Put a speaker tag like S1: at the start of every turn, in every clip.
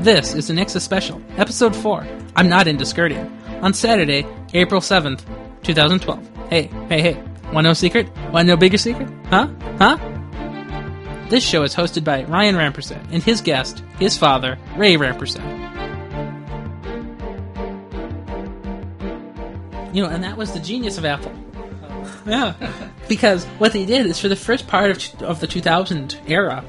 S1: This is the Nixa Special, Episode 4. I'm not into skirting. On Saturday, April 7th, 2012. Hey, hey, hey. Want no secret? Want no bigger secret? Huh? Huh? This show is hosted by Ryan Rampersett and his guest, his father, Ray Rampersett. You know, and that was the genius of Apple. Yeah, because what they did is for the first part of, of the 2000 era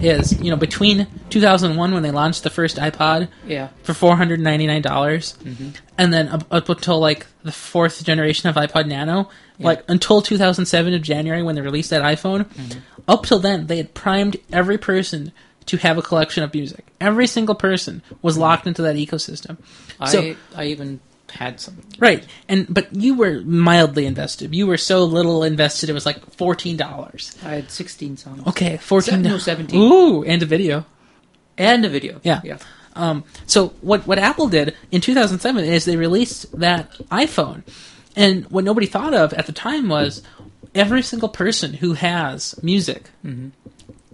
S1: is you know between 2001 when they launched the first iPod
S2: Yeah.
S1: for 499 dollars,
S2: Mm-hmm.
S1: and then up, up until like the fourth generation of iPod Nano, like until 2007 of January when they released that iPhone,
S2: Mm-hmm.
S1: up till then they had primed every person to have a collection of music. Every single person was locked into that ecosystem. So-
S2: Mm-hmm. I I even had some.
S1: Right, and but you were mildly invested. You were so little invested; it was like fourteen dollars.
S2: I had 16 songs
S1: Okay, fourteen.
S2: Se- no, 17.
S1: Ooh, and a video.
S2: and a video.
S1: Yeah.
S2: Yeah.
S1: Um, so what what Apple did in 2007 is they released that iPhone, and what nobody thought of at the time was every single person who has music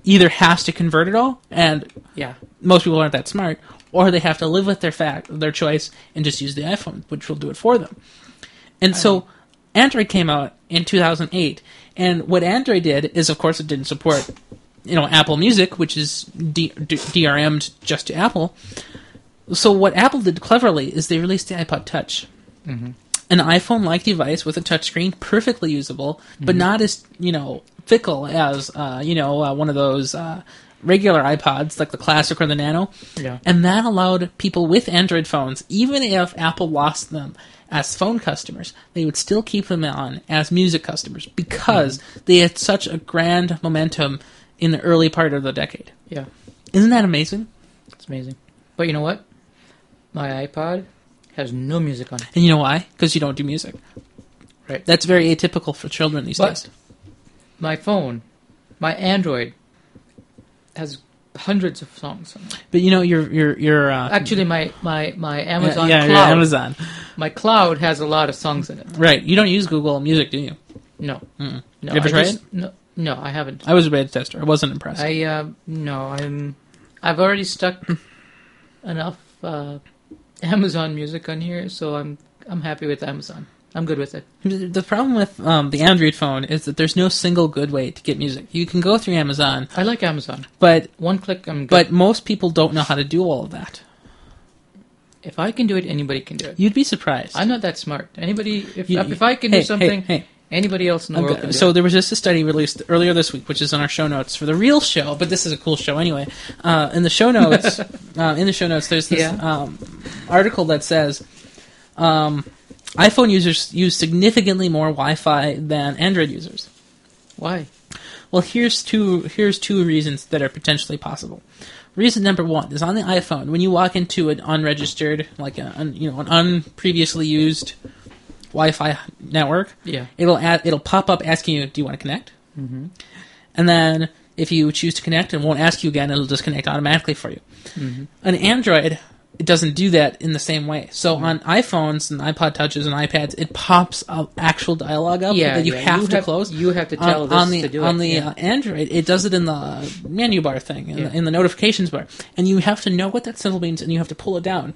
S1: either has to convert it all, and
S2: Yeah.
S1: most people aren't that smart, or they have to live with their fact their choice and just use the iPhone, which will do it for them. And so Android came out in 2008, and what Android did is, of course, it didn't support, you know, Apple Music, which is D- D- DRM'd just to Apple. So what Apple did cleverly is they released the iPod Touch, an iPhone-like device with a touchscreen, perfectly usable, but not as you know fickle as uh, you know uh, one of those uh, regular iPods like the Classic or the Nano.
S2: Yeah.
S1: And that allowed people with Android phones, even if Apple lost them as phone customers, they would still keep them on as music customers because they had such a grand momentum in the early part of the decade.
S2: Yeah.
S1: Isn't that amazing?
S2: It's amazing. But you know what? My iPod has no music on it.
S1: And you know why? Because you don't do music.
S2: Right.
S1: That's very atypical for children these
S2: But-
S1: days.
S2: My phone, my Android, has hundreds of songs on it.
S1: But you know, your your your uh,
S2: Actually, my my my Amazon
S1: yeah, yeah,
S2: cloud,
S1: Amazon.
S2: my cloud has a lot of songs in it.
S1: Right. You don't use Google Music, do you?
S2: No. Mm. No.
S1: You ever
S2: I
S1: tried
S2: just- No. No, I haven't.
S1: I was a beta tester. I wasn't impressed.
S2: I uh, no, I'm. I've already stuck enough uh, Amazon music on here, so I'm I'm happy with Amazon. I'm good with it.
S1: the problem with um, the Android phone is that there's no single good way to get music. You can go through Amazon,
S2: I like Amazon.
S1: but
S2: One click, I'm good.
S1: but most people don't know how to do all of that.
S2: if I can do it, anybody can do it.
S1: You'd be surprised.
S2: I'm not that smart. Anybody, if
S1: You-
S2: if I can
S1: hey,
S2: do something,
S1: hey, hey.
S2: anybody else in the
S1: I'm
S2: world
S1: go-
S2: can do
S1: so
S2: it.
S1: there was just a study released earlier this week, which is in our show notes for the real show. But this is a cool show anyway. Uh, in the show notes, uh, in the show notes, there's this
S2: Yeah.
S1: um, article that says um, iPhone users use significantly more Wi-Fi than Android users.
S2: Why?
S1: Well, here's two here's two reasons that are potentially possible. Reason number one is on the iPhone. When you walk into an unregistered, like a, un, you know, an unpreviously used Wi-Fi network,
S2: Yeah.
S1: it'll add, it'll pop up asking you, "Do you want to connect?" Mm-hmm. And then if you choose to connect, it won't ask you again. It'll disconnect automatically for you.
S2: Mm-hmm.
S1: An Android, it doesn't do that in the same way. So
S2: Mm-hmm.
S1: on iPhones and iPod touches and iPads, it pops up actual dialogue up
S2: Yeah,
S1: that you
S2: yeah,
S1: have
S2: you
S1: to
S2: have-
S1: close.
S2: you have to
S1: On-
S2: tell this
S1: on the
S2: to do
S1: on
S2: it,
S1: the
S2: yeah.
S1: uh, Android. It does it in the menu bar thing in,
S2: Yeah.
S1: the, in the notifications bar, and you have to know what that symbol means, and you have to pull it down,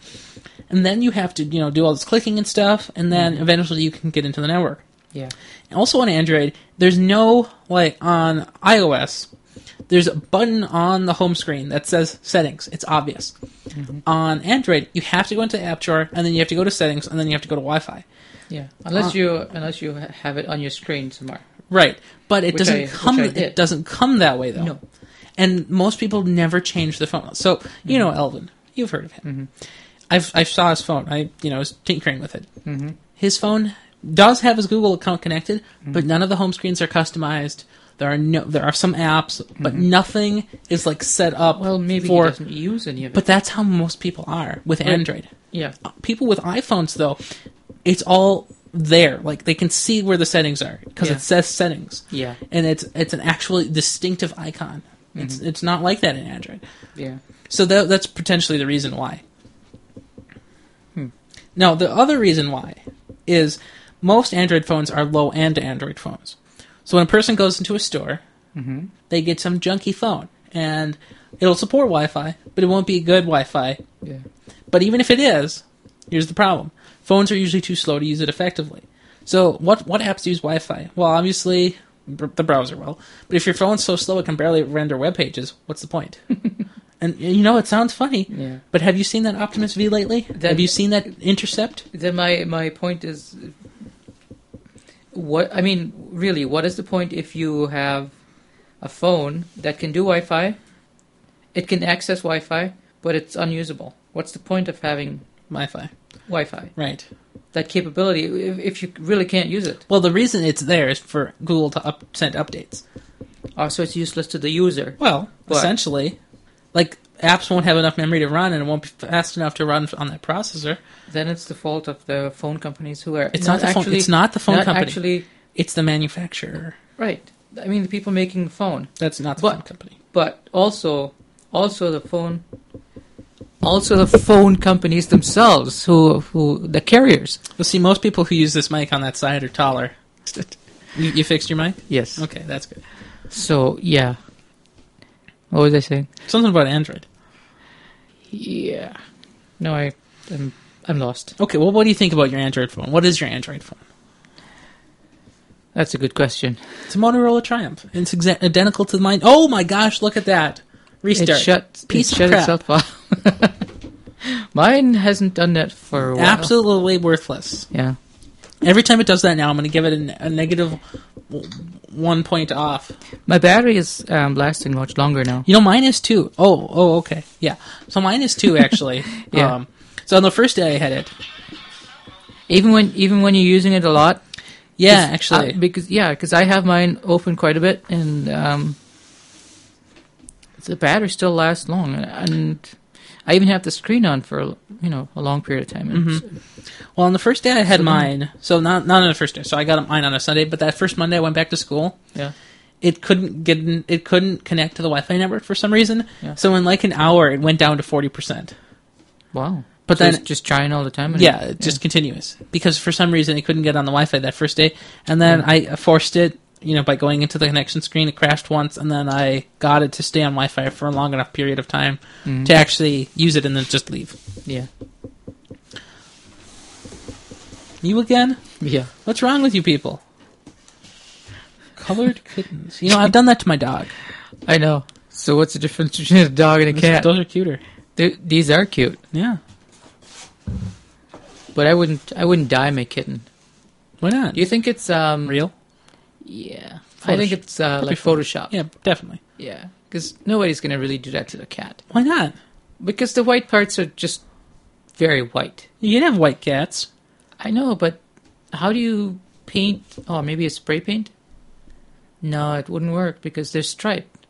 S1: and then you have to you know do all this clicking and stuff, and then
S2: Mm-hmm.
S1: eventually you can get into the network.
S2: Yeah.
S1: Also on Android, there's no like on iOS. There's a button on the home screen that says settings. It's obvious. On Android, you have to go into the App Drawer, and then you have to go to settings, and then you have to go to Wi-Fi.
S2: Yeah. Unless
S1: Uh,
S2: you unless you ha- have it on your screen somewhere.
S1: Right, but it
S2: Which
S1: doesn't
S2: I- which
S1: come.
S2: I
S1: It
S2: did.
S1: doesn't come that way though.
S2: No.
S1: And most people never change the phone. So
S2: Mm-hmm.
S1: you know, Elvin, you've heard of him. I've I saw his phone. I you know was tinkering with it. Mm-hmm. His phone does have his Google account connected, but
S2: Mm-hmm.
S1: none of the home screens are customized. There are no. There are some apps, but nothing is like set up.
S2: Mm-hmm. Well, maybe
S1: for.
S2: he doesn't use any of it.
S1: But that's how most people are with Android
S2: yeah.
S1: people with iPhones though, it's all there. Like they can see where the settings are because
S2: Yeah.
S1: it says settings.
S2: Yeah.
S1: and it's it's an actually distinctive icon. It's it's not like that in Android.
S2: Yeah.
S1: So that, that's potentially the reason why. Now the other reason why is most Android phones are low end Android phones. So when a person goes into a store, they get some junky phone and it'll support Wi-Fi, but it won't be good Wi-Fi But even if it is, here's the problem: phones are usually too slow to use it effectively. So what what apps use Wi-Fi? Well, obviously br- the browser will, but if your phone's so slow it can barely render web pages, what's the point? and you know it sounds funny,
S2: Yeah.
S1: but have you seen that Optimus V lately?
S2: That-
S1: have you seen that intercept?
S2: Then my my point is, what I mean, really, what is the point if you have a phone that can do Wi-Fi, it can access Wi-Fi, but it's unusable? What's the point of having
S1: Wi-Fi,
S2: Wi-Fi
S1: right?
S2: that capability if, if you really can't use it?
S1: Well, the reason it's there is for Google to up- send updates.
S2: Oh, so it's useless to the user.
S1: Well,
S2: What?
S1: essentially, like apps won't have enough memory to run, and it won't be fast enough to run on that processor.
S2: Then it's the fault of the phone companies who are
S1: It's not, the
S2: actually
S1: phone. It's not the phone
S2: not
S1: company.
S2: actually
S1: it's the manufacturer.
S2: right. I mean, the people making the phone.
S1: That's not the
S2: But-
S1: phone company.
S2: but also also the phone also the phone companies themselves who who the carriers
S1: Well, see, most people who use this mic on that side are taller. You, you fixed your mic?
S2: yes
S1: Okay, that's good.
S2: so yeah what was i saying
S1: Something about Android.
S2: yeah no i i'm, I'm lost
S1: Okay, well, what do you think about your Android phone? What is your Android phone?
S2: that's a good question
S1: It's a Motorola Triumph. and It's exa- identical to mine. Oh my gosh, look at that. Restart.
S2: it shut
S1: Piece
S2: it
S1: of
S2: shut
S1: crap.
S2: itself off mine hasn't done that for a while
S1: Absolutely worthless.
S2: yeah
S1: Every time it does that now, I'm going to give it a, ne- a negative w- one point off.
S2: my battery is um, lasting much longer now
S1: You know, mine is two. Oh, oh, okay, yeah. So mine is two actually.
S2: Yeah.
S1: Um, so on the first day I had it.
S2: even when even when you're using it a lot
S1: Yeah,
S2: Because-
S1: actually.
S2: uh, because yeah, because I have mine open quite a bit, and um, the battery still lasts long, and I even have the screen on for you know a long period of time. And
S1: Mm-hmm.
S2: it's-
S1: well, on the first day I had
S2: So then-
S1: mine. So not not on the first day. So I got mine on a Sunday. But that first Monday I went back to school.
S2: Yeah,
S1: It couldn't get. in- It couldn't connect to the Wi-Fi network for some reason.
S2: Yeah.
S1: So in like an hour, it went down to forty percent.
S2: wow.
S1: But
S2: So
S1: then-
S2: it's just trying all the time. and-
S1: Yeah, it just continuous because for some reason it couldn't get on the Wi-Fi that first day, and then I forced it, you know, by going into the connection screen. It crashed once, and then I got it to stay on Wi-Fi for a long enough period of time to actually use it and then just leave.
S2: yeah,
S1: You again?
S2: yeah.
S1: What's wrong with you people? Colored kittens. You know, I've done that to my dog.
S2: I know. So what's the difference between a dog and a cat?
S1: Those are cuter.
S2: Th- These are cute,
S1: Yeah.
S2: but I wouldn't. I wouldn't dye my kitten.
S1: Why not?
S2: Do you think it's um?
S1: real?
S2: Yeah, I think
S1: Photosh-
S2: it's uh,
S1: That'd be
S2: like Photoshop.
S1: Yeah, definitely.
S2: yeah, because nobody's gonna really do that to the cat.
S1: Why not?
S2: Because the white parts are just very white.
S1: You can have white cats.
S2: I know, but how do you paint? Oh, maybe a spray paint? No, it wouldn't work because they're striped.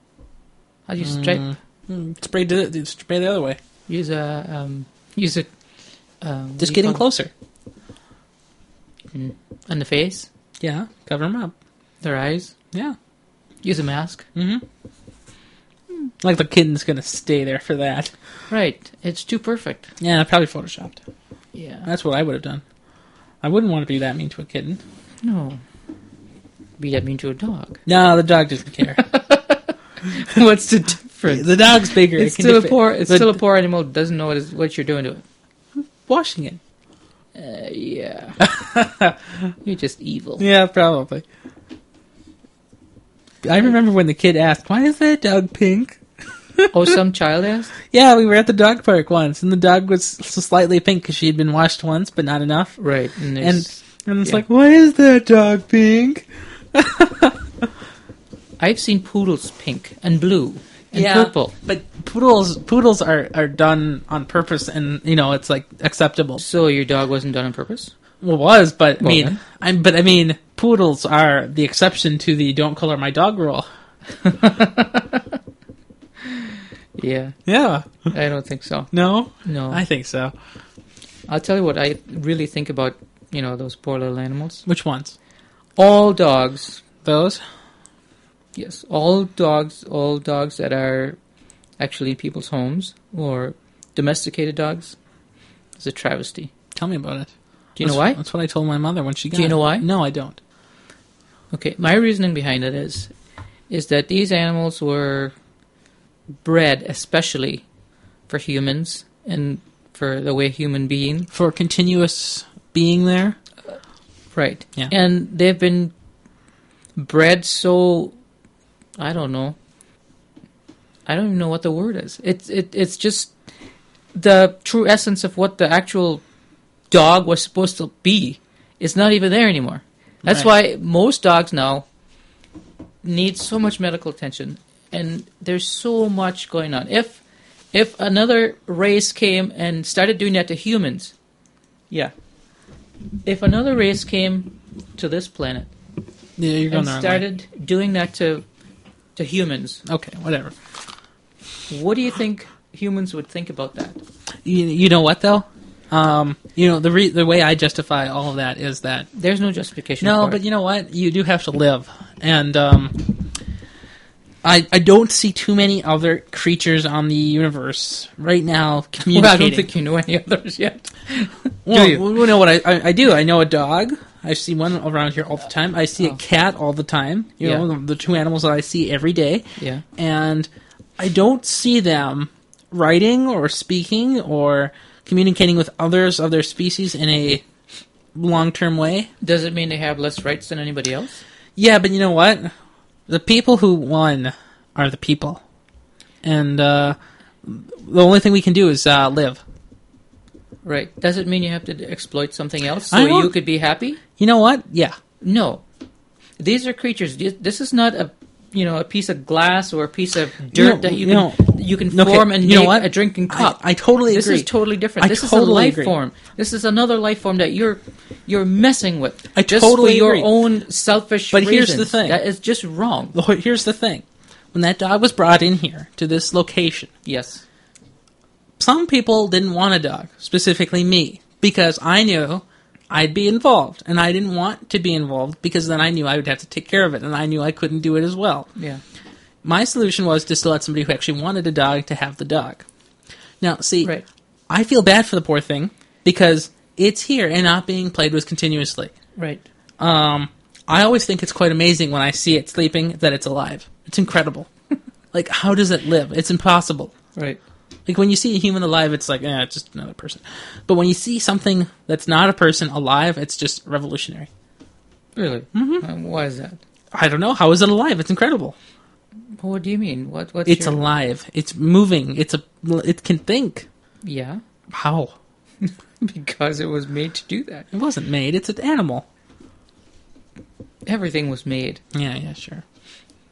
S2: How do you stripe?
S1: Mm, Spray, the, spray the other way.
S2: Use a um, use a um, what do
S1: Just
S2: you
S1: get him
S2: call
S1: closer.
S2: it? on the face,
S1: Yeah, cover him up.
S2: their eyes.
S1: Yeah.
S2: Use a mask.
S1: Mm-hmm. Hmm. Like the kitten's gonna stay there for that.
S2: Right, it's too perfect.
S1: Yeah, probably photoshopped.
S2: Yeah,
S1: That's what I would have done. I wouldn't want to be that mean to a kitten.
S2: no. Be that mean to a dog?
S1: No, the dog doesn't care.
S2: What's the difference?
S1: the dog's bigger.
S2: It's
S1: it can
S2: still a
S1: defe-
S2: poor. It's
S1: the-
S2: still a poor animal. that Doesn't know what, is, what you're doing to it.
S1: washing it.
S2: Uh, yeah. You're just evil.
S1: Yeah, probably. I remember when the kid asked, "Why is that dog pink?"
S2: Oh, some child asked?
S1: Yeah, we were at the dog park once, and the dog was s- slightly pink because she had been washed once, but not enough.
S2: Right. And,
S1: there's-
S2: and
S1: And it's
S2: Yeah.
S1: like, "Why is that dog pink?"
S2: I've seen poodles pink and blue and
S1: Yeah.
S2: purple.
S1: But poodles poodles are, are done on purpose, and you know it's like acceptable.
S2: So your dog wasn't done on purpose?
S1: Well, was but I
S2: Well,
S1: mean,
S2: then.
S1: I'm but I mean, poodles are the exception to the "don't color my dog" rule.
S2: Yeah.
S1: Yeah,
S2: I don't think so.
S1: no,
S2: No.
S1: I think so.
S2: I'll tell you what I really think about, you know, those poor little animals.
S1: Which ones?
S2: All dogs.
S1: Those?
S2: Yes. All dogs, all dogs that are actually in people's homes or domesticated dogs is a travesty.
S1: Tell me about it.
S2: Do you know
S1: That's-
S2: why?
S1: That's what I told my mother when she got.
S2: Do you know
S1: it.
S2: why?
S1: No, I don't.
S2: Okay, my reasoning behind it is, is that these animals were bred especially for humans and for the way human being.
S1: for continuous being there.
S2: Right.
S1: Yeah.
S2: And they've been bred so I don't know. I don't even know what the word is. It's it it's just the true essence of what the actual dog was supposed to be is not even there anymore. That's why most dogs now need so much medical attention and there's so much going on. If if another race came and started doing that to humans, yeah. If another race came to this planet
S1: Yeah, you're going
S2: and
S1: the wrong way.
S2: started doing that to to humans,
S1: Okay, whatever.
S2: what do you think humans would think about that?
S1: You, you know what though? Um, you know the re- the way I justify all of that is that
S2: There's no justification.
S1: No,
S2: for
S1: but
S2: it.
S1: you know what? You do have to live, and um, I I don't see too many other creatures on the universe right now communicating.
S2: well, I don't think you know any others yet.
S1: Well,
S2: do you?
S1: well, know what I, I I do? I know a dog. I see one around here all the time. I see
S2: Oh.
S1: a cat all the time. You know,
S2: Yeah.
S1: the, the two animals that I see every day,
S2: Yeah,
S1: and I don't see them writing or speaking or communicating with others of their species in a long term way.
S2: does it mean they have less rights than anybody else?
S1: Yeah, but you know what? The people who won are the people, and uh, the only thing we can do is uh, live.
S2: Right. Does it mean you have to exploit something else so
S1: I don't-
S2: you could be happy?
S1: You know what? Yeah,
S2: No. These are creatures. Th- This is not a you know a piece of glass or a piece of dirt
S1: No,
S2: that you can
S1: no.
S2: you can
S1: Okay,
S2: form and
S1: you know
S2: make
S1: what?
S2: a drinking cup.
S1: I, I totally
S2: this
S1: agree.
S2: is totally different.
S1: I
S2: this is a
S1: totally
S2: life
S1: agree.
S2: form. This is another life form that you're you're messing with.
S1: I
S2: just
S1: totally
S2: for your
S1: agree.
S2: own selfish.
S1: But here's the
S2: reasons.
S1: thing.
S2: that is just wrong.
S1: Look, Here's the thing: when that dog was brought in here to this location,
S2: Yes,
S1: some people didn't want a dog, specifically me, because I knew I'd be involved, and I didn't want to be involved because then I knew I would have to take care of it, and I knew I couldn't do it as well.
S2: yeah,
S1: My solution was just to let somebody who actually wanted a dog to have the dog. Now, see,
S2: right.
S1: I feel bad for the poor thing because it's here and not being played with continuously.
S2: Right.
S1: Um, I always think it's quite amazing when I see it sleeping that it's alive. It's incredible. like, how does it live? It's impossible.
S2: Right.
S1: Like when you see a human alive, it's like, eh, it's just another person. But when you see something that's not a person alive, it's just revolutionary.
S2: Really. Mm-hmm. Um, why is that?
S1: I don't know how is it alive? It's incredible.
S2: What do you mean? What? What's
S1: It's
S2: your-
S1: alive. It's moving. It's a. It can think.
S2: yeah.
S1: How?
S2: Because it was made to do that.
S1: It wasn't made. It's an animal.
S2: Everything was made.
S1: Yeah, yeah, sure.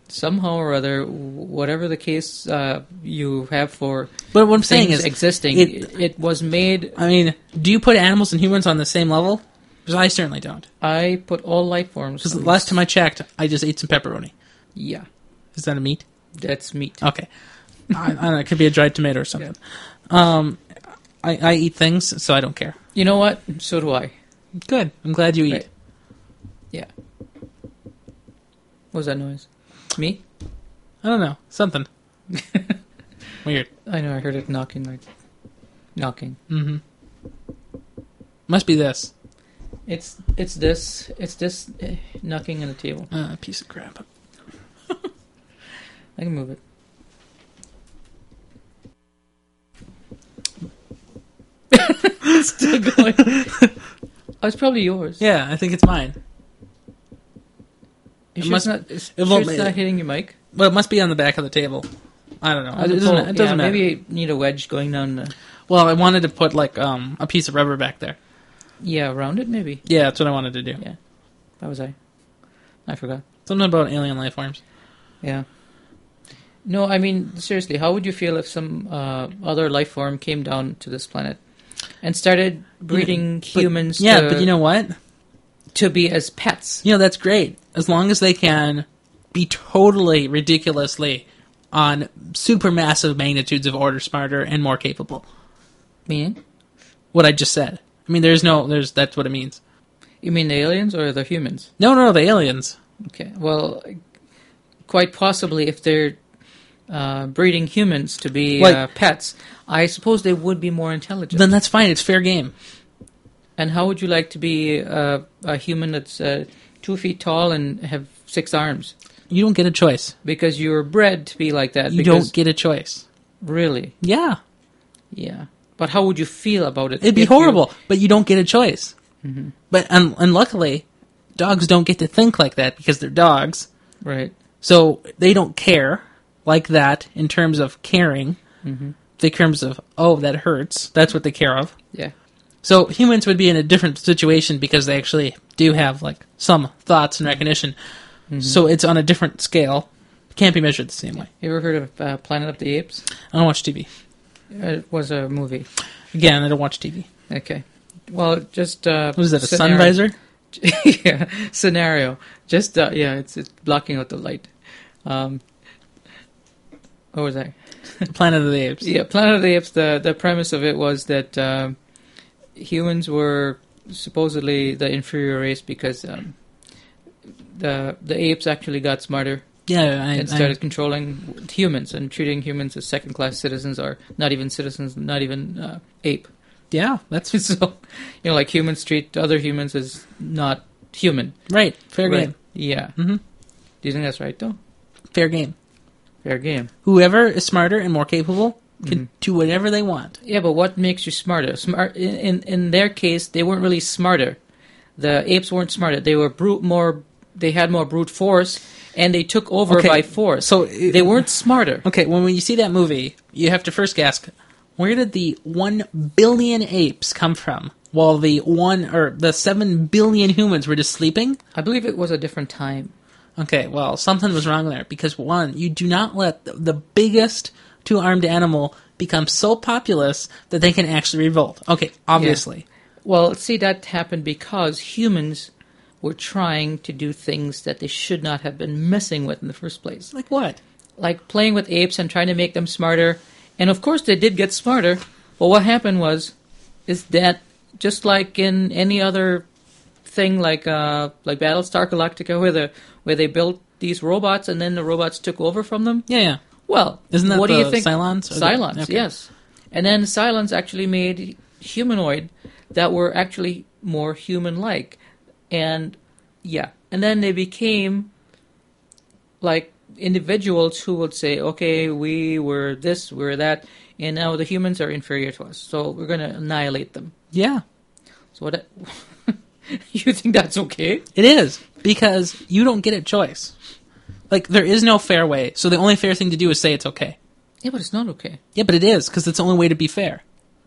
S2: somehow or other, w- whatever the case uh, you have for
S1: But what I'm saying
S2: things
S1: is,
S2: existing,
S1: it-
S2: it, it was made.
S1: I mean, do you put animals and humans on the same level? Because I certainly don't.
S2: I put all life forms.
S1: Because last time I checked, I just ate some pepperoni.
S2: yeah,
S1: Is that a meat?
S2: that's meat.
S1: Okay. I, I don't know. It could be a dried tomato or something. Um, I, I eat things, so I don't care.
S2: You know what? So do I.
S1: Good. I'm glad you eat.
S2: Right. Yeah. What was that noise? Me?
S1: I don't know. Something. Weird.
S2: I know. I heard it knocking, like knocking.
S1: Mm-hmm. Must be this.
S2: It's it's this it's this eh, knocking on the table.
S1: Uh, piece of crap.
S2: I can move it. It's Still going. oh, it's probably yours.
S1: Yeah, I think it's mine.
S2: You
S1: It
S2: sure
S1: must-
S2: it's not, it's,
S1: it
S2: sure
S1: won't
S2: it's
S1: be-
S2: not hitting your mic.
S1: Well, it must be on the back of the table. I don't know. It doesn't, it doesn't
S2: yeah,
S1: matter.
S2: Maybe you need a wedge going down. The,
S1: Well, I wanted to put like um, a piece of rubber back there.
S2: yeah, around it maybe.
S1: Yeah, that's what I wanted to do.
S2: Yeah. That was I. I forgot.
S1: Something about alien life forms.
S2: Yeah. No, I mean seriously, how would you feel if some uh, other life form came down to this planet and started breeding
S1: But-
S2: humans?
S1: Yeah,
S2: to,
S1: but you know what?
S2: to be as pets.
S1: You know that's great as long as they can be totally ridiculously on supermassive magnitudes of order smarter and more capable.
S2: Meaning,
S1: What I just said. I mean, there's no, there's that's what it means.
S2: you mean the aliens or the humans?
S1: No, no, the aliens.
S2: Okay. Well, quite possibly, if they're uh, breeding humans to be
S1: Like-
S2: uh, pets, I suppose they would be more intelligent.
S1: Then that's fine. It's fair game.
S2: and how would you like to be uh, a human that's uh, two feet tall and have six arms?
S1: You don't get a choice.
S2: Because you were bred to be like that.
S1: You
S2: because,
S1: don't get a choice.
S2: really.
S1: Yeah.
S2: Yeah. But how would you feel about it?
S1: It'd be
S2: if you-
S1: horrible, but you don't get a choice. But and, and luckily, dogs don't get to think like that because they're dogs,
S2: right.
S1: so they don't care like that in terms of caring. The terms of oh that hurts. That's what they care of.
S2: Yeah.
S1: So humans would be in a different situation because they actually do have like some thoughts and recognition.
S2: Mm-hmm.
S1: So it's on a different scale. Can't be measured the same way.
S2: You ever heard of uh, Planet of the Apes?
S1: I don't watch TV.
S2: It was a movie.
S1: Again, I don't watch TV.
S2: Okay. Well, just uh,
S1: What is that? A sun
S2: scenario-
S1: visor?
S2: yeah, scenario. Just uh, yeah, it's it's blocking out the light. Um, what was that?
S1: Planet of the Apes.
S2: Yeah, Planet of the Apes. The the premise of it was that um, humans were supposedly the inferior race because um, the the apes actually got smarter
S1: Yeah, I,
S2: and started controlling humans and treating humans as second class citizens or not even citizens, not even uh, ape.
S1: I- yeah, that's
S2: so you know, like humans treat other humans as not human.
S1: right. Fair
S2: Right.
S1: game.
S2: Yeah.
S1: Mhm.
S2: Do you think that's right though?
S1: Fair game.
S2: Fair game.
S1: Whoever is smarter and more capable can
S2: Mm-hmm.
S1: do whatever they want.
S2: Yeah, but what makes you smarter? Smart in in, in their case, they weren't really smarter. The apes weren't smarter. They were brute more. They had more brute force, and they took over
S1: Okay,
S2: by force.
S1: so it-
S2: they weren't smarter.
S1: Okay, when, when you see that movie, you have to first ask, where did the one billion apes come from? While the one or the seven billion humans were just sleeping.
S2: I believe it was a different time.
S1: Okay, well, something was wrong there because one, you do not let the, the biggest two armed animal become so populous that they can actually revolt. Okay, obviously.
S2: Well, see, that happened because humans were trying to do things that they should not have been messing with in the first place.
S1: Like what?
S2: like playing with apes and trying to make them smarter. And of course, they did get smarter. But what happened was, is that just like in any other thing, like uh, like Battlestar Galactica, where the where they built these robots and then the robots took over from them.
S1: Yeah, yeah.
S2: Well,
S1: Isn't that
S2: what do
S1: the
S2: you think?
S1: Cylons? Or the-
S2: Cylons,
S1: okay.
S2: yes. And then Cylons actually made humanoid that were actually more human-like, and yeah. And then they became like individuals who would say, "Okay, we were this, we were that, and now the humans are inferior to us, so we're going to annihilate them."
S1: Yeah.
S2: So what? you think that's okay?
S1: It is because you don't get a choice. Like there is no fair way, so the only fair thing to do is say it's okay.
S2: Yeah, but it's not okay.
S1: Yeah, but it is because it's the only way to be fair.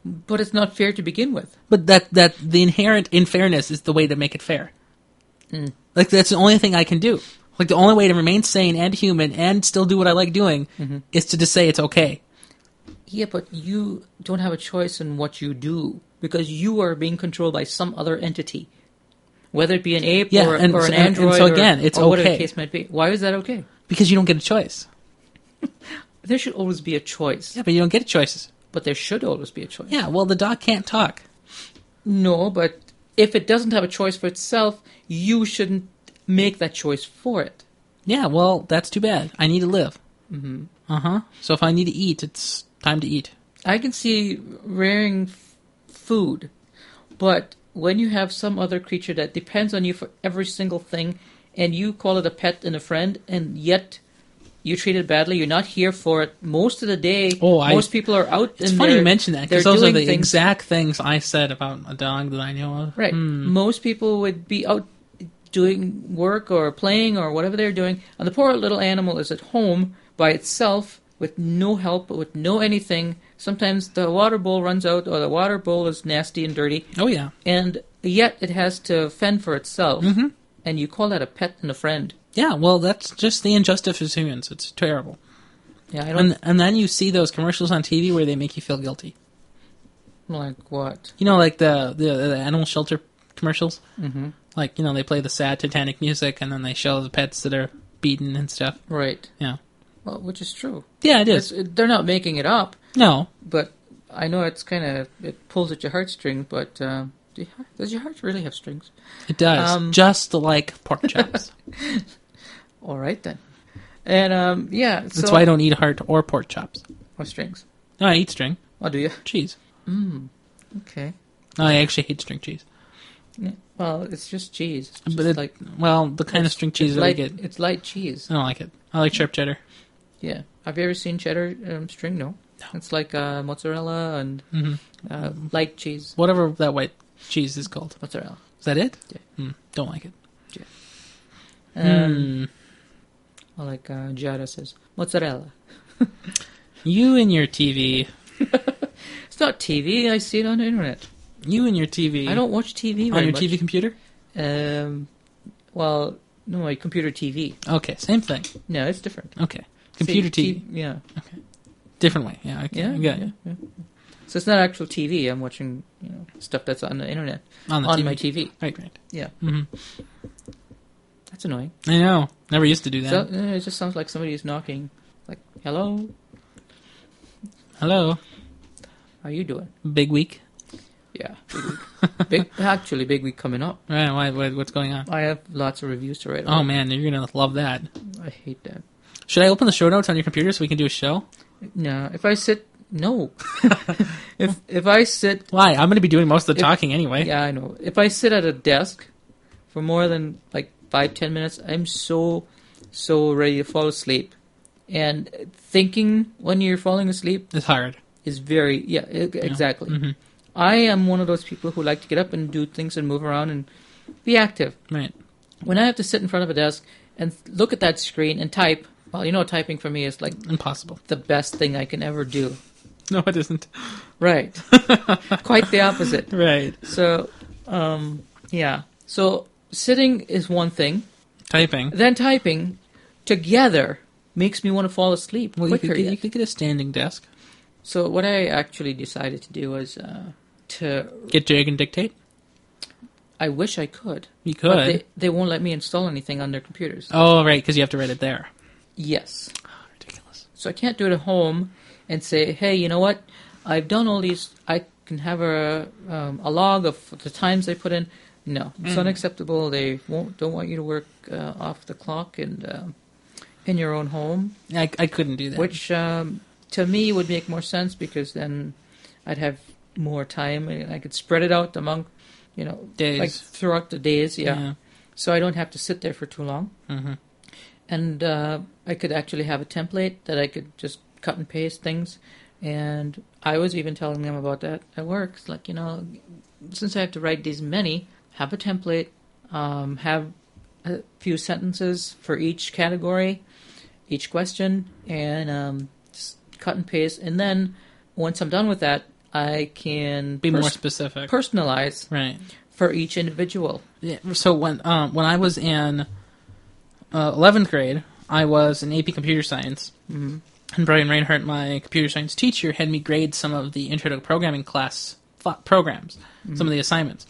S2: But it's not fair to begin with.
S1: But that that the inherent unfairness is the way to make it fair.
S2: Hmm.
S1: Like that's the only thing I can do. Like the only way to remain sane and human and still do what I like doing
S2: Mm-hmm.
S1: is to just say it's okay.
S2: Yeah, but you don't have a choice in what you do because you are being controlled by some other entity, whether it be an ape
S1: Yeah,
S2: or,
S1: and
S2: or
S1: so-
S2: an
S1: and- and
S2: android.
S1: so
S2: or-
S1: again, it's
S2: or whatever
S1: okay.
S2: the case might be. Why is that okay?
S1: Because you don't get a choice.
S2: There should always be a choice,
S1: Yeah, but you don't get choices.
S2: but there should always be a choice.
S1: Yeah, well the dog can't talk.
S2: No, but if it doesn't have a choice for itself, you shouldn't make that choice for it.
S1: Yeah, well that's too bad. I need to live. Mm-hmm. Uh huh. So if I need to eat, it's time to eat.
S2: I can see rearing f- food, but when you have some other creature that depends on you for every single thing, and you call it a pet and a friend, and yet you treat it badly, you're not here for it most of the day.
S1: Oh, I-
S2: most people are out.
S1: It's
S2: and
S1: funny
S2: they're-
S1: you mention that
S2: they're
S1: because those are
S2: doing
S1: the
S2: things,
S1: exact things I said about a dog that I know of. Mm.
S2: right. Most people would be out doing work or playing or whatever they're doing, and the poor little animal is at home by itself with no help, with no anything. Sometimes the water bowl runs out, or the water bowl is nasty and dirty,
S1: Oh yeah,
S2: and yet it has to fend for itself. Mm-hmm. And you call that a pet and a friend?
S1: yeah. Well, that's just the injustice of humans. It's terrible.
S2: Yeah, I don't
S1: And and then you see those commercials on TV where they make you feel guilty.
S2: like what.
S1: You know, like the the, the animal shelter commercials. Mm-hmm. Like you know, they play the sad Titanic music and then they show the pets that are beaten and stuff.
S2: Right.
S1: Yeah,
S2: Well, which is true.
S1: yeah, it
S2: It's,
S1: is.
S2: it, they're not making it up,
S1: no,
S2: but I know it's kind of it pulls at your heartstrings. But uh, do you, does your heart really have strings?
S1: it does.
S2: Um,
S1: just like pork chops.
S2: All right then. And um, yeah, so,
S1: that's why I don't eat heart or pork chops.
S2: or strings.
S1: No, I eat string
S2: Oh, do you? Mm,
S1: cheese.
S2: Okay.
S1: No, I actually hate string cheese.
S2: Yeah. Well, it's just cheese. It's
S1: But
S2: just
S1: it,
S2: like
S1: well, the kind of string cheese
S2: it's
S1: that I
S2: light,
S1: get,
S2: It's light cheese.
S1: I don't like it. I like sharp cheddar.
S2: Yeah. Have you ever seen cheddar um, string? No. It's like uh, mozzarella and
S1: hmm
S2: uh, light cheese.
S1: Whatever that white cheese is called.
S2: Mozzarella.
S1: Is that it?
S2: Yeah.
S1: Mm, don't like it.
S2: Um,
S1: Mm.
S2: Or like uh, Giada says, mozzarella.
S1: You and your TV.
S2: It's not TV. I see it on the internet.
S1: You and your TV.
S2: I don't watch TV
S1: on
S2: very
S1: your
S2: much.
S1: TV computer.
S2: TV? Um, well, no, my computer TV.
S1: Okay, same thing.
S2: No, it's different.
S1: Okay, computer
S2: See,
S1: TV,
S2: T- yeah.
S1: different way. Yeah, okay.
S2: Yeah,
S1: I
S2: yeah,
S1: got it.
S2: yeah. So it's not actual TV. I'm watching you know stuff that's on the internet
S1: on the
S2: on
S1: TV.
S2: my TV.
S1: Right, right.
S2: Yeah.
S1: hmm
S2: That's annoying.
S1: I know. Never used to do that.
S2: So uh, it just sounds like somebody is knocking. Like, hello,
S1: Hello,
S2: how you doing?
S1: big week.
S2: Yeah, big, week. big actually big week coming up.
S1: Right, why, why, what's going on?
S2: I have lots of reviews to write.
S1: Oh
S2: on.
S1: man, you're gonna love that.
S2: I hate that.
S1: Should I open the show notes on your computer so we can do a show?
S2: No, if I sit, no. if if I sit
S1: Why? I'm gonna be doing most of the
S2: If-
S1: talking anyway.
S2: Yeah, I know. If I sit at a desk for more than like five, ten minutes, I'm so, so ready to fall asleep. And thinking when you're falling asleep
S1: It's hard.
S2: is very, yeah, e- exactly.
S1: hmm
S2: I am one of those people who like to get up and do things and move around and be active.
S1: Right.
S2: When I have to sit in front of a desk and look at that screen and type, well, you know, typing for me is like
S1: Impossible.
S2: the best thing I can ever do.
S1: No, it isn't.
S2: Right. Quite the opposite.
S1: Right.
S2: So, um, yeah. So sitting is one thing.
S1: Typing.
S2: Then typing together makes me want to fall asleep
S1: Well, you
S2: quicker.
S1: could, get,
S2: yet.
S1: you could get a standing desk.
S2: So what I actually decided to do was uh, to.
S1: Get Jag and dictate.
S2: I wish I could,
S1: You could.
S2: but they, they won't let me install anything on their computers.
S1: Oh, right, because you have to write it there.
S2: Yes.
S1: Ridiculous.
S2: So I can't do it at home and say, hey, you know what? I've done all these. I can have a um, a log of the times I put in. No, it's
S1: Mm.
S2: unacceptable. They won't don't want you to work uh, off the clock and um in your own home,
S1: I, I couldn't do that.
S2: which um, to me would make more sense because then I'd have more time and I could spread it out among, you know,
S1: days?
S2: like throughout the days. Yeah. So I don't have to sit there for too long,
S1: hmm
S2: and uh, I could actually have a template that I could just cut and paste things. And I was even telling them about that at work. It's like, you know, since I have to write these many, have a template, um, have a few sentences for each category, each question, and um, just cut and paste. And then once I'm done with that, I can
S1: Be more
S2: pers-
S1: specific.
S2: personalize
S1: right.
S2: for each individual.
S1: Yeah, so when um, when I was in uh, eleventh grade, I was in AP Computer Science,
S2: Mhm.
S1: and Brian Reinhardt, my computer science teacher, had me grade some of the intro to programming class fo- programs, some of the assignments.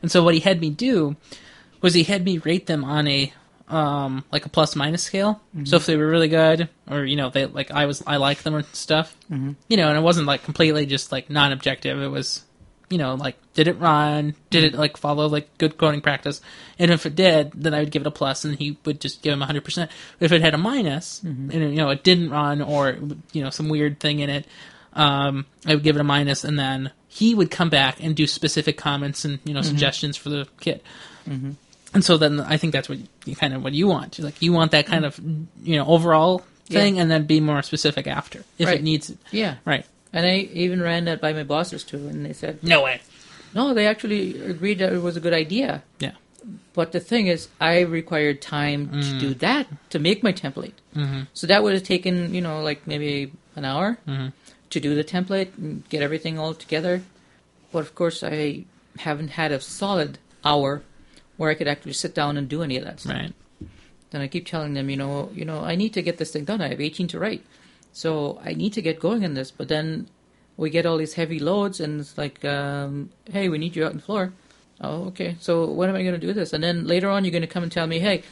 S1: And so what he had me do was he had me rate them on a um, like a plus minus scale. So if they were really good, or you know, they like I was I liked them and stuff,
S2: Mhm.
S1: you know, and it wasn't like completely just like non objective. It was you know like did it run? Did it like follow like good coding practice? And if it did, then I would give it a plus, and he would just give him hundred percent. If it had a minus, and you know it didn't run, or you know some weird thing in it, um, I would give it a minus, and then he would come back and do specific comments and you know suggestions for the kid. And so then I think that's what you kind of what you want. Like you want that kind of you know overall
S2: Yeah.
S1: thing, and then be more specific after if
S2: Right.
S1: it needs it.
S2: Yeah.
S1: Right?
S2: And I even ran that by my bosses too, and they said,
S1: No way.
S2: No, they actually agreed that it was a good idea.
S1: Yeah.
S2: But the thing is, I required time to do that to make my template.
S1: Mm-hmm.
S2: So that would have taken, you know, like maybe an hour
S1: Mhm.
S2: to do the template and get everything all together. But of course, I haven't had a solid hour where I could actually sit down and do any of that stuff.
S1: Right.
S2: Then I keep telling them, you know, you know, I need to get this thing done. I have 18 to write, so I need to get going on this. But then we get all these heavy loads, and it's like, um, hey, we need you out on the floor. Oh, okay. So when am I going to do this? And then later on, you're going to come and tell me, hey,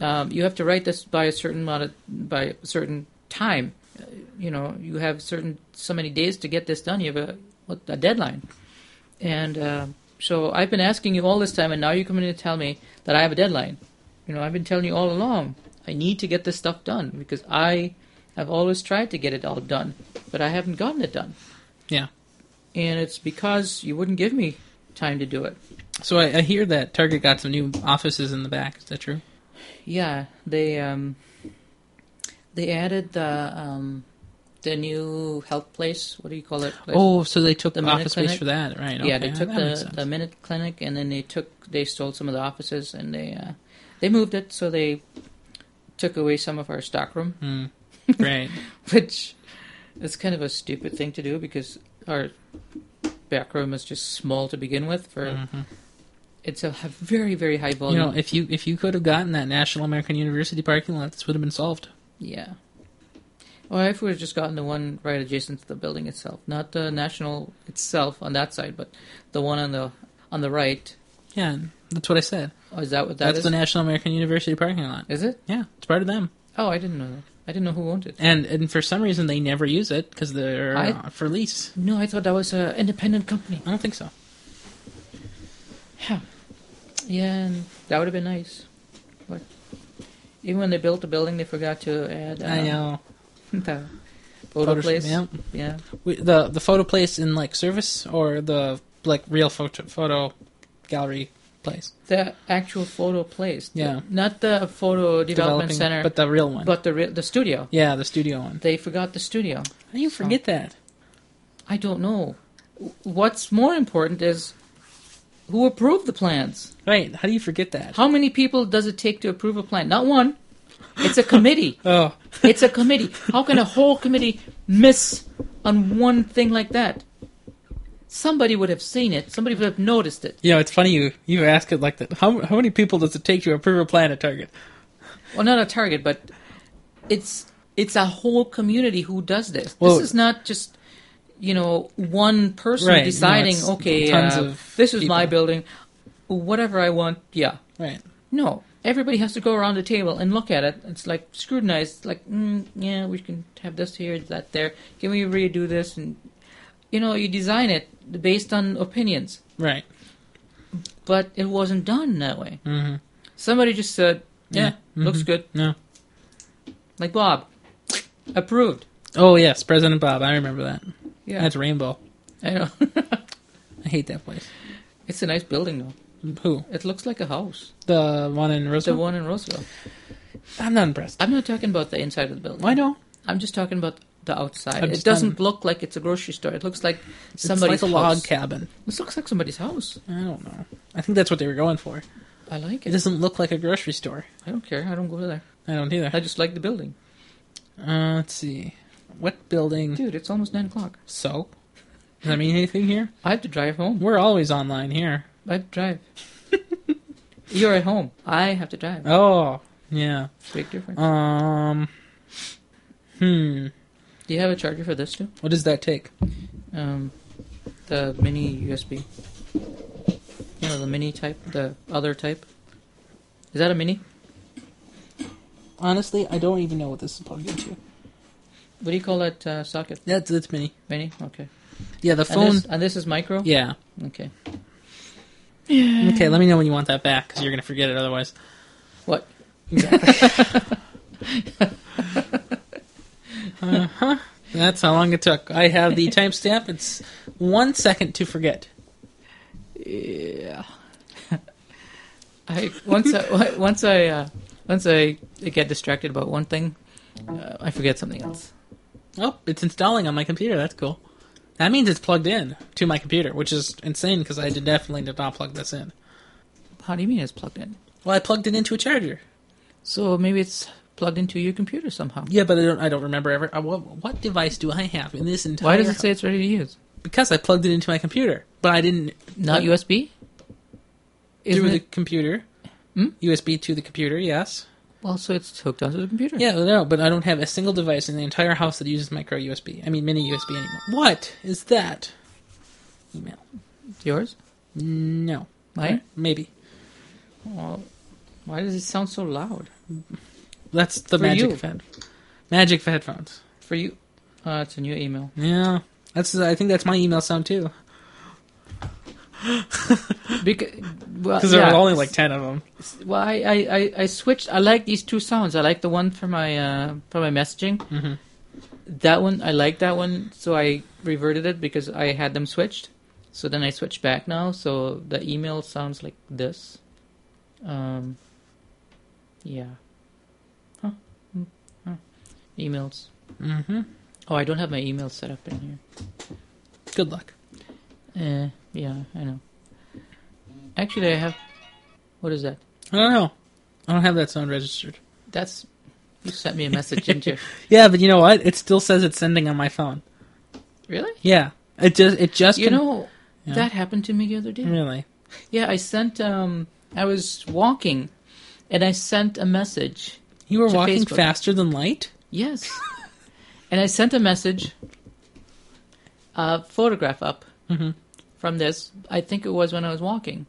S2: um, you have to write this by a certain amount of, by a certain time. Uh, You know, you have certain so many days to get this done. You have a what, a deadline. And uh, so I've been asking you all this time, and now you're coming to tell me that I have a deadline. You know, I've been telling you all along, I need to get this stuff done because I have always tried to get it all done, but I haven't gotten it done.
S1: Yeah.
S2: And it's because you wouldn't give me time to do it.
S1: So I, I hear that Target got some new offices in the back. Is that true?
S2: Yeah, they um, they added the um, the new health place. What do you call it? Place?
S1: Oh, so they took
S2: The
S1: the
S2: Minute
S1: office space
S2: Clinic?
S1: for that, right?
S2: yeah,
S1: okay,
S2: they took
S1: that makes
S2: the
S1: sense.
S2: the minute clinic, and then they took they stole some of the offices, and they uh, they moved it, so they took away some of our stockroom,
S1: Hmm. Right.
S2: which is kind of a stupid thing to do because our back room is just small to begin with. For
S1: Mhm.
S2: it's a h- very very high
S1: You
S2: volume.
S1: know, if you if you could have gotten that National American University parking lot, this would have been solved.
S2: yeah. Or if we had just gotten the one right adjacent to the building itself, not the national itself on that side, but the one on the on the right.
S1: Yeah, and that's what I said.
S2: Oh, is that what that
S1: that's
S2: is?
S1: the National American University parking lot.
S2: is it?
S1: Yeah, it's part of them.
S2: Oh, I didn't know that. I didn't know who owned it.
S1: And and for some reason they never use it because they're
S2: I-
S1: uh, for lease.
S2: No, I thought that was an independent company.
S1: I don't think so.
S2: Yeah, yeah, and that would have been nice. But even when they built the building, they forgot to add. Uh,
S1: I know.
S2: The photo
S1: Photos-
S2: place.
S1: yeah.
S2: yeah.
S1: We, the the photo place in like service or the like real photo photo gallery place
S2: The actual photo place. the-
S1: Yeah.
S2: Not the photo development
S1: Developing-
S2: center,
S1: but the real one.
S2: but the re- the studio.
S1: yeah, the studio one.
S2: They forgot the studio.
S1: How do you forget that?
S2: I don't know. W- What's more important is who approved the plans.
S1: Right? How do you forget that?
S2: How many people does it take to approve a plan? Not one. It's a committee.
S1: Oh,
S2: It's a committee. How can a whole committee miss on one thing like that? Somebody would have seen it. Somebody would have noticed it.
S1: you know it's funny you you ask it like that. How how many people does it take to approve a plan at Target?
S2: Well, not a target, but it's it's a whole community who does this.
S1: Well-
S2: this is not just you know one person
S1: Right, no,
S2: deciding.
S1: it's
S2: okay,
S1: tons
S2: uh,
S1: of
S2: this is my
S1: people."
S2: building. Whatever I want, yeah.
S1: Right.
S2: No, everybody has to go around the table and look at it. It's like scrutinized. It's like, mm, yeah, we can have this here, that there. Can we redo this? And you know, you design it based on opinions,
S1: Right.
S2: but it wasn't done that way.
S1: Mm-hmm.
S2: Somebody just said, yeah, looks
S1: mhm.
S2: good.
S1: No.
S2: Like Bob, approved.
S1: Oh yes, President Bob. I remember that.
S2: Yeah,
S1: That's Rainbow.
S2: I know.
S1: I hate that place.
S2: it's a nice building though.
S1: Who?
S2: It looks like a house.
S1: The one in
S2: The
S1: Roosevelt.
S2: one in Roseville.
S1: I'm not impressed.
S2: I'm not talking about the inside of the building.
S1: I know.
S2: I'm just talking about the outside.
S1: I'm
S2: It
S1: just
S2: doesn't
S1: done.
S2: look like it's a grocery store. It looks like
S1: It's
S2: somebody's
S1: like a log
S2: house.
S1: cabin.
S2: This looks like somebody's house.
S1: I don't know. I think that's what they were going for.
S2: I like
S1: It
S2: it.
S1: doesn't look like a grocery store.
S2: I don't care. I don't go there.
S1: I don't either.
S2: I just like the building.
S1: Uh, let's see. What building?
S2: Dude, it's almost 9 o'clock.
S1: So? Does that mean anything here?
S2: I have to drive home.
S1: We're always online here.
S2: I have to drive. You're at home. I have to drive.
S1: Oh, yeah.
S2: Big difference.
S1: Um. Hmm.
S2: Do you have a charger for this too?
S1: What does that take?
S2: Um, the mini USB. You know, the mini type, the other type. Is that a mini?
S1: Honestly, I don't even know what this is plugged into.
S2: What do you call that uh, socket?
S1: That's that's mini.
S2: Mini? Okay.
S1: Yeah, the phone.
S2: And this, and this is micro?
S1: Yeah.
S2: Okay.
S1: Okay, let me know when you want that back because you're gonna forget it otherwise.
S2: What?
S1: Uh-huh. That's how long it took. I have the timestamp. It's one second to forget.
S2: Yeah. I once I once I uh, once I get distracted about one thing, uh, I forget something else.
S1: Oh, it's installing on my computer. That's cool. That means it's plugged in to my computer, which is insane because I did definitely did not plug this in.
S2: How do you mean it's plugged in?
S1: Well, I plugged it into a charger.
S2: So maybe it's plugged into your computer somehow.
S1: Yeah, but I don't. I don't remember ever. uh, What, what device do I have in this entire?
S2: Why does it say it's ready to use?
S1: Because I plugged it into my computer, but I didn't.
S2: Not
S1: uh,
S2: USB. Isn't
S1: through the
S2: it?
S1: computer.
S2: Hmm?
S1: USB to the computer. Yes.
S2: Well, so it's hooked onto the computer.
S1: Yeah. No, but I don't have a single device in the entire house that uses micro USB. I mean, mini USB anymore. What is that? Email.
S2: Yours?
S1: No.
S2: Mine?
S1: Maybe.
S2: Well, why does it sound so loud?
S1: That's the
S2: For
S1: magic
S2: you.
S1: of head. Magic of headphones.
S2: For you? Uh, it's a new email.
S1: Yeah, that's. I think that's my email sound too.
S2: Because well,
S1: Because there
S2: yeah.
S1: are only like ten of them.
S2: Well, I, I, I, I switched. I like these two sounds. I like the one for my uh, for my messaging.
S1: Mhm.
S2: That one, I like that one, so I reverted it because I had them switched. So then I switched back now. So the email sounds like this. Um, yeah. Hmm. Huh. Mm, huh. Emails.
S1: Mm-hmm.
S2: Oh, I don't have my email set up in here.
S1: Good luck.
S2: Eh, yeah, I know. Actually, I have. What is that?
S1: I don't know. I don't have that sound registered.
S2: That's. You sent me a message, didn't you?
S1: Yeah, but you know what? It still says it's sending on my phone.
S2: Really?
S1: Yeah. It just it just
S2: You
S1: can-
S2: know,
S1: Yeah.
S2: that happened to me the other day.
S1: really.
S2: Yeah, I sent. um I was walking, and I sent a message.
S1: You were
S2: To
S1: walking
S2: Facebook.
S1: faster than light?
S2: Yes, and I sent a message. A photograph up
S1: Mhm.
S2: from this. I think it was when I was walking.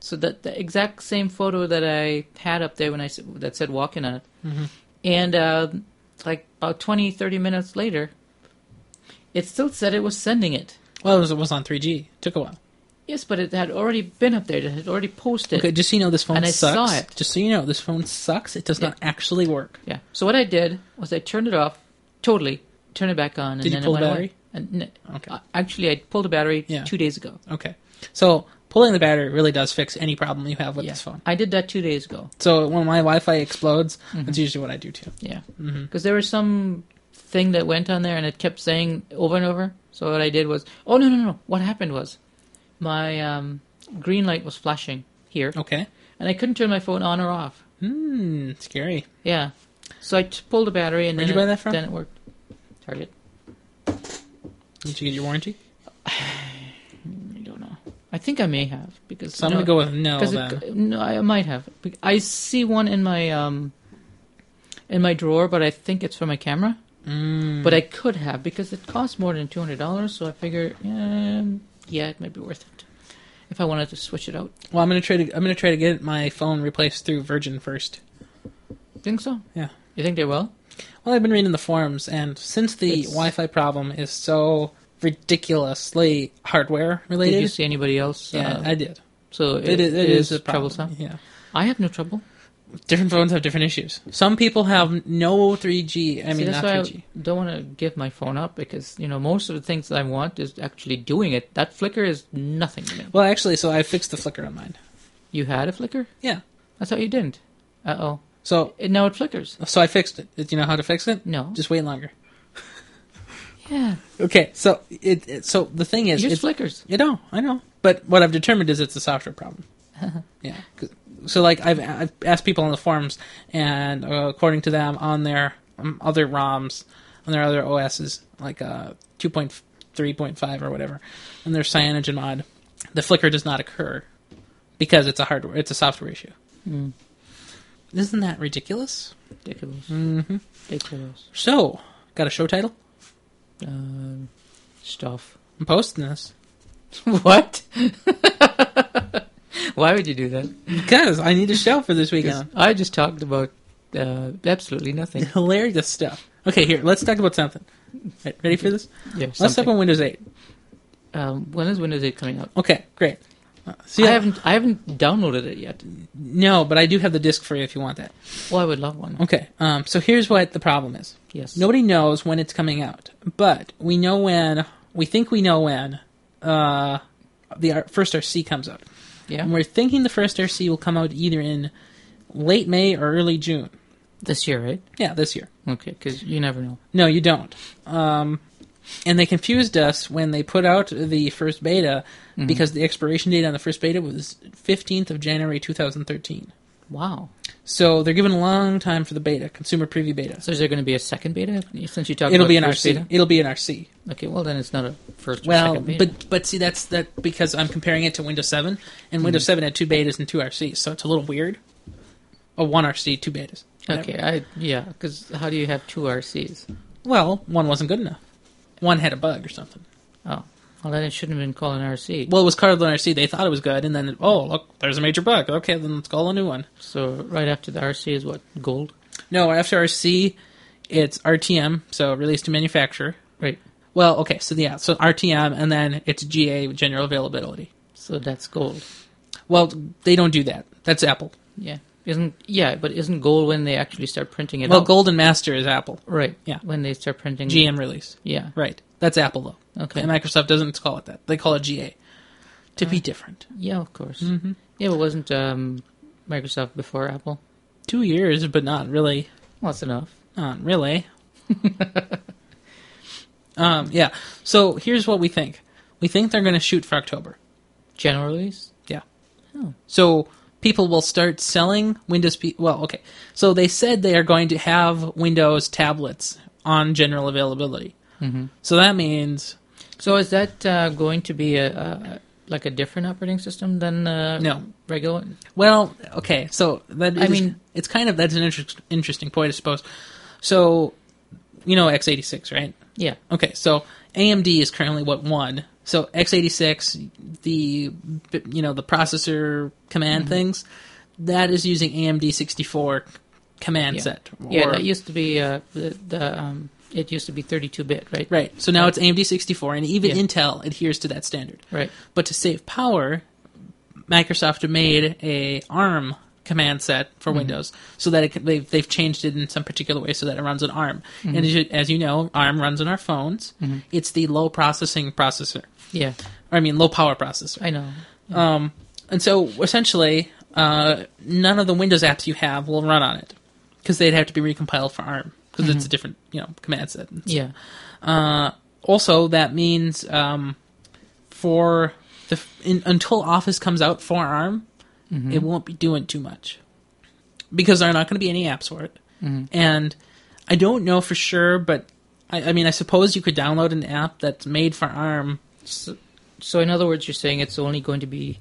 S2: So that the exact same photo that I had up there when I s- that said walking on it,
S1: Mhm.
S2: and uh, like about 20, 30 minutes later, it still said it was sending it.
S1: Well, it was, it was on 3G. took a while.
S2: Yes, but it had already been up there. It had already posted.
S1: Okay, just so you know, this phone
S2: And I
S1: sucks.
S2: saw it.
S1: Just so you know, this phone sucks. It does
S2: Yeah.
S1: not actually work.
S2: Yeah. So what I did was I turned it off totally, turned it back on, and
S1: Did you
S2: then
S1: pull
S2: it
S1: the
S2: went
S1: battery?
S2: Away. And, n-
S1: Okay.
S2: uh, actually, I pulled the battery
S1: Yeah.
S2: two days ago.
S1: Okay. So pulling the battery really does fix any problem you have with
S2: Yeah.
S1: this phone.
S2: I did that two days ago.
S1: So when my Wi-Fi explodes,
S2: Mm-hmm.
S1: that's usually what I do too.
S2: Yeah. Because there was some thing that went on there, and it kept saying over and over. So what I did was, oh no no no! What happened was, my um, green light was flashing here,
S1: Okay.
S2: and I couldn't turn my phone on or off.
S1: Hmm. Scary.
S2: Yeah. So I t- pulled the battery, and
S1: Where'd
S2: then
S1: you buy
S2: it,
S1: that from?
S2: then it worked. Target.
S1: Did you get your warranty?
S2: I don't know. I think I may have because
S1: So
S2: you
S1: I'm gonna
S2: know-
S1: go with no.
S2: Because
S1: Then.
S2: no, I might have. Be- I see one in my um, in my drawer, but I think it's for my camera.
S1: Mm.
S2: But I could have because it costs more than two hundred dollars. So I figure, um, yeah, it might be worth it if I wanted to switch it out.
S1: Well, I'm gonna try to I'm gonna try to get my phone replaced through Virgin first.
S2: Think so?
S1: Yeah.
S2: You think they will?
S1: Well, I've been reading the forums, and since the
S2: It's-
S1: Wi-Fi problem is so ridiculously hardware
S2: Did you
S1: related,
S2: see anybody else?
S1: yeah,
S2: uh,
S1: I did.
S2: so
S1: It, is- it is, a problem.
S2: troublesome.
S1: Yeah.
S2: I have no trouble.
S1: Different phones have different issues. Some people have no 3G. I
S2: See,
S1: mean,
S2: that's
S1: not
S2: why
S1: 3G.
S2: I don't want to give my phone up because you know most of the things that I want is actually doing it. That flicker is nothing to me.
S1: Well, actually, so I fixed the flicker on mine.
S2: You had a flicker?
S1: Yeah.
S2: I thought you didn't. Uh oh.
S1: So
S2: It, now it flickers.
S1: so I fixed it. Do you know how to fix it?
S2: No.
S1: Just wait longer.
S2: yeah.
S1: Okay. So it, it so the thing
S2: It
S1: is,
S2: just
S1: it's,
S2: flickers.
S1: You know, I know. But what I've determined is it's a software problem. yeah. 'Cause- So like I've, I've asked people on the forums, and uh, according to them, on their um, other ROMs, on their other OSs, like uh, 2.3.5 or whatever, and their Cyanogen mod, the flicker does not occur because it's a hardware, it's a software issue. Isn't that ridiculous?
S2: Ridiculous. Mm-hmm. Ridiculous.
S1: So, got a show title?
S2: Um, stuff.
S1: I'm posting this
S2: what? Why would you do that?
S1: because I need a show for this
S2: 'Cause
S1: weekend.
S2: I just talked about uh, absolutely nothing.
S1: hilarious stuff. Okay, here, let's talk about something. Right, ready for this?
S2: Yeah,
S1: Let's talk
S2: something.
S1: about Windows 8.
S2: Um, when is Windows 8 coming out?
S1: Okay, great. Uh, See,
S2: I
S1: I
S2: haven't I haven't downloaded it yet.
S1: no, but I do have the disc for you if you want that.
S2: Well, I would love one.
S1: Okay, um, so here's what the problem is.
S2: Yes.
S1: Nobody knows when it's coming out, but we know when we think we know when uh, the R- first RC comes out,
S2: Yeah.
S1: and we're thinking the first RC will come out either in late May or early June.
S2: This year, right?
S1: Yeah, this year.
S2: Okay. Because you never know.
S1: No, you don't. Um, and they confused us when they put out the first beta
S2: Mm-hmm.
S1: because the expiration date on the first beta was 15th of January 2013.
S2: Wow.
S1: So they're given a long time for the beta, consumer preview beta.
S2: So is there going to be a second beta? Since you talked
S1: It'll
S2: about
S1: be an
S2: first
S1: RC.
S2: beta.
S1: It'll be an RC.
S2: Okay. Well, then it's not a first. or
S1: Well,
S2: second beta.
S1: but but see that's that because I'm comparing it to Windows 7 and
S2: Mm-hmm.
S1: Windows 7 had two betas and two RCs, so it's a little weird. A one RC, two betas. Whatever.
S2: Okay, I yeah, because how do you have two RCs?
S1: Well, one wasn't good enough. One had a bug or something.
S2: Oh, well then it shouldn't have been called an RC.
S1: well, it was Cardinal RC. They thought it was good, and then oh look, there's a major bug. Okay, then let's call a new one.
S2: So right after the RC is what gold,
S1: No, after RC, it's RTM, so release to manufacturer.
S2: right?
S1: Well, okay, so yeah, so RTM, and then it's GA, general availability.
S2: So that's gold.
S1: Well, they don't do that. That's Apple.
S2: Yeah, isn't yeah, but isn't gold when they actually start printing it?
S1: Well,
S2: out?
S1: Golden Master is Apple.
S2: right?
S1: yeah.
S2: when they start printing
S1: GM release.
S2: Yeah,
S1: Right. That's Apple though.
S2: Okay.
S1: And Microsoft doesn't call it that. They call it GA. To be different.
S2: yeah, of course.
S1: Mm-hmm.
S2: Yeah, but wasn't um, Microsoft before Apple?
S1: Two years, but not really.
S2: Well, that's enough.
S1: Not really. Um, yeah. So here's what we think. We think they're going to shoot for October.
S2: General release?
S1: Yeah.
S2: Oh.
S1: So people will start selling Windows. P- well, okay. So they said they are going to have Windows tablets on general availability. Mm-hmm. So that means
S2: So is that uh, going to be a, a like a different operating system than uh,
S1: No.
S2: regular? one?
S1: Well, okay, so that
S2: I
S1: is-
S2: mean-
S1: it's kind of that's an inter- interesting point, I suppose. So, you know, x86, right?
S2: Yeah.
S1: Okay, so AMD is currently what one. So x86, the you know the processor
S2: Mm-hmm.
S1: command things, that is using AMD 64 command
S2: Yeah.
S1: set.
S2: Yeah,
S1: or-
S2: that used to be uh, the, the um, it used to be 32 bit, right?
S1: right. So now it's AMD 64, and even
S2: Yeah.
S1: Intel adheres to that standard.
S2: Right.
S1: But to save power, Microsoft made a ARM command set for
S2: Mm-hmm.
S1: Windows, so that it can, they've they've changed it in some particular way so that it runs on ARM.
S2: Mm-hmm.
S1: And as you, as you know, ARM runs on our phones. It's the low processing processor,
S2: Yeah,
S1: or I mean, low power processor.
S2: I know.
S1: Um, and so essentially, uh, none of the Windows apps you have will run on it because they'd have to be recompiled for ARM because it's a different you know command set. and
S2: Yeah.
S1: uh, also, that means um, for the in, until Office comes out for ARM, it won't be doing too much because there are not going to be any apps for it. And I don't know for sure, but I, I mean, I suppose you could download an app that's made for ARM.
S2: So, so in other words, you're saying it's only going to be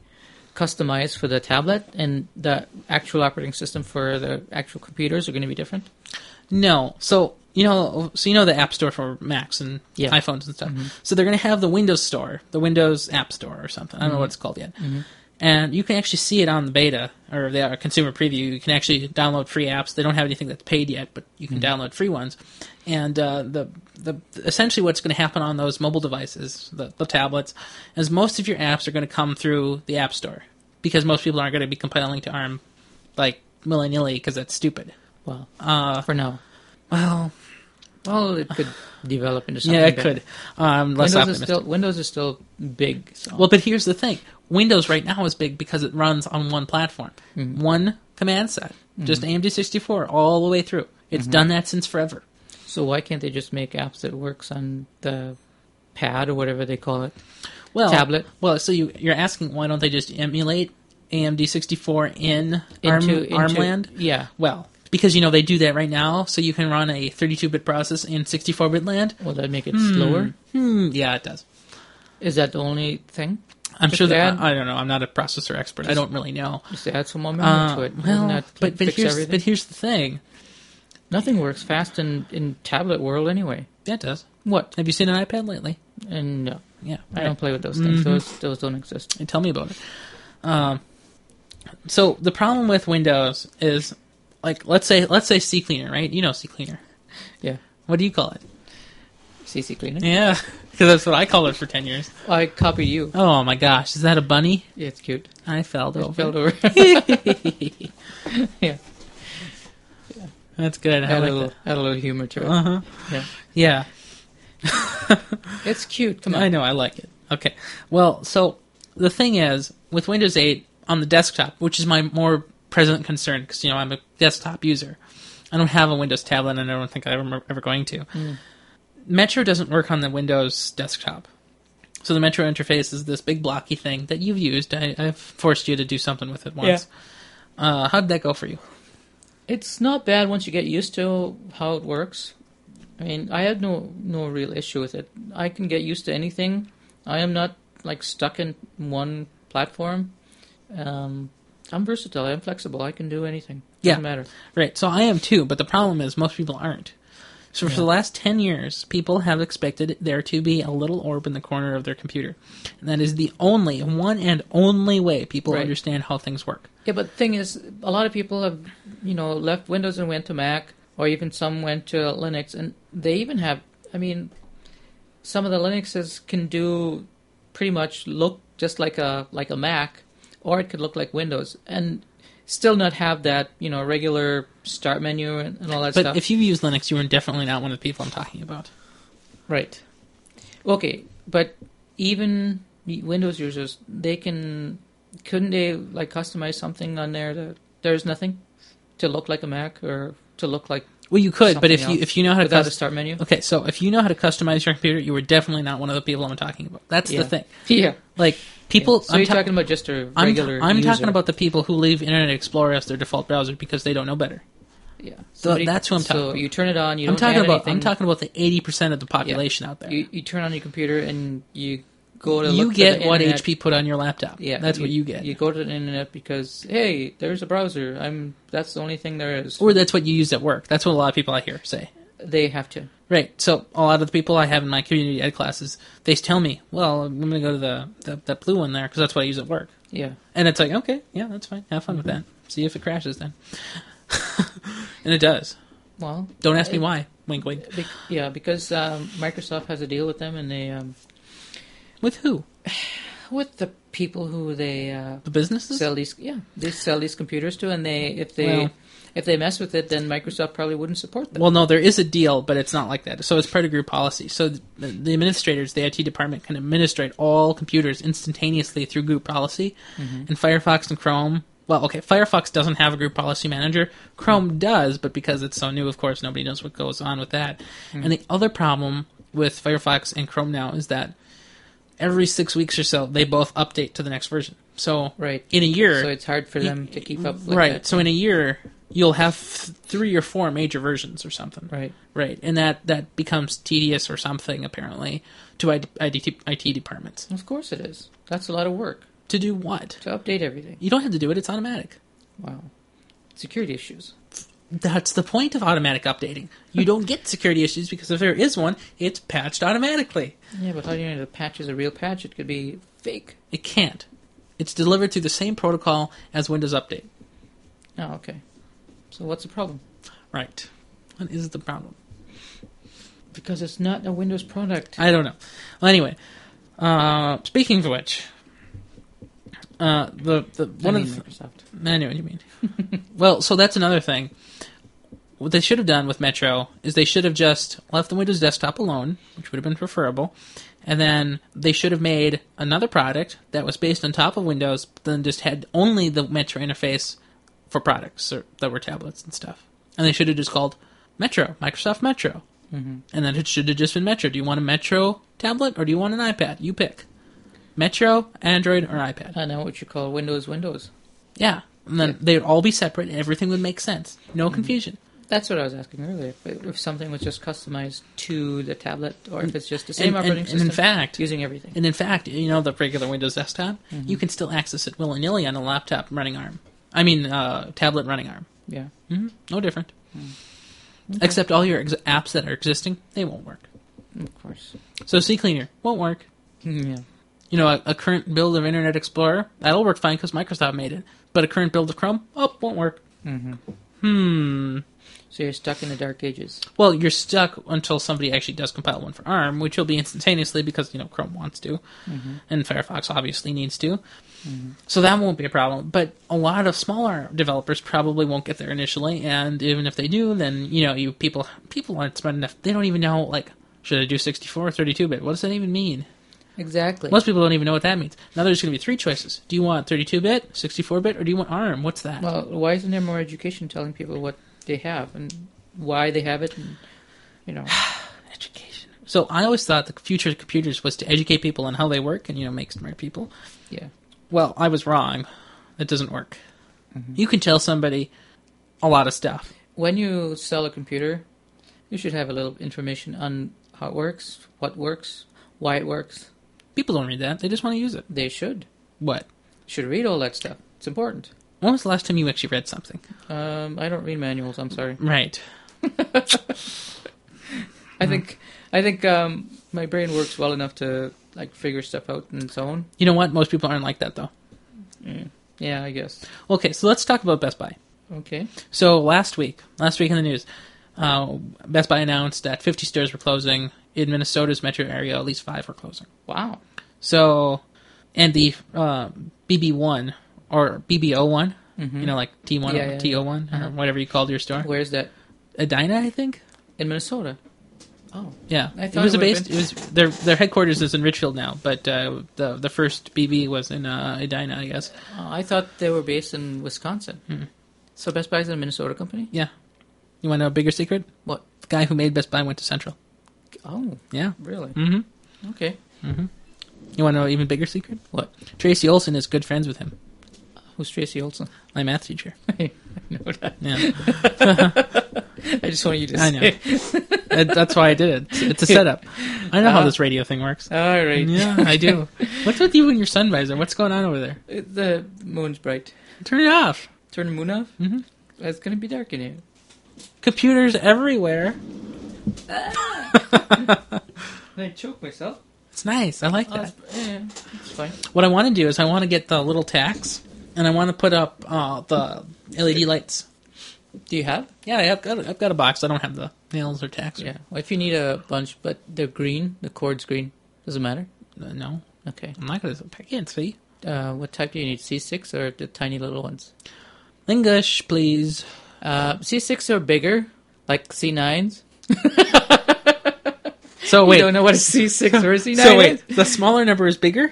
S2: customized for the tablet, and the actual operating system for the actual computers are going to be different.
S1: No, so you know, so you know the App Store for Macs and
S2: Yeah.
S1: iPhones and stuff. So they're going to have the Windows Store, the Windows App Store or something. I don't know what it's called yet. And you can actually see it on the beta or the uh, consumer preview. You can actually download free apps. They don't have anything that's paid yet, but you can download free ones. And uh, the the essentially what's going to happen on those mobile devices, the, the tablets, is most of your apps are going to come through the App Store because most people aren't going to be compiling to ARM like willy-nilly because that's stupid.
S2: Well,
S1: Uh,
S2: for now,
S1: well,
S2: well, it could develop into something.
S1: Yeah, it
S2: better.
S1: could. Um, less
S2: Windows is
S1: optimistic.
S2: still Windows is still big. So.
S1: well, but here's the thing: Windows right now is big because it runs on one platform,
S2: Mm-hmm.
S1: one command set, just AMD64 all the way through.
S2: Mm-hmm.
S1: It's done that since forever.
S2: so why can't they just make apps that works on the pad or whatever they call it?
S1: Well,
S2: Tablet.
S1: Well, so you, you're asking why don't they just emulate AMD64 in ARM,
S2: Into, into
S1: ARM land?
S2: Yeah.
S1: Well, because you know they do that right now, so you can run a 32-bit process in 64-bit land.
S2: Will that make it slower?
S1: Hmm, yeah, it does.
S2: Is that the only thing?
S1: I'm
S2: Just
S1: sure that
S2: add-
S1: I, I don't know. I'm not a processor expert. I don't really know.
S2: Just add some more memory
S1: Uh,
S2: to it. Wouldn't
S1: well,
S2: that
S1: but, but
S2: fix
S1: here's
S2: everything?
S1: but here's the thing.
S2: Nothing works fast in, in tablet world anyway.
S1: Yeah, it does.
S2: What?
S1: Have you seen an iPad lately?
S2: And no,
S1: Yeah,
S2: I don't play with those
S1: Mm-hmm.
S2: things. Those those don't exist.
S1: And tell me about it. Um, so the problem with Windows is, like, let's say let's say CCleaner, right? You know CCleaner.
S2: Yeah,
S1: What do you call it?
S2: CC cleaner.
S1: Yeah, because that's what I called it for ten years.
S2: I copy you.
S1: Oh my gosh, is that a bunny?
S2: Yeah, it's cute.
S1: I fell
S2: It
S1: over.
S2: fell over. yeah,
S1: That's good. I
S2: add a
S1: like
S2: little
S1: that.
S2: add a little humor to it.
S1: Uh huh.
S2: Yeah,
S1: Yeah.
S2: it's cute. Come
S1: I
S2: on.
S1: know, I like it. Okay. Well, so the thing is, with Windows 8 on the desktop, which is my more present concern, because, you know, I'm a desktop user, I don't have a Windows tablet, and I don't think I'm ever, ever going to.
S2: Hmm.
S1: Metro doesn't work on the Windows desktop. So the Metro interface is this big blocky thing that you've used. I, I've forced you to do something with it once. Uh, how'd that go for you?
S2: It's not bad once you get used to how it works. I mean, I had no no real issue with it. I can get used to anything. I am not like stuck in one platform. Um, I'm versatile. I'm flexible. I can do anything.
S1: Yeah.
S2: Doesn't matter.
S1: Right. So I am too, but the problem is most people aren't. So for the last 10 years, people have expected there to be a little orb in the corner of their computer. And that is the only, one and only way people
S2: Right.
S1: understand how things work.
S2: Yeah, but the thing is, a lot of people have, you know, left Windows and went to Mac, or even some went to Linux, and they even have. I mean, some of the Linuxes can do pretty much look just like a like a Mac, or it could look like Windows, and still not have that you know regular start menu and, and all that
S1: but
S2: stuff.
S1: if you use Linux, you are definitely not one of the people I'm talking about.
S2: Right. Okay, but even the Windows users, they can couldn't they like customize something on there that there's nothing to look like a Mac or to look like
S1: Well, you could, but
S2: Something
S1: if you
S2: else
S1: if you know how to
S2: without
S1: cus-
S2: a start menu.
S1: okay, so if you know how to customize your computer, you were definitely not one of the people I'm talking about. That's
S2: Yeah.
S1: the thing.
S2: Yeah.
S1: Like people,
S2: So
S1: I'm
S2: you're
S1: ta-
S2: talking about just a
S1: I'm,
S2: regular.
S1: I'm talking
S2: user.
S1: about the people who leave Internet Explorer as their default browser because they don't know better.
S2: Yeah.
S1: that's who I'm talking
S2: So
S1: about.
S2: you turn it on. You
S1: I'm
S2: don't add
S1: talking about I'm
S2: anything.
S1: talking about the 80 percent of the population out there. You,
S2: You, you turn on your computer and you go to. look for
S1: get
S2: the
S1: what
S2: internet.
S1: HP put on your laptop.
S2: Yeah,
S1: that's what you get,
S2: You go to the internet because hey, there's a browser. I'm. That's the only thing there is.
S1: or that's what you used at work. That's what a lot of people I hear say.
S2: they have to.
S1: Right. So a lot of the people I have in my community ed classes, they tell me, "Well, I'm going to go to the, the that blue one there because that's what I use at work."
S2: Yeah.
S1: And it's like, okay, yeah, that's fine. Have fun with
S2: Mm-hmm.
S1: that. See if it crashes then. and it does.
S2: Well.
S1: Don't ask me
S2: It-
S1: why. Wink, wink.
S2: Be- yeah, because um, Microsoft has a deal with them, and they um,
S1: With who?
S2: with the people who they uh,
S1: The businesses.
S2: sell these. Yeah, they sell these computers to, and they if they
S1: Well-
S2: if they mess with it, then Microsoft probably wouldn't support them.
S1: Well, no, there is a deal, but it's not like that. So it's part of group policy. So the, the administrators, the IT department, can administrate all computers instantaneously through group policy.
S2: Mm-hmm.
S1: And Firefox and Chrome, well, okay, Firefox doesn't have a group policy manager. Chrome does, but because it's so new, of course, nobody knows what goes on with that.
S2: Mm-hmm.
S1: And the other problem with Firefox and Chrome now is that every six weeks or so, they both update to the next version. So
S2: right.
S1: in a year,
S2: So it's hard for them to keep up. Like
S1: right?
S2: that.
S1: So in a year, you'll have th- three or four major versions or something.
S2: Right.
S1: Right, and that that becomes tedious or something apparently to IT, IT, IT departments
S2: Of course it is. That's a lot of work
S1: to do what?
S2: to update everything.
S1: You don't have to do it; it's automatic.
S2: Wow. Security issues.
S1: That's the point of automatic updating. You don't get security issues because if there is one, it's patched automatically.
S2: Yeah, but how do you know the patch is a real patch? It could be fake.
S1: It can't. It's delivered through the same protocol as Windows Update.
S2: Oh, okay. So what's the problem?
S1: Right. What is the problem?
S2: Because it's not a Windows product.
S1: I don't know. Well, anyway, uh, speaking of which, uh, the the one
S2: I
S1: of
S2: mean,
S1: the
S2: Microsoft.
S1: I know what you mean. well, so that's another thing. What they should have done with Metro is they should have just left the Windows desktop alone, which would have been preferable, and then they should have made another product that was based on top of Windows, but then just had only the Metro interface for products or, that were tablets and stuff. And they should have just called Metro, Microsoft Metro. Mm-hmm. And then it should have just been Metro. Do you want a Metro tablet or do you want an iPad? You pick. Metro, Android, or iPad.
S2: I know what you call Windows Windows.
S1: Yeah. And then
S2: Yeah. Mm-hmm.
S1: they'd all be separate and everything would make sense. No confusion.
S2: That's what I was asking earlier. If, if something was just customized to the tablet, or if it's just the same
S1: And- and-
S2: operating
S1: and in
S2: system,
S1: fact-
S2: using everything.
S1: And in fact, you know, the regular Windows desktop,
S2: Mm-hmm.
S1: you can still access it willy nilly on a laptop running ARM. I mean, uh, tablet running ARM.
S2: yeah,
S1: hmm No different.
S2: Mm.
S1: Except all your ex- apps that are existing, they won't work.
S2: of course.
S1: So CCleaner won't work.
S2: Yeah,
S1: You know, a, a current build of Internet Explorer, that'll work fine because Microsoft made it. But a current build of Chrome, oh, won't work. Hmm.
S2: so you're stuck in the dark ages.
S1: Well, you're stuck until somebody actually does compile one for ARM, which will be instantaneously because you know Chrome wants to, and Firefox obviously needs to. So that won't be a problem. But a lot of smaller developers probably won't get there initially, and even if they do, then you know you people people aren't smart enough. They don't even know like should I do 64 or 32 bit? What does that even mean?
S2: Exactly.
S1: Most people don't even know what that means. Now there's going to be three choices. Do you want 32 bit, 64 bit, or do you want ARM? What's that?
S2: Well, why isn't there more education telling people what they have and why they have it? And, you know,
S1: education. So I always thought the future of computers was to educate people on how they work and you know make smart people.
S2: yeah,
S1: well, I was wrong. It doesn't work. You can tell somebody a lot of stuff.
S2: when you sell a computer, you should have a little information on how it works, what works, why it works.
S1: People don't read that. They just want to use it.
S2: They should
S1: What?
S2: should read all that stuff. It's important.
S1: When was the last time you actually read something?
S2: Um, I don't read manuals. I'm sorry.
S1: Right. Mm-hmm.
S2: I think I think um, my brain works well enough to like figure stuff out on its own.
S1: You know what? Most people aren't like that though.
S2: Yeah, I guess.
S1: Okay, so let's talk about Best Buy.
S2: Okay.
S1: So last week, last week in the news, uh, Best Buy announced that 50 stores were closing in Minnesota's metro area. At least five were closing.
S2: Wow.
S1: So, and the uh, BB1 or BBO1, you know, like T1
S2: Mm-hmm. Yeah,
S1: or
S2: yeah, Uh-huh.
S1: TO1 or whatever you called your store,
S2: Where's that?
S1: Edina, I think.
S2: In Minnesota. Oh.
S1: Yeah,
S2: I
S1: it
S2: thought
S1: was
S2: it
S1: a
S2: would've
S1: base. It
S2: been-
S1: was their their headquarters is in Richfield now, but uh, the the first BB was in uh, Edina, I guess. Mm-hmm.
S2: Oh, I thought they were based in Wisconsin. So Best Buy is a Minnesota company.
S1: Yeah, You want to know a bigger secret?
S2: What?
S1: The guy who made Best Buy went to Central.
S2: Oh,
S1: Yeah.
S2: really?
S1: Mm-hmm.
S2: Okay.
S1: You want to know an even bigger secret?
S2: What?
S1: Tracy Olson is good friends with him.
S2: Who's Tracy Olson?
S1: My math teacher.
S2: I know that.
S1: Yeah,
S2: I just want you to.
S1: I know.
S2: say-
S1: That- that's why I did it. It's- It's a setup. I know how this radio thing works.
S2: All Uh-huh. right.
S1: Yeah, I do. What's with you and your sun visor? What's going on over there?
S2: The moon's bright.
S1: Turn it off.
S2: Turn the moon off.
S1: Mhm.
S2: It's gonna be dark in here.
S1: Computers everywhere.
S2: Did I choke myself?
S1: It's nice. I like
S2: Oh,
S1: that.
S2: it's, yeah, it's fine.
S1: What I want to do is I want to get the little tacks, and I want to put up uh, the LED lights.
S2: Do you have?
S1: Yeah, I've got a, I've got a box. I don't have the nails or tacks. Or,
S2: Yeah. Well, if you need a bunch, but they're green. The cord's green. Doesn't matter.
S1: Uh, no,
S2: Okay.
S1: I'm not gonna. I can't see.
S2: Uh, what type do you need? C six or the tiny little ones?
S1: English, please.
S2: Uh, C six or bigger, like C nines.
S1: So
S2: We
S1: Oh, wait.
S2: don't know what a C six or a C nine
S1: so
S2: is.
S1: wait. The smaller number is bigger.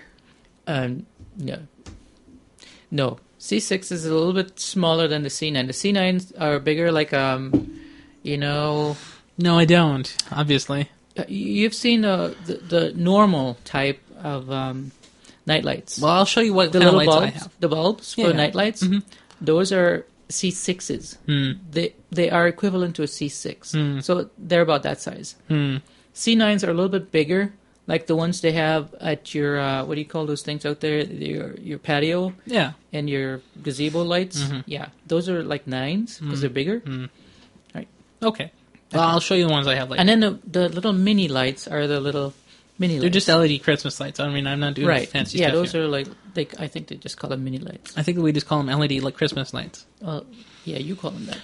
S2: Um, no. No. C6 is a little bit smaller than the C9. The C9s are bigger, like, um, you know,
S1: No, I don't. Obviously.
S2: uh, you've seen uh, the, the normal type of um, nightlights.
S1: Well, I'll show you what
S2: the
S1: kind of
S2: little
S1: lights
S2: bulbs,
S1: I have.
S2: the bulbs
S1: Yeah, Mm-hmm.
S2: for
S1: yeah.
S2: nightlights, those are C6s.
S1: Hmm.
S2: They, they are equivalent to a C6.
S1: Mm.
S2: So they're about that size.
S1: Hmm.
S2: C9s are a little bit bigger, like the ones they have at your, uh, what do you call those things out there? Your, your patio
S1: Yeah.
S2: and your gazebo lights,
S1: Mhm.
S2: yeah, those are like nines because
S1: Mm.
S2: they're bigger.
S1: Okay. Well, I'll show you the ones I have later.
S2: And then the, the little mini lights are the little mini.
S1: They're
S2: lights.
S1: just LED Christmas lights. I mean, I'm not doing
S2: right.
S1: fancy
S2: yeah,
S1: stuff.
S2: those
S1: here.
S2: are like they. I think they just call them mini lights.
S1: I think we just call them LED like Christmas lights.
S2: Well, yeah, you call them that.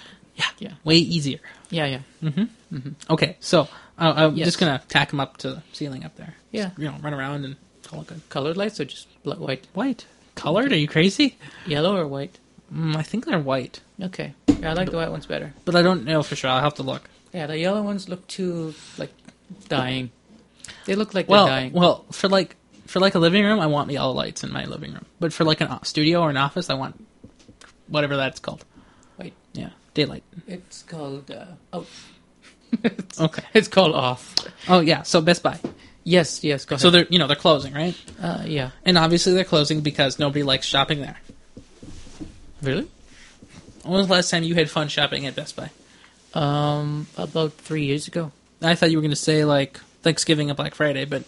S1: Way easier.
S2: Yeah, yeah,
S1: Mm. Okay, so uh, I'm
S2: Yes.
S1: just gonna tack them up to the ceiling up there.
S2: yeah.
S1: You know, run around and call it good.
S2: Colored lights or just bla- white,
S1: White colored? Are you crazy?
S2: yellow or white.
S1: Mm, I think they're white,
S2: Okay, yeah, I like the white ones better.
S1: but I don't know for sure. I'll have to look.
S2: Yeah, the yellow ones look too like dying. They look like
S1: Well,
S2: they're dying.
S1: well, for like for like a living room, I want yellow lights in my living room. But for like a studio or an office, I want whatever that's called.
S2: White.
S1: Yeah, daylight.
S2: It's called uh, out.
S1: Okay.
S2: It's called off.
S1: Oh yeah. So Best Buy.
S2: Yes, yes. Go ahead.
S1: So they're you know they're closing right,
S2: uh, yeah.
S1: and obviously they're closing because nobody likes shopping there.
S2: Really?
S1: When was the last time you had fun shopping at Best Buy?
S2: Um, about three years ago.
S1: I thought you were going to say like Thanksgiving and Black Friday, but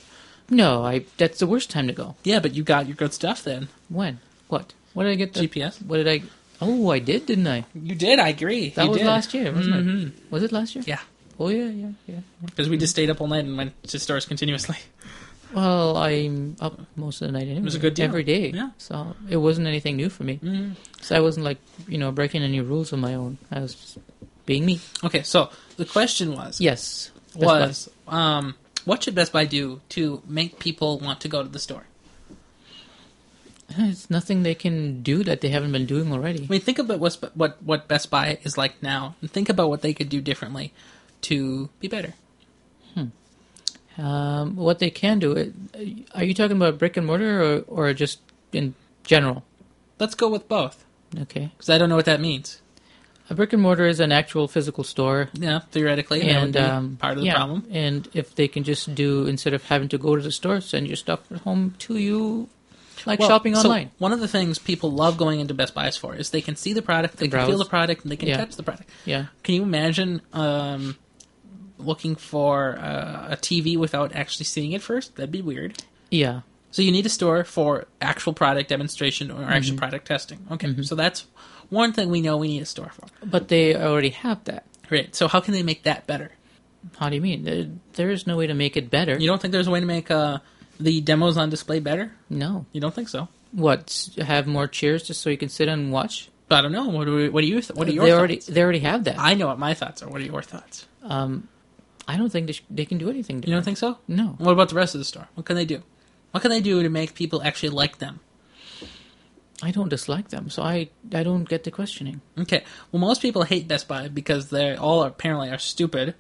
S2: No, I. That's the worst time to go.
S1: yeah, but you got your good stuff then.
S2: When? What? What did I get? The,
S1: GPS.
S2: What did I? Oh, I did, didn't I?
S1: You did. I agree.
S2: That
S1: you
S2: was
S1: did.
S2: last year, wasn't
S1: Mhm.
S2: it? Was it last year?
S1: Yeah,
S2: Oh yeah, yeah, yeah.
S1: because we just stayed up all night and went to stores continuously.
S2: Well, I'm up most of the night anyway. It
S1: was a good deal.
S2: every day.
S1: Yeah.
S2: So it wasn't anything new for me.
S1: Mhm.
S2: So I wasn't like you know breaking any rules of my own. I was just being me.
S1: Okay, so the question was
S2: Yes. Best Buy.
S1: was um, what should Best Buy do to make people want to go to the store?
S2: It's nothing they can do that they haven't been doing already.
S1: I mean, think about what's, what what Best Buy is like now, and think about what they could do differently to be better.
S2: Um, what they can do. it- Are you talking about brick and mortar or, or just in general?
S1: Let's go with both,
S2: Okay.
S1: because I don't know what that means.
S2: A brick and mortar is an actual physical store.
S1: Yeah, theoretically, that would
S2: And
S1: be
S2: um,
S1: part of the
S2: yeah,
S1: problem.
S2: And if they can just do instead of having to go to the store, send your stuff home to you, like
S1: Well,
S2: shopping
S1: so
S2: online.
S1: one of the things people love going into Best Buys for is they can see the product, they
S2: Can
S1: can feel
S2: browse.
S1: the product, and they can
S2: Yeah.
S1: touch the product.
S2: Yeah,
S1: Can you imagine um, looking for uh, a TV without actually seeing it first? That'd be weird.
S2: yeah,
S1: So you need a store for actual product demonstration or
S2: Mm-hmm.
S1: actual product testing. Okay, so that's one thing we know we need a store for.
S2: but they already have that.
S1: Great. So how can they make that better?
S2: How do you mean? There, there is no way to make it better.
S1: You don't think there's a way to make uh, the demos on display better?
S2: no.
S1: You don't think so?
S2: What? s- Have more chairs just so you can sit and watch?
S1: But I don't know. What do, we, what do you? Th- what are your
S2: Uh, they
S1: thoughts?
S2: already they already have that. I,
S1: I know what my thoughts are. What are your thoughts?
S2: um, I don't think they, sh- they can do anything.
S1: You don't think so?
S2: No.
S1: What about the rest of the store? What can they do? What can they do to make people actually like them?
S2: I don't dislike them, so I I don't get the questioning.
S1: Okay. Well, most people hate Best Buy because they all apparently are stupid.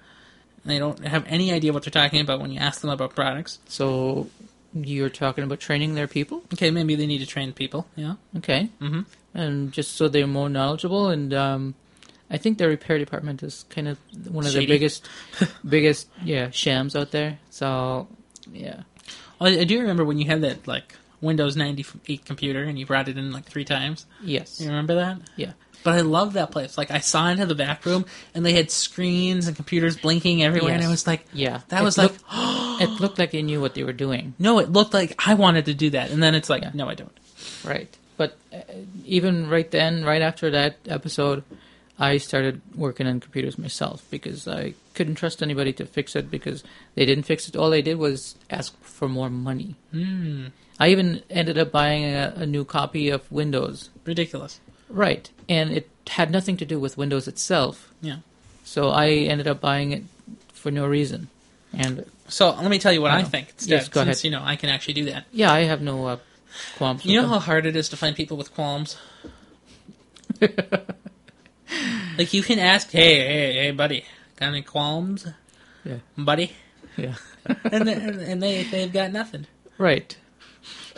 S1: And they don't have any idea what they're talking about when you ask them about products.
S2: So you're talking about training their people,
S1: Okay, maybe they need to train people. Yeah.
S2: okay?
S1: Mhm.
S2: And just so they're more knowledgeable and um, I think the repair department is kind of one of
S1: Shady.
S2: the biggest, biggest yeah shams out there. So yeah,
S1: I, I do remember when you had that like Windows 98 computer and you brought it in like three times.
S2: yes,
S1: You remember that?
S2: yeah.
S1: But I love that place. Like I saw into the back room and they had screens and computers blinking everywhere, and
S2: Yes.
S1: I was like,
S2: Yeah,
S1: that
S2: It
S1: was like,
S2: looked- it looked like they knew what they were doing,
S1: no, it looked like I wanted to do that, and then it's like,
S2: Yeah.
S1: no, I don't.
S2: right? But uh, even right then, right after that episode, I started working on computers myself because I couldn't trust anybody to fix it because they didn't fix it. All they did was ask for more money.
S1: Mm,
S2: I even ended up buying a, a new copy of Windows.
S1: ridiculous.
S2: Right, and it had nothing to do with Windows itself.
S1: Yeah.
S2: So I ended up buying it for no reason. And
S1: So let me tell you what I,
S2: know.
S1: think. Instead,
S2: Yes, go
S1: since,
S2: ahead.
S1: You know, I can actually do that.
S2: yeah, I have no uh, qualms.
S1: You know
S2: with
S1: how hard it is to find people with qualms? like, you can ask, hey, hey, hey, buddy, got any qualms,
S2: them.
S1: buddy?
S2: yeah,
S1: And, they, and they, they've got nothing.
S2: right.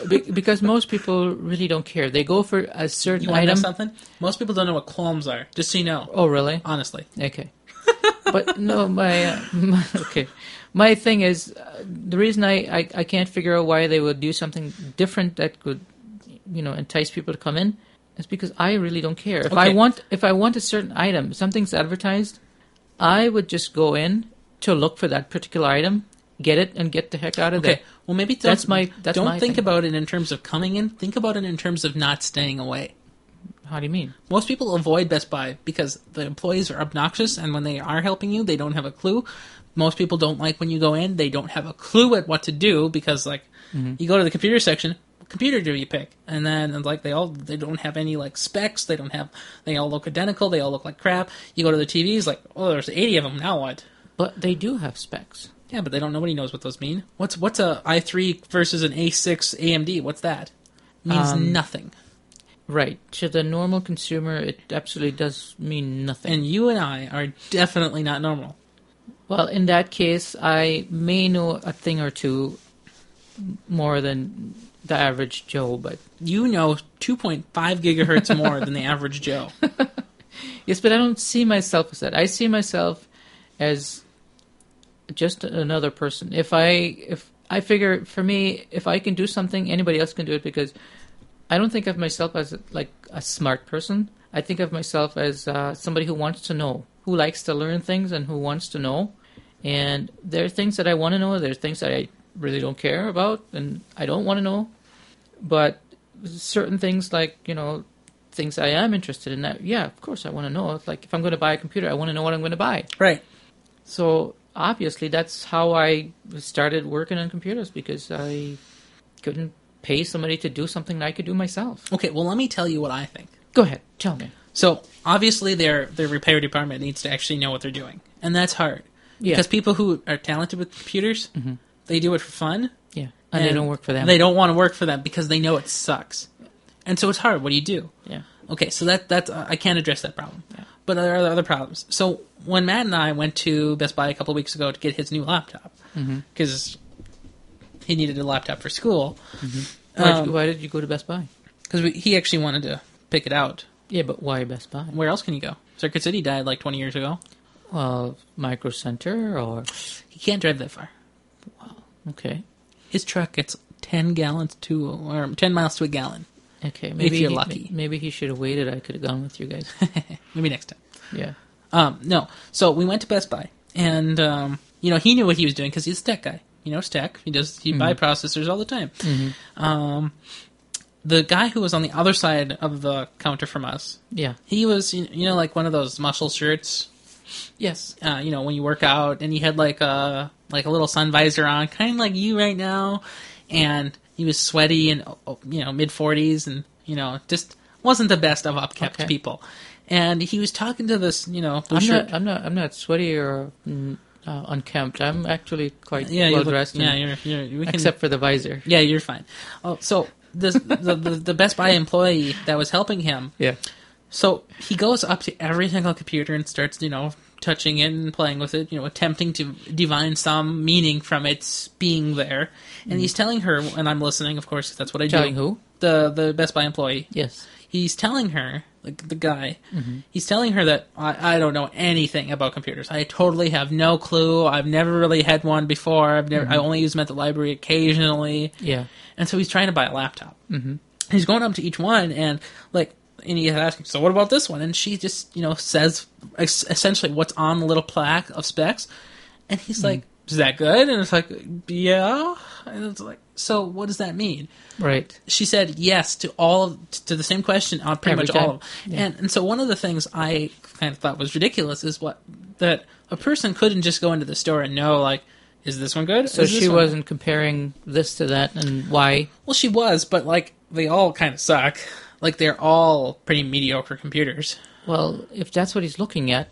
S2: Be- because most people really don't care. They go for a certain
S1: You want to know
S2: item.
S1: something? Most people don't know what qualms are, just so you know,
S2: Oh, really?
S1: honestly.
S2: Okay. but no, my, uh, my okay. My thing is uh, the reason I, I I can't figure out why they would do something different that could, you know, entice people to come in. is because I really don't care. If I
S1: Okay.
S2: want if I want a certain item, something's advertised, I would just go in to look for that particular item, get it, and get the heck out of
S1: Okay,
S2: there.
S1: well, maybe don't,
S2: That's my- that's
S1: don't
S2: my
S1: think
S2: thing.
S1: about it in terms of coming in, think about it in terms of not staying away.
S2: How do you mean?
S1: Most people avoid Best Buy because the employees are obnoxious, and when they are helping you, they don't have a clue. Most people don't like when you go in; they don't have a clue at what to do because, like,
S2: Mm-hmm.
S1: you go to the computer section. What computer do you pick? And then, and, like, they all they don't have any like specs. They don't have. They all look identical. They all look like crap. You go to the TVs, like, oh, there's eighty of them. Now what?
S2: But they do have specs.
S1: Yeah, but they don't. Nobody knows what those mean. What's what's a i three versus an a six AMD? What's that? means
S2: Um,
S1: nothing.
S2: Right. To the normal consumer, it absolutely does mean nothing.
S1: And you and I are definitely not normal.
S2: Well, in that case, I may know a thing or two more than the average Joe, but
S1: you know 2.5 gigahertz more than the average Joe.
S2: yes, but I don't see myself as that. I see myself as just another person. If I if I figure for me, if I can do something, anybody else can do it because I don't think of myself as like a smart person. I think of myself as uh, somebody who wants to know, who likes to learn things, and who wants to know. And there are things that I want to know. There are things that I really don't care about, and I don't want to know. But certain things, like you know, things I am interested in. That yeah, of course I want to know. It's like if I'm going to buy a computer, I want to know what I'm going to buy.
S1: Right.
S2: So obviously that's how I started working on computers because I couldn't pay somebody to do something that I could do myself.
S1: Okay, well let me tell you what I think.
S2: Go ahead, tell me.
S1: So, obviously their their repair department needs to actually know what they're doing. And that's hard.
S2: Yeah.
S1: Because people who are talented with computers, they do it for fun.
S2: Yeah, and, they don't work for them.
S1: They don't want to work for them because they know it sucks. And so it's hard. What do you do?
S2: Yeah,
S1: Okay, so that that's uh, I can't address that problem.
S2: Yeah.
S1: But there are other problems. So when Matt and I went to Best Buy a couple weeks ago to get his new laptop
S2: Mm-hmm.
S1: because he needed a laptop for school
S2: why, did
S1: Um,
S2: Mm-hmm. you, why did you go to Best Buy?
S1: because he actually wanted to pick it out.
S2: Yeah, but why Best Buy?
S1: Where else can you go? Circuit City died like 20 years ago.
S2: Well, Micro Center or
S1: He can't drive that far.
S2: okay,
S1: His truck gets 10 gallons to or 10 miles to a gallon.
S2: okay. Maybe
S1: you're
S2: he-
S1: lucky.
S2: Maybe he should have waited. I could have gone with you guys.
S1: Maybe next time.
S2: yeah.
S1: Um, no. So we went to Best Buy, and um, you know he knew what he was doing because he's a tech guy. You know, he's tech. He does he buy
S2: Mm-hmm.
S1: processors all the time. Um, the guy who was on the other side of the counter from us,
S2: Yeah.
S1: he was you you know like one of those muscle shirts.
S2: Yes.
S1: Uh, you know when you work out, and he had like a like a little sun visor on, kind of like you right now, and he was sweaty and oh, oh, you know mid forties, and you know just wasn't the best of upkept
S2: Okay.
S1: people. And he was talking to this, you know, blue
S2: I'm
S1: shirt
S2: not. I'm not. I'm not sweaty or mm, uh, unkempt. I'm actually quite
S1: yeah,
S2: well
S1: you look-
S2: dressed.
S1: Yeah,
S2: and-
S1: you're, you're, we can,
S2: except for the visor.
S1: yeah, you're fine. Oh, so this, the, the the Best Buy employee that was helping him.
S2: Yeah.
S1: So he goes up to every single computer and starts, you know, touching it and playing with it, you know, attempting to divine some meaning from its being there. And he's telling her, and I'm listening, of course, 'cause that's what I
S2: Mm-hmm. Telling
S1: do.
S2: who?
S1: The the Best Buy employee.
S2: Yes.
S1: He's telling her like the guy, he's telling her that I, I don't know anything about computers. I totally have no clue. I've never really had one before. I've never. I only use them at the library occasionally.
S2: Yeah.
S1: And so he's trying to buy a laptop. Mm-hmm. He's going up to each one and like, and he's asking, "So what about this one?" And she just, you know, says es- essentially what's on the little plaque of specs, and he's like, "Is that good?" And it's like, "Yeah." And it's like, "So what does that mean?"
S2: Right.
S1: she said yes to all of, to the same question on pretty
S2: Every
S1: much
S2: time.
S1: all of them. And and so one of the things I kind of thought was ridiculous is what that a person couldn't just go into the store and know like is this one good?
S2: So
S1: Is this
S2: she
S1: one-
S2: wasn't comparing this to that and why.
S1: Well, she was, but like they all kind of suck. Like they're all pretty mediocre computers.
S2: Well, if that's what he's looking at,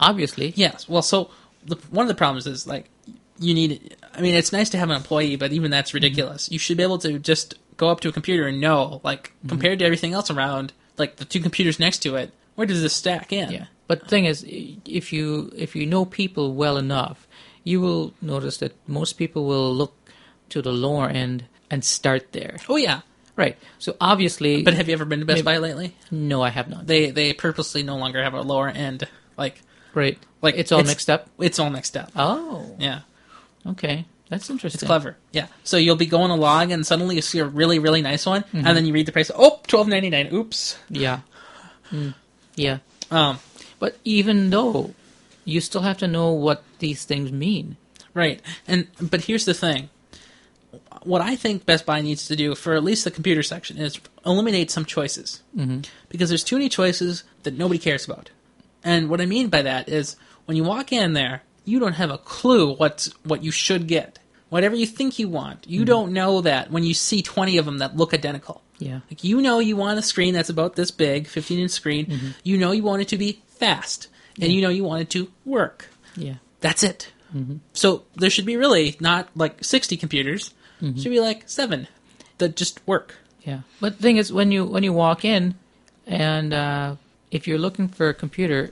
S2: obviously.
S1: Yes. Well, so the, one of the problems is like you need. I mean, it's nice to have an employee, but even
S2: Mm-hmm.
S1: that's ridiculous. You should be able to just go up to a computer and know, like,
S2: Mm-hmm.
S1: compared to everything else around, like the two computers next to it, where does this stack in?
S2: Yeah. But the thing is, i- if you if you know people well enough, you will notice that most people will look to the lower end and start there.
S1: Oh yeah.
S2: Right. So obviously,
S1: But have you ever been to Best
S2: Maybe-
S1: Buy lately?
S2: no, I have not.
S1: They they purposely no longer have a lower end. Like
S2: Right.
S1: Like,
S2: it's all
S1: it's-
S2: mixed up.
S1: it's all mixed up.
S2: Oh.
S1: Yeah.
S2: Okay. That's interesting.
S1: It's clever. Yeah. So you'll be going along and suddenly you see a really, really nice one
S2: Mm-hmm.
S1: and then you read the price, oh, twelve ninety nine. Oops.
S2: Yeah. Mm. Yeah.
S1: Um
S2: But even though you still have to know what these things mean.
S1: Right. And but here's the thing. What I think Best Buy needs to do for at least the computer section is eliminate some choices. Mm-hmm. Because there's too many choices that nobody cares about. And what I mean by that is when you walk in there, you don't have a clue what's what you should get. Whatever you think you want, you don't know that when you see 20 of them that look identical.
S2: Yeah.
S1: Like you know you want a screen that's about this big, 15 inch screen. You know you want it to be fast, and you know you want it to work.
S2: Yeah.
S1: That's it. So there should be really not like 60 computers. Should be like seven that just work.
S2: Yeah. But the thing is, when you when you walk in, and uh, if you're looking for a computer,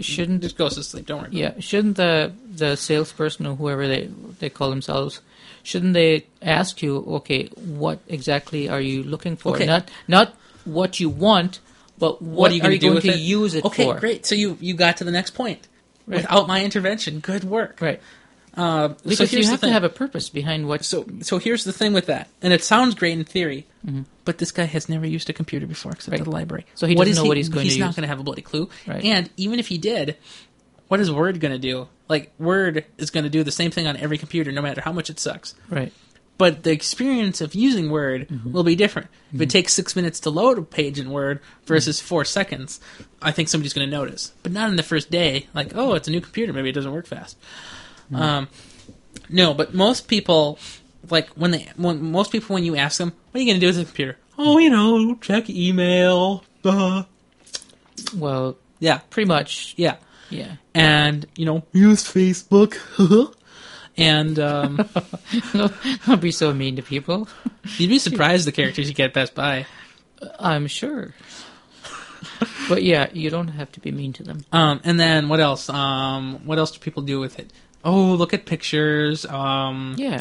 S2: shouldn't
S1: Just goes to sleep. Don't worry. about it.
S2: yeah shouldn't the the salesperson or whoever they they call themselves shouldn't they ask you okay what exactly are you looking for
S1: Okay.
S2: not not what you want but what,
S1: What, are you going do
S2: going
S1: with
S2: to
S1: it?
S2: use it
S1: okay,
S2: for
S1: great. So you you got to the next point
S2: Right.
S1: without my intervention. Good work.
S2: right
S1: Uh,
S2: because
S1: so
S2: you
S1: here's
S2: have
S1: the
S2: to
S1: thing.
S2: have a purpose behind what
S1: so so here's the thing with that, and it sounds great in theory, but this guy has never used a computer before except
S2: Mm-hmm. Right.
S1: at the library.
S2: So he doesn't
S1: is
S2: know what he's going
S1: He's
S2: to
S1: not
S2: use.
S1: going to have a bloody clue.
S2: Right.
S1: And even if he did, what is Word going to do? Like Word is going to do the same thing on every computer, no matter how much it sucks.
S2: right
S1: But the experience of using Word will be different. If it takes six minutes to load a page in Word versus four seconds, I think somebody's going to notice. But not in the first day. Like, oh, it's a new computer. Maybe it doesn't work fast. Um, no, but most people, like when they, when most people, when you ask them, what are you going to do with the computer? Oh, you know, check email. Duh.
S2: well
S1: Yeah,
S2: pretty much
S1: yeah,
S2: yeah
S1: and you know, use Facebook. and um,
S2: don't be so mean to people
S1: you'd be surprised the characters you get at Best Buy.
S2: i'm sure but yeah you don't have to be mean to them
S1: Um, and then what else? Um, what else do people do with it? Oh, look at pictures. Um,
S2: yeah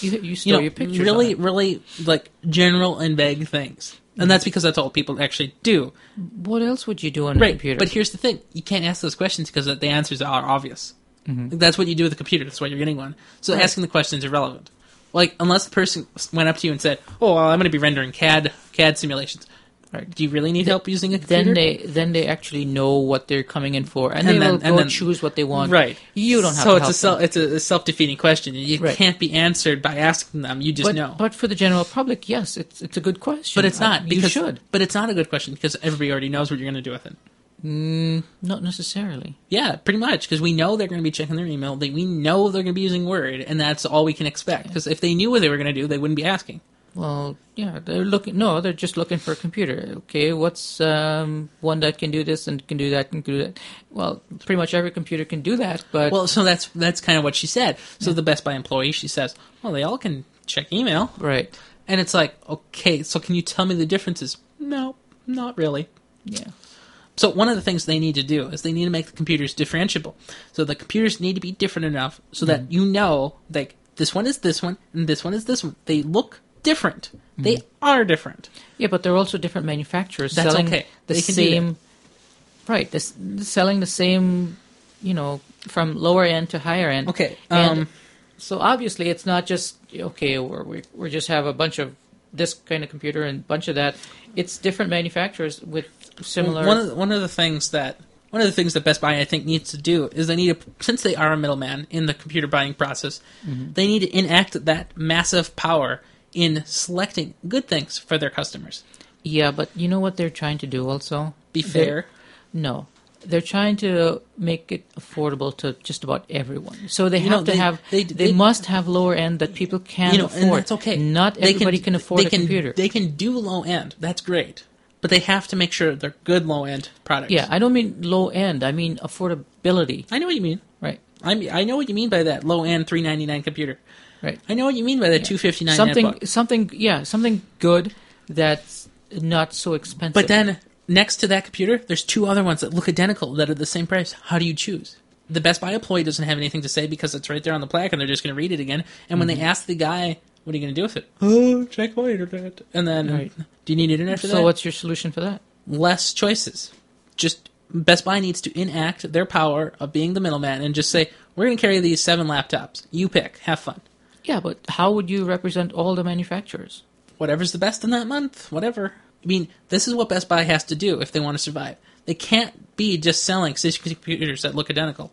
S2: you, you store
S1: you know,
S2: your pictures on
S1: really,
S2: it.
S1: really like general and vague things, and
S2: Mm-hmm.
S1: that's because that's all people actually do.
S2: what else would you do on a
S1: Right.
S2: computer
S1: But here's the thing: you can't ask those questions because the answers are obvious. That's what you do with a computer. That's why you're getting one. So
S2: Mm-hmm. Right.
S1: asking the questions is irrelevant. Like unless the person went up to you and said, "Oh, well, I'm going to be rendering CAD CAD simulations."
S2: Right.
S1: Do you really need help using a computer?
S2: then they then they actually know what they're coming in for,
S1: And
S2: and, they
S1: then-
S2: will
S1: and
S2: go
S1: then-
S2: choose what they want.
S1: Right.
S2: You don't have
S1: so
S2: to
S1: it's a
S2: help
S1: self,
S2: them.
S1: it's a self defeating question. You
S2: Right.
S1: can't be answered by asking them. You just
S2: But,
S1: know. Uh,
S2: but for the general public, yes, it's it's a good question.
S1: But it's
S2: I-
S1: not because
S2: you should
S1: but it's not a good question because everybody already knows what you're going to do with it.
S2: Mm, not necessarily.
S1: Yeah, pretty much because we know they're going to be checking their email. They, we know they're going to be using Word, and that's all we can expect. Because if they knew what they were going to do, they wouldn't be asking.
S2: Well, yeah, they're looking. No, they're just looking for a computer. Okay, what's um, one that can do this and can do that and can do that? Well, pretty much every computer can do that. But
S1: Well, so that's that's kind of what she said. So the Best Buy employee, she says, "Well, they all can check email,"
S2: right,
S1: and it's like, okay, so can you tell me the differences? No, not really.
S2: yeah,
S1: So one of the things they need to do is they need to make the computers differentiable. So the computers need to be different enough so that you know like this one is this one and this one is this one. They look different. They are different.
S2: Yeah, but they're also different manufacturers
S1: That's
S2: selling
S1: okay.
S2: the
S1: They can do that.
S2: same. Right, this selling the same, you know, from lower end to higher end.
S1: Okay,
S2: And
S1: um,
S2: so obviously it's not just okay. We're, we we just have a bunch of this kind of computer and a bunch of that. It's different manufacturers with similar.
S1: One of the, one of the things that one of the things that Best Buy I think needs to do is they need to since they are a middleman in the computer buying process, they need to enact that massive power in selecting good things for their customers.
S2: yeah, but you know what they're trying to do also.
S1: Be
S2: They're-
S1: fair.
S2: no, they're trying to make it affordable to just about everyone. So they
S1: You
S2: have
S1: know,
S2: to
S1: they-
S2: have
S1: they-
S2: they,
S1: they-
S2: must have lower end that people can
S1: you know,
S2: afford.
S1: and that's okay.
S2: Not
S1: They
S2: everybody can, afford
S1: they
S2: a computer.
S1: They can do low end. That's great, but they have to make sure they're good low end products.
S2: yeah, I don't mean low end. I mean affordability.
S1: I know what you mean.
S2: Right.
S1: I mean, I know what you mean by that low end three ninety nine computer.
S2: Right.
S1: I know what you mean by that two fifty nine
S2: something something yeah, something good that's not so expensive.
S1: But then next to that computer, there's two other ones that look identical that are the same price. How do you choose? The Best Buy employee doesn't have anything to say because it's right there on the plaque, and they're just going to read it again. And when they
S2: Mm-hmm.
S1: ask the guy, "What are you going to do with it?" Oh, check my internet. And then,
S2: Right.
S1: do you need internet for
S2: so
S1: that?
S2: what's your solution for that?
S1: less choices. Just Best Buy needs to enact their power of being the middleman and just say, "We're going to carry these seven laptops. You pick. Have fun.
S2: Yeah, but how would you represent all the manufacturers?
S1: Whatever's the best in that month. Whatever." I mean, this is what Best Buy has to do if they want to survive. They can't be just selling six computers that look identical.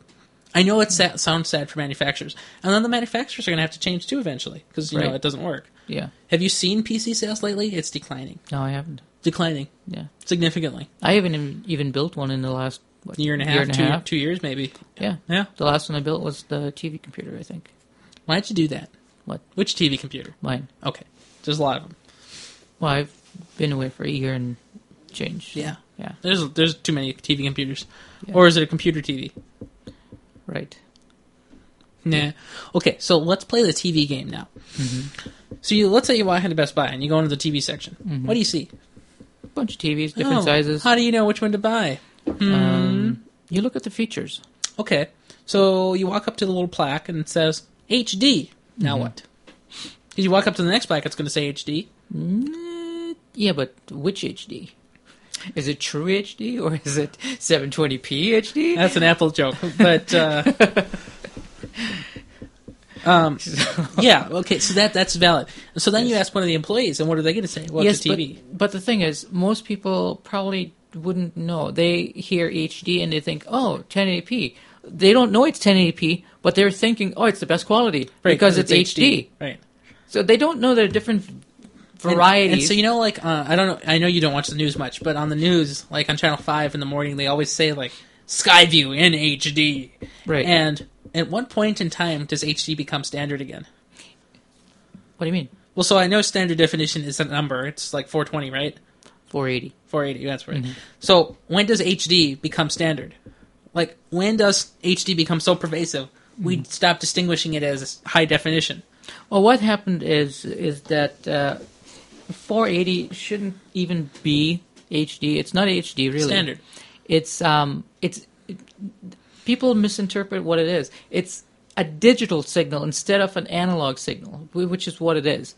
S1: I know it sa- sounds sad for manufacturers, and then the manufacturers are going to have to change too eventually because you know
S2: Right.
S1: it doesn't work.
S2: Yeah.
S1: Have you seen PC sales lately? It's declining,
S2: No, I haven't.
S1: declining
S2: Yeah.
S1: significantly.
S2: I haven't even- even built one in the last what,
S1: Year and a half, two, two years maybe.
S2: Yeah.
S1: Yeah.
S2: The last one I built was the TV computer, I think.
S1: Why'd you do that?
S2: What?
S1: Which TV computer?
S2: Mine.
S1: Okay, there's a lot of them.
S2: Well, I've been away for a year and change.
S1: Yeah.
S2: Yeah.
S1: There's there's too many TV computers,
S2: Yeah.
S1: or is it a computer TV?
S2: Right.
S1: Nah. Okay, so let's play the TV game now.
S2: Mm-hmm.
S1: So you let's say you walk into Best Buy and you go into the TV section. What do you see?
S2: Bunch of TVs, Mm-hmm. different
S1: Oh, hmm.
S2: sizes.
S1: How do you know which one to buy?
S2: Um, you look at the features.
S1: Okay, so you walk up to the little plaque and it says HD. Now
S2: Mm-hmm.
S1: what? Because you walk up to the next plaque, it's going to say HD.
S2: Mm, yeah, but which HD? Is it true HD or is it 720p HD?
S1: That's an Apple joke, but. Uh, um, yeah. Okay. So that that's valid. So then you ask one of the employees, and what are they going to say? Well,
S2: yes,
S1: it's a TV.
S2: But, but the thing is, most people probably wouldn't know. They hear HD and they think, oh, 1080p. They don't know it's 1080p, but they're thinking, oh, it's the best quality
S1: Right,
S2: because it's, HD.
S1: Right.
S2: So they don't know there are different
S1: And-
S2: varieties.
S1: And, so you know, like uh, I don't know. I know you don't watch the news much, but on the news, like on Channel Five in the morning, they always say like Skyview in HD.
S2: Right.
S1: And at what point in time does HD become standard again?
S2: what do you mean?
S1: Well, so I know standard definition is a number. It's like 420, right?
S2: 480.
S1: 480. That's right.
S2: Mm-hmm.
S1: So when does HD become standard? Like when does HD become so pervasive
S2: Mm-hmm.
S1: we stop distinguishing it as high definition?
S2: Well, what happened is is that uh, 480 shouldn't even be HD. It's not HD really.
S1: Standard.
S2: It's um it's it, people misinterpret what it is. It's a digital signal instead of an analog signal, wh- which is what it is.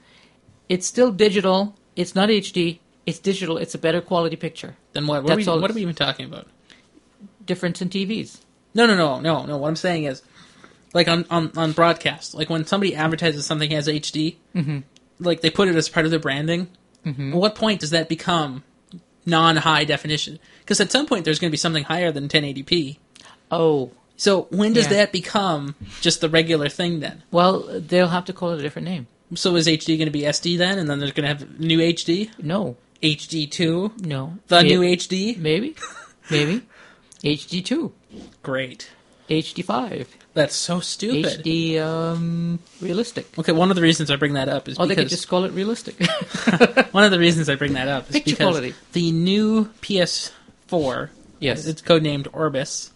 S2: It's still digital. It's not HD. It's digital. It's a better quality picture.
S1: Then what? What, are
S2: That's
S1: we,
S2: all
S1: what are
S2: it's-
S1: we even talking about?
S2: Difference in TVs.
S1: No, no, no, no, no. What I'm saying is, like on on, on broadcast, like when somebody advertises something as HD,
S2: Mm-hmm.
S1: like they put it as part of their branding. At what point does that become non-high definition? Because at some point there's going to be something higher than 1080p.
S2: Oh,
S1: So when does
S2: Yeah.
S1: that become just the regular thing then?
S2: well, they'll have to call it a different name.
S1: So is HD going to be SD then, and then there's going to have new HD,
S2: No,
S1: HD two,
S2: no.
S1: the
S2: May-
S1: new HD.
S2: Maybe, maybe. HD two.
S1: Great.
S2: HD5,
S1: That's so stupid.
S2: HD um, realistic.
S1: Okay, one of the reasons I bring that up is
S2: Or Oh, they
S1: because
S2: could just call it realistic.
S1: One of the reasons I bring that up is
S2: Picture
S1: because
S2: quality.
S1: the new PS4,
S2: Yes.
S1: it's codenamed Orbis.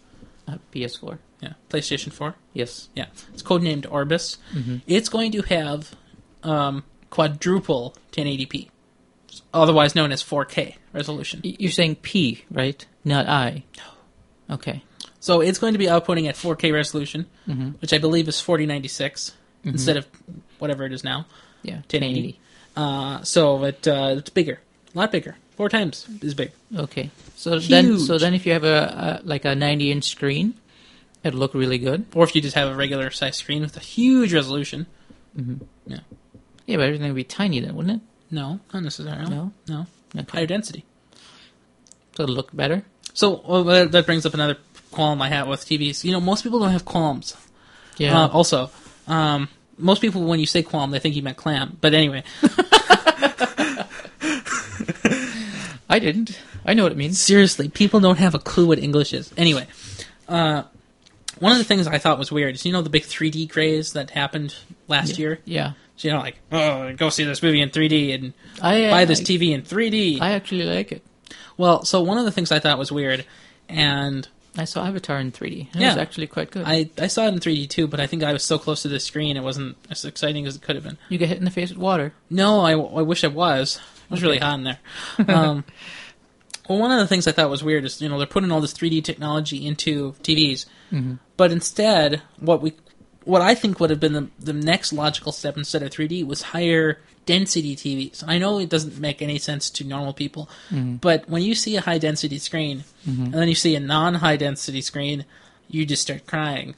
S2: uh, PS4.
S1: Yeah, PlayStation 4.
S2: Yes.
S1: Yeah, it's codenamed Orbis.
S2: Mm-hmm.
S1: It's going to have um, quadruple 1080p, otherwise known as 4K resolution.
S2: Y- You're saying P, right? Not I. No. Okay.
S1: So it's going to be outputting at 4K resolution,
S2: Mm-hmm.
S1: which I believe is 4096 instead of whatever it is now.
S2: Yeah. E.
S1: 1080. Uh, so it uh, it's bigger, a lot bigger, four times as big.
S2: Okay. So then, so
S1: Huge.
S2: then, if you have a, a like a 90 inch screen, it'll look really good.
S1: Or if you just have a regular size screen with a huge resolution,
S2: Yeah, but everything would be tiny then, wouldn't
S1: no, not necessarily.
S2: No?
S1: no,
S2: it? Okay.
S1: higher density.
S2: So it'll look better.
S1: So well, that that brings up another qualm I have with TVs. You know, most people don't have qualms.
S2: Yeah.
S1: Uh, also, um, most people, when you say qualm, they think you meant clam. But anyway,
S2: I didn't. I know what it means.
S1: seriously, people don't have a clue what English is. Anyway, uh, one of the things I thought was weird is you know the big 3D craze that happened last year.
S2: Yeah.
S1: So, you know, like oh, go see this movie in 3D and
S2: I
S1: buy this
S2: I,
S1: TV in 3D.
S2: I actually like it.
S1: well, so one of the things I thought was weird, and
S2: I saw Avatar in 3D. It
S1: Yeah.
S2: was actually quite good.
S1: I I saw it in 3D too, but I think I was so close to the screen it wasn't as exciting as it could have been.
S2: you get hit in the face with water.
S1: No, I, I wish I was. It was really hot in there. Um, well, one of the things I thought was weird is you know they're putting all this 3D technology into TVs,
S2: Mm-hmm.
S1: but instead, what we what I think would have been the, the next logical step instead of 3D was higher density TVs. I know it doesn't make any sense to normal people,
S2: Mm-hmm.
S1: but when you see a high density screen and then you see a non high density screen, you just start crying.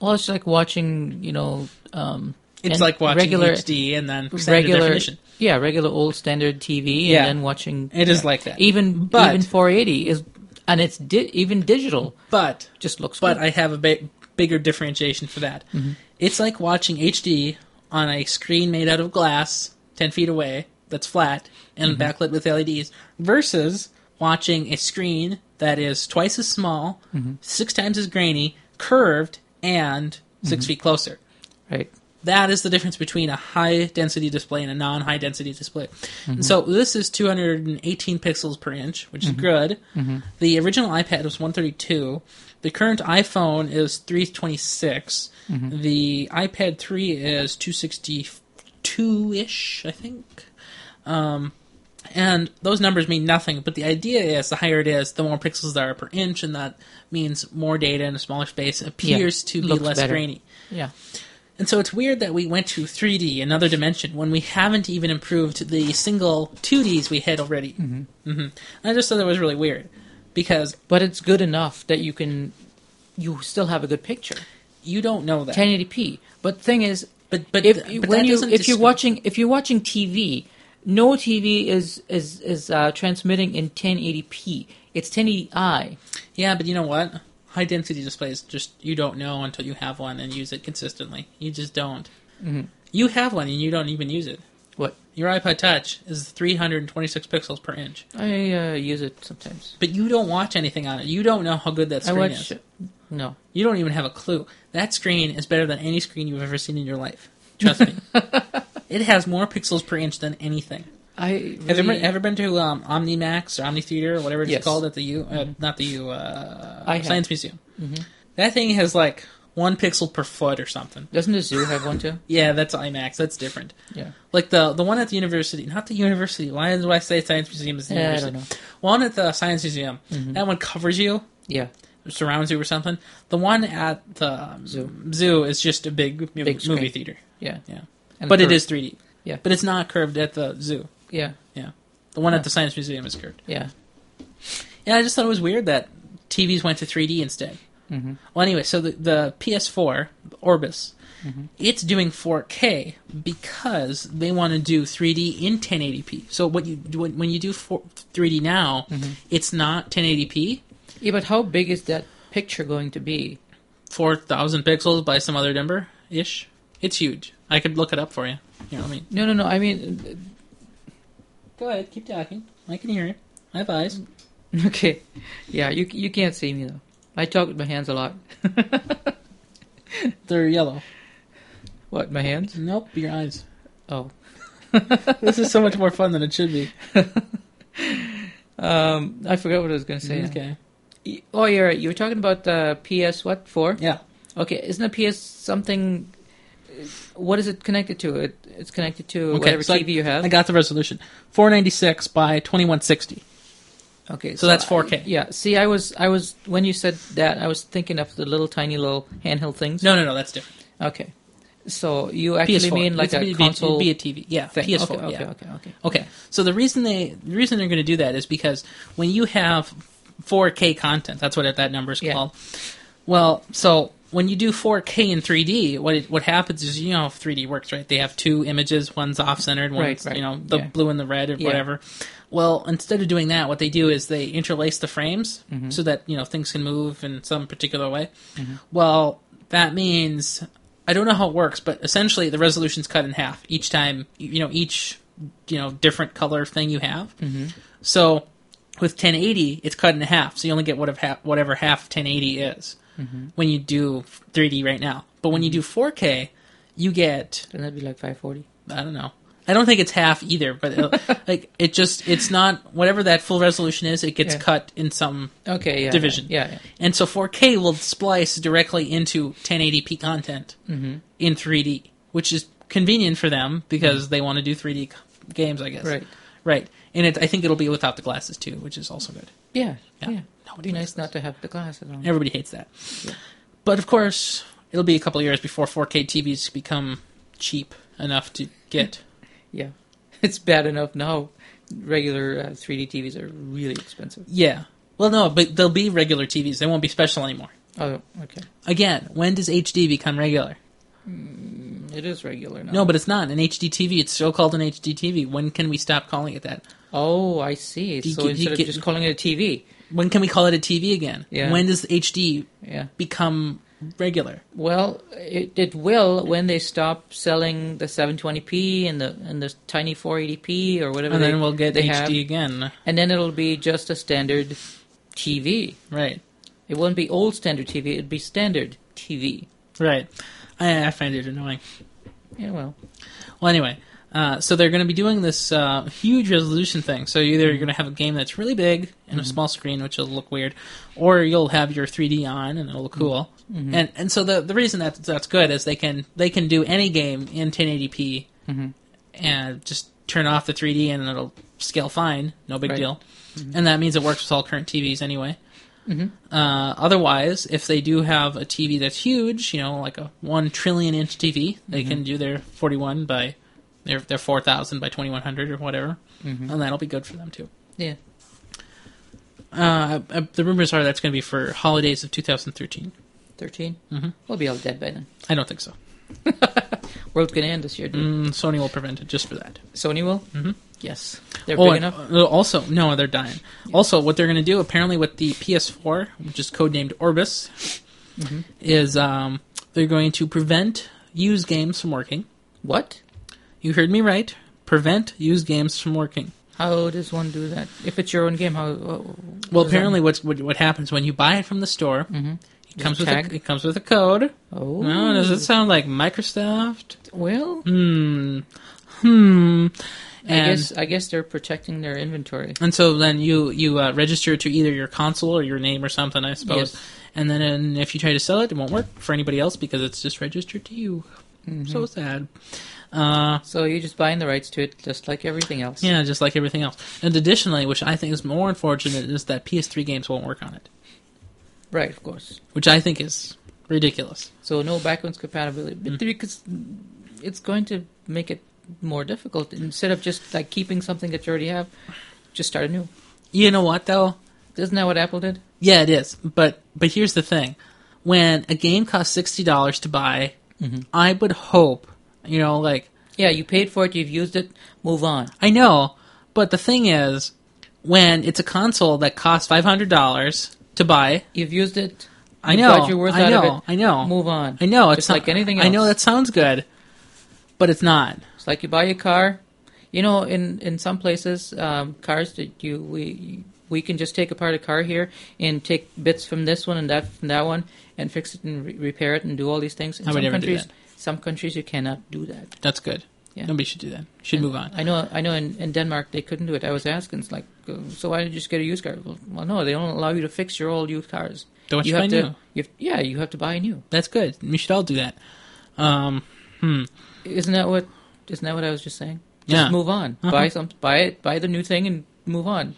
S2: Well, it's like watching, you know, um,
S1: It's
S2: and
S1: like watching
S2: regular,
S1: HD and then standard
S2: regular,
S1: definition.
S2: yeah, regular old standard TV,
S1: Yeah.
S2: and then watching.
S1: It is like that.
S2: even
S1: But-
S2: even 480 is, and it's di- even digital
S1: But
S2: just looks.
S1: but
S2: good.
S1: I have a ba- bigger differentiation for that. It's like watching HD on a screen made out of glass, ten feet away, that's flat and backlit with LEDs, versus watching a screen that is twice as small, six times as grainy, curved, and 6 feet closer.
S2: right.
S1: That is the difference between a high density display and a non high density display.
S2: Mm-hmm.
S1: And so this is 218 pixels per inch, which is good.
S2: Mm-hmm.
S1: The original iPad was 132. The current iPhone is 326.
S2: Mm-hmm.
S1: The iPad 3 is 262 ish, I think. Um, and those numbers mean nothing, but the idea is the higher it is, the more pixels there are per inch, and that means more data in a smaller space appears to be
S2: looks
S1: less
S2: better.
S1: grainy.
S2: Yeah.
S1: And so it's weird that we went to 3D, another dimension, when we haven't even improved the single 2Ds we had already. Mm-hmm. I just thought that was really weird because
S2: But it's good enough that you can, you still have a good picture.
S1: you don't know that.
S2: 1080p. But thing is,
S1: But- but
S2: if
S1: th- but
S2: when
S1: that
S2: you
S1: doesn't
S2: if you're
S1: discri-
S2: watching if you're watching TV, no TV is is is uh, transmitting in 1080p. It's 1080i.
S1: yeah, but you know what? High density displays just you don't know until you have one and use it consistently. You just don't.
S2: Mm-hmm.
S1: You have one and you don't even use it.
S2: What
S1: Your iPod Touch is 326 pixels per inch,
S2: I uh, use it sometimes.
S1: but you don't watch anything on it. You don't know how good that
S2: I
S1: screen
S2: watch.
S1: is.
S2: No,
S1: You don't even have a clue. That screen is better than any screen you've ever seen in your life. Trust me. it has more pixels per inch than anything.
S2: I
S1: Have you
S2: really-
S1: ever, ever been to um, OmniMax or OmniTheater or whatever it's
S2: Yes. Mm-hmm.
S1: called at the U? Uh, Not the U. Uh,
S2: I have. Mm-hmm.
S1: Science Museum. That thing has like one pixel per foot or something.
S2: doesn't the zoo have one too?
S1: Yeah, that's IMAX. That's different.
S2: Yeah.
S1: Like the the one at the university, not the university. Why do I say Science Museum is the
S2: Yeah, I
S1: university?
S2: don't Mm-hmm.
S1: One at the Science Museum. That one covers you
S2: Yeah.
S1: surrounds you or something. The one at the um,
S2: Zoo.
S1: zoo. is just a big, mu-
S2: Big screen.
S1: movie theater.
S2: Yeah.
S1: Yeah,
S2: And
S1: but it
S2: curved.
S1: is 3D.
S2: Yeah.
S1: but it's not curved at the zoo.
S2: Yeah.
S1: Yeah, the one
S2: Yeah.
S1: at the science museum is curved.
S2: Yeah.
S1: Yeah, I just thought it was weird that TVs went to 3D instead.
S2: Mhm.
S1: Well, anyway, so the, the PS4 Orbis,
S2: Mm-hmm.
S1: it's doing 4K because they want to do 3D in 1080p. So what you when, when you do 4, 3D now,
S2: Mm-hmm.
S1: it's not 1080p.
S2: Yeah, but how big is that picture going to be?
S1: four thousand pixels by some other number ish. It's huge. I could look it up for you. You know what I mean?
S2: No, no, no. I mean,
S1: Go ahead, keep talking. I can hear you. I have eyes.
S2: Okay. Yeah, you you can't see me though. I talk with my hands a lot.
S1: They're yellow.
S2: What, my hands?
S1: Nope, your eyes.
S2: Oh.
S1: This is so much more fun than it should be.
S2: Um I forgot what I was going to say.
S1: Okay.
S2: Y- Oh, you're right. You were talking about the PS what? 4?
S1: Yeah.
S2: Okay, isn't a PS something what is it connected to? It it's connected to
S1: Okay,
S2: whatever
S1: so I-
S2: TV you have.
S1: I got the resolution. Four ninety six by twenty one sixty.
S2: okay,
S1: so that's
S2: I-
S1: 4K.
S2: yeah. See, I was I was when you said that, I was thinking of the little tiny little handheld things.
S1: No no no, that's different.
S2: Okay. So you actually
S1: PS4.
S2: mean like
S1: It's-
S2: a
S1: it'd be,
S2: console
S1: it'd be a TV. Yeah,
S2: thing?
S1: PS4.
S2: Okay, okay,
S1: yeah.
S2: okay, okay.
S1: Okay, so the reason they the reason they're going to do that is because when you have 4K content, that's what that number is
S2: Yeah.
S1: called. Well, so when you do 4K and 3D, what it, what happens is you know how 3D works, right? They have two images, one's off centered, one's
S2: right.
S1: you know the
S2: Yeah.
S1: blue and the red or
S2: Yeah.
S1: whatever. Well, instead of doing that, what they do is they interlace the frames so that you know things can move in some particular way. Well, that means I don't know how it works, but essentially the resolution's cut in half each time. You know, each you know different color thing you have. Mm-hmm. So with 1080, it's cut in half, so you only get what of ha- whatever half of 1080 is when you do 3D right now. But when you do 4K, you get
S2: Then that'd be like 540.
S1: I don't know. I don't think it's half either, but it, like it just it's not whatever that full resolution is. It gets
S2: Yeah.
S1: cut in some
S2: Okay, yeah.
S1: division.
S2: Yeah, yeah.
S1: And so 4K will splice directly into 1080p content
S2: Mm-hmm.
S1: in 3D, which is convenient for them because they want to do 3D c- games, I guess.
S2: Mm-hmm. Right.
S1: Right. And it, I think it'll be without the glasses too, which is also good.
S2: Yeah, yeah. It'd
S1: Nobody
S2: be
S1: likes
S2: nice not to have the glasses on.
S1: Everybody hates that. But of course, it'll be a couple of years before 4K TVs become cheap enough to get.
S2: Yeah, it's bad enough now. Regular uh, 3D TVs are really expensive.
S1: Yeah. Well, no, but they'll be regular TVs. They won't be special anymore.
S2: Oh, okay.
S1: Again, when does HD become regular?
S2: It is regular now.
S1: No, but it's not an HD TV. It's still called an HD TV. When can we stop calling it that?
S2: oh, I see.
S1: Do you
S2: so
S1: get-
S2: instead
S1: you
S2: of
S1: get-
S2: just calling it a TV,
S1: When can we call it a TV again?
S2: Yeah.
S1: When does HD
S2: yeah.
S1: become regular?
S2: Well, it, it will when they stop selling the 720p and the and the tiny 480p or whatever.
S1: And
S2: they,
S1: then we'll get
S2: they
S1: HD
S2: have.
S1: again.
S2: and then it'll be just a standard TV.
S1: Right.
S2: It won't be old standard TV. It'd be standard TV.
S1: Right. I, I find it annoying.
S2: Yeah, well,
S1: Well, anyway, uh, so they're going to be doing this uh, huge resolution thing. So either you're going to have a game that's really big and a small screen, which will look weird, or you'll have your 3D on and it'll look cool. And and so the the reason that that's good is they can they can do any game in 1080p and just turn off the 3D and it'll scale fine, no big
S2: Right.
S1: deal. And that means it works with all current TVs anyway. Uh, otherwise, if they do have a TV that's huge, you know, like a one trillion inch TV, they
S2: Mm-hmm.
S1: can do their forty-one by their their four thousand by twenty-one hundred or whatever,
S2: Mm-hmm.
S1: and that'll be good for them too.
S2: yeah.
S1: Uh, uh, the rumors are that's going to be for holidays of two thousand thirteen.
S2: 13? Mm-hmm. We'll be all dead by then.
S1: I don't think so.
S2: World's gonna end this year, dude.
S1: Mm, Sony will prevent it just for that.
S2: Sony will? Mm-hmm. Yes. They're
S1: Oh,
S2: big
S1: and,
S2: enough?
S1: uh, also, no, they're dying. Also, what they're going to do apparently with the PS4, which is codenamed Orbis,
S2: Mm-hmm.
S1: is um, they're going to prevent used games from working.
S2: What?
S1: You heard me right. Prevent used games from working.
S2: How does one do that? If it's your own game, how. oh. Well,
S1: Well, apparently, what's what, what happens when you buy it from the store? It comes with
S2: Mm-hmm. tag?
S1: a, it comes with a code.
S2: Oh.
S1: Well, does it sound like Microsoft?
S2: Well,
S1: Hmm. Hmm.
S2: I,
S1: And
S2: guess, I guess they're protecting their inventory.
S1: and so then you you uh, register to either your console or your name or something, I suppose.
S2: Yes.
S1: And then and if you try to sell it, it won't work for anybody else because it's just registered to you.
S2: Mm-hmm.
S1: So sad. Uh,
S2: So you're just buying the rights to it, just like everything else.
S1: yeah, just like everything else. And additionally, which I think is more unfortunate, is that PS3 games won't work on it.
S2: Right, of course.
S1: which I think is ridiculous.
S2: So no backwards compatibility.
S1: Mm.
S2: But Because it's going to make it more difficult. Instead of just like keeping something that you already have, just start anew.
S1: You know what though?
S2: Isn't that what Apple did?
S1: Yeah, it is. But but here's the thing: when a game costs sixty dollars to buy, I would hope you know like
S2: Yeah, you paid for it, you've used it, move on.
S1: I know, but the thing is, when it's a console that costs five hundred dollars to buy,
S2: You've used it.
S1: I
S2: you
S1: know,
S2: Got your worth
S1: I
S2: out
S1: know,
S2: of it.
S1: I know.
S2: Move on.
S1: I know it's
S2: Just
S1: not-
S2: like anything else.
S1: I know that sounds good, but it's not.
S2: It's like you buy a car. You know, in in some places, um, cars that you we we can just take apart a car here and take bits from this one and that from that one and fix it and re- repair it and do all these things. In
S1: I would
S2: some
S1: never do
S2: countries,
S1: that.
S2: some countries you cannot do that.
S1: That's good.
S2: Yeah.
S1: Nobody should do that. Should move on.
S2: I know. I know. In, in Denmark, they couldn't do it. I was asking, it's like, uh, so why did you just get a used car? Well, well, no, they don't allow you to fix your old used cars.
S1: Don't you
S2: have
S1: buy
S2: to,
S1: new?
S2: You have, yeah, you have to buy new.
S1: That's good. We should all do that. Um, hmm.
S2: Isn't that what? Isn't that what I was just saying?
S1: Yeah.
S2: Just move on.
S1: Uh-huh.
S2: Buy some. Buy it. Buy the new thing and move on.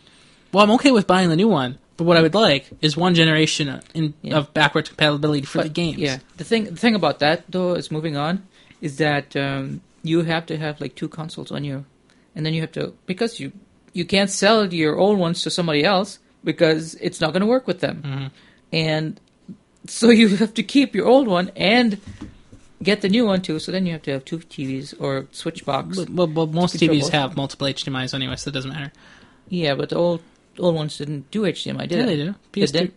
S1: Well, I'm okay with buying the new one, but what I would like is one generation in,
S2: Yeah.
S1: of backwards compatibility for
S2: But,
S1: the games.
S2: Yeah. The thing. The thing about that though is moving on is that um, you have to have like two consoles on your, and then you have to because you you can't sell your old ones to somebody else because it's not going to work with them,
S1: Mm-hmm.
S2: and so you have to keep your old one and get the new one too. So then you have to have two TVs or switch box.
S1: But, but, but most
S2: Control
S1: TVs
S2: both.
S1: have multiple HDMI's anyway, so it doesn't matter.
S2: yeah, but the old old ones didn't do HDMI, did
S1: Yeah,
S2: it?
S1: they do.
S2: Did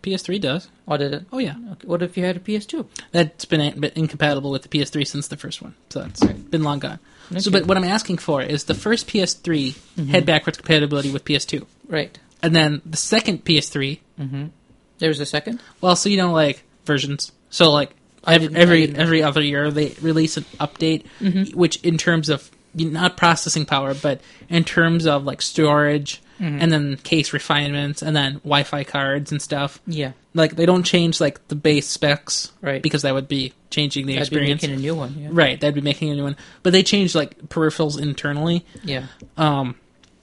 S1: PS3, PS3 does.
S2: Or did it?
S1: Oh yeah,
S2: Okay, What if you had a PS2?
S1: that's been a- been incompatible with the PS3 since the first one, so that's been long gone. So,
S2: Okay.
S1: but what I'm asking for is the first PS3 had backwards compatibility with PS2,
S2: Right.
S1: and then the second PS3.
S2: There's a second.
S1: Well, so you know, like versions. So like
S2: I
S1: ev-
S2: didn't- I
S1: every
S2: didn't know. Mm-hmm.
S1: every other year they release an update, which in terms of not processing power, but in terms of like storage
S2: Mm-hmm.
S1: and then case refinements and then Wi-Fi cards and stuff.
S2: Yeah.
S1: Like they don't change like the base specs,
S2: Right.
S1: Because that would be changing the
S2: I'd be
S1: experience,
S2: making a new one. Yeah.
S1: right? That'd be making a new one. But they changed like peripherals internally,
S2: Yeah.
S1: um,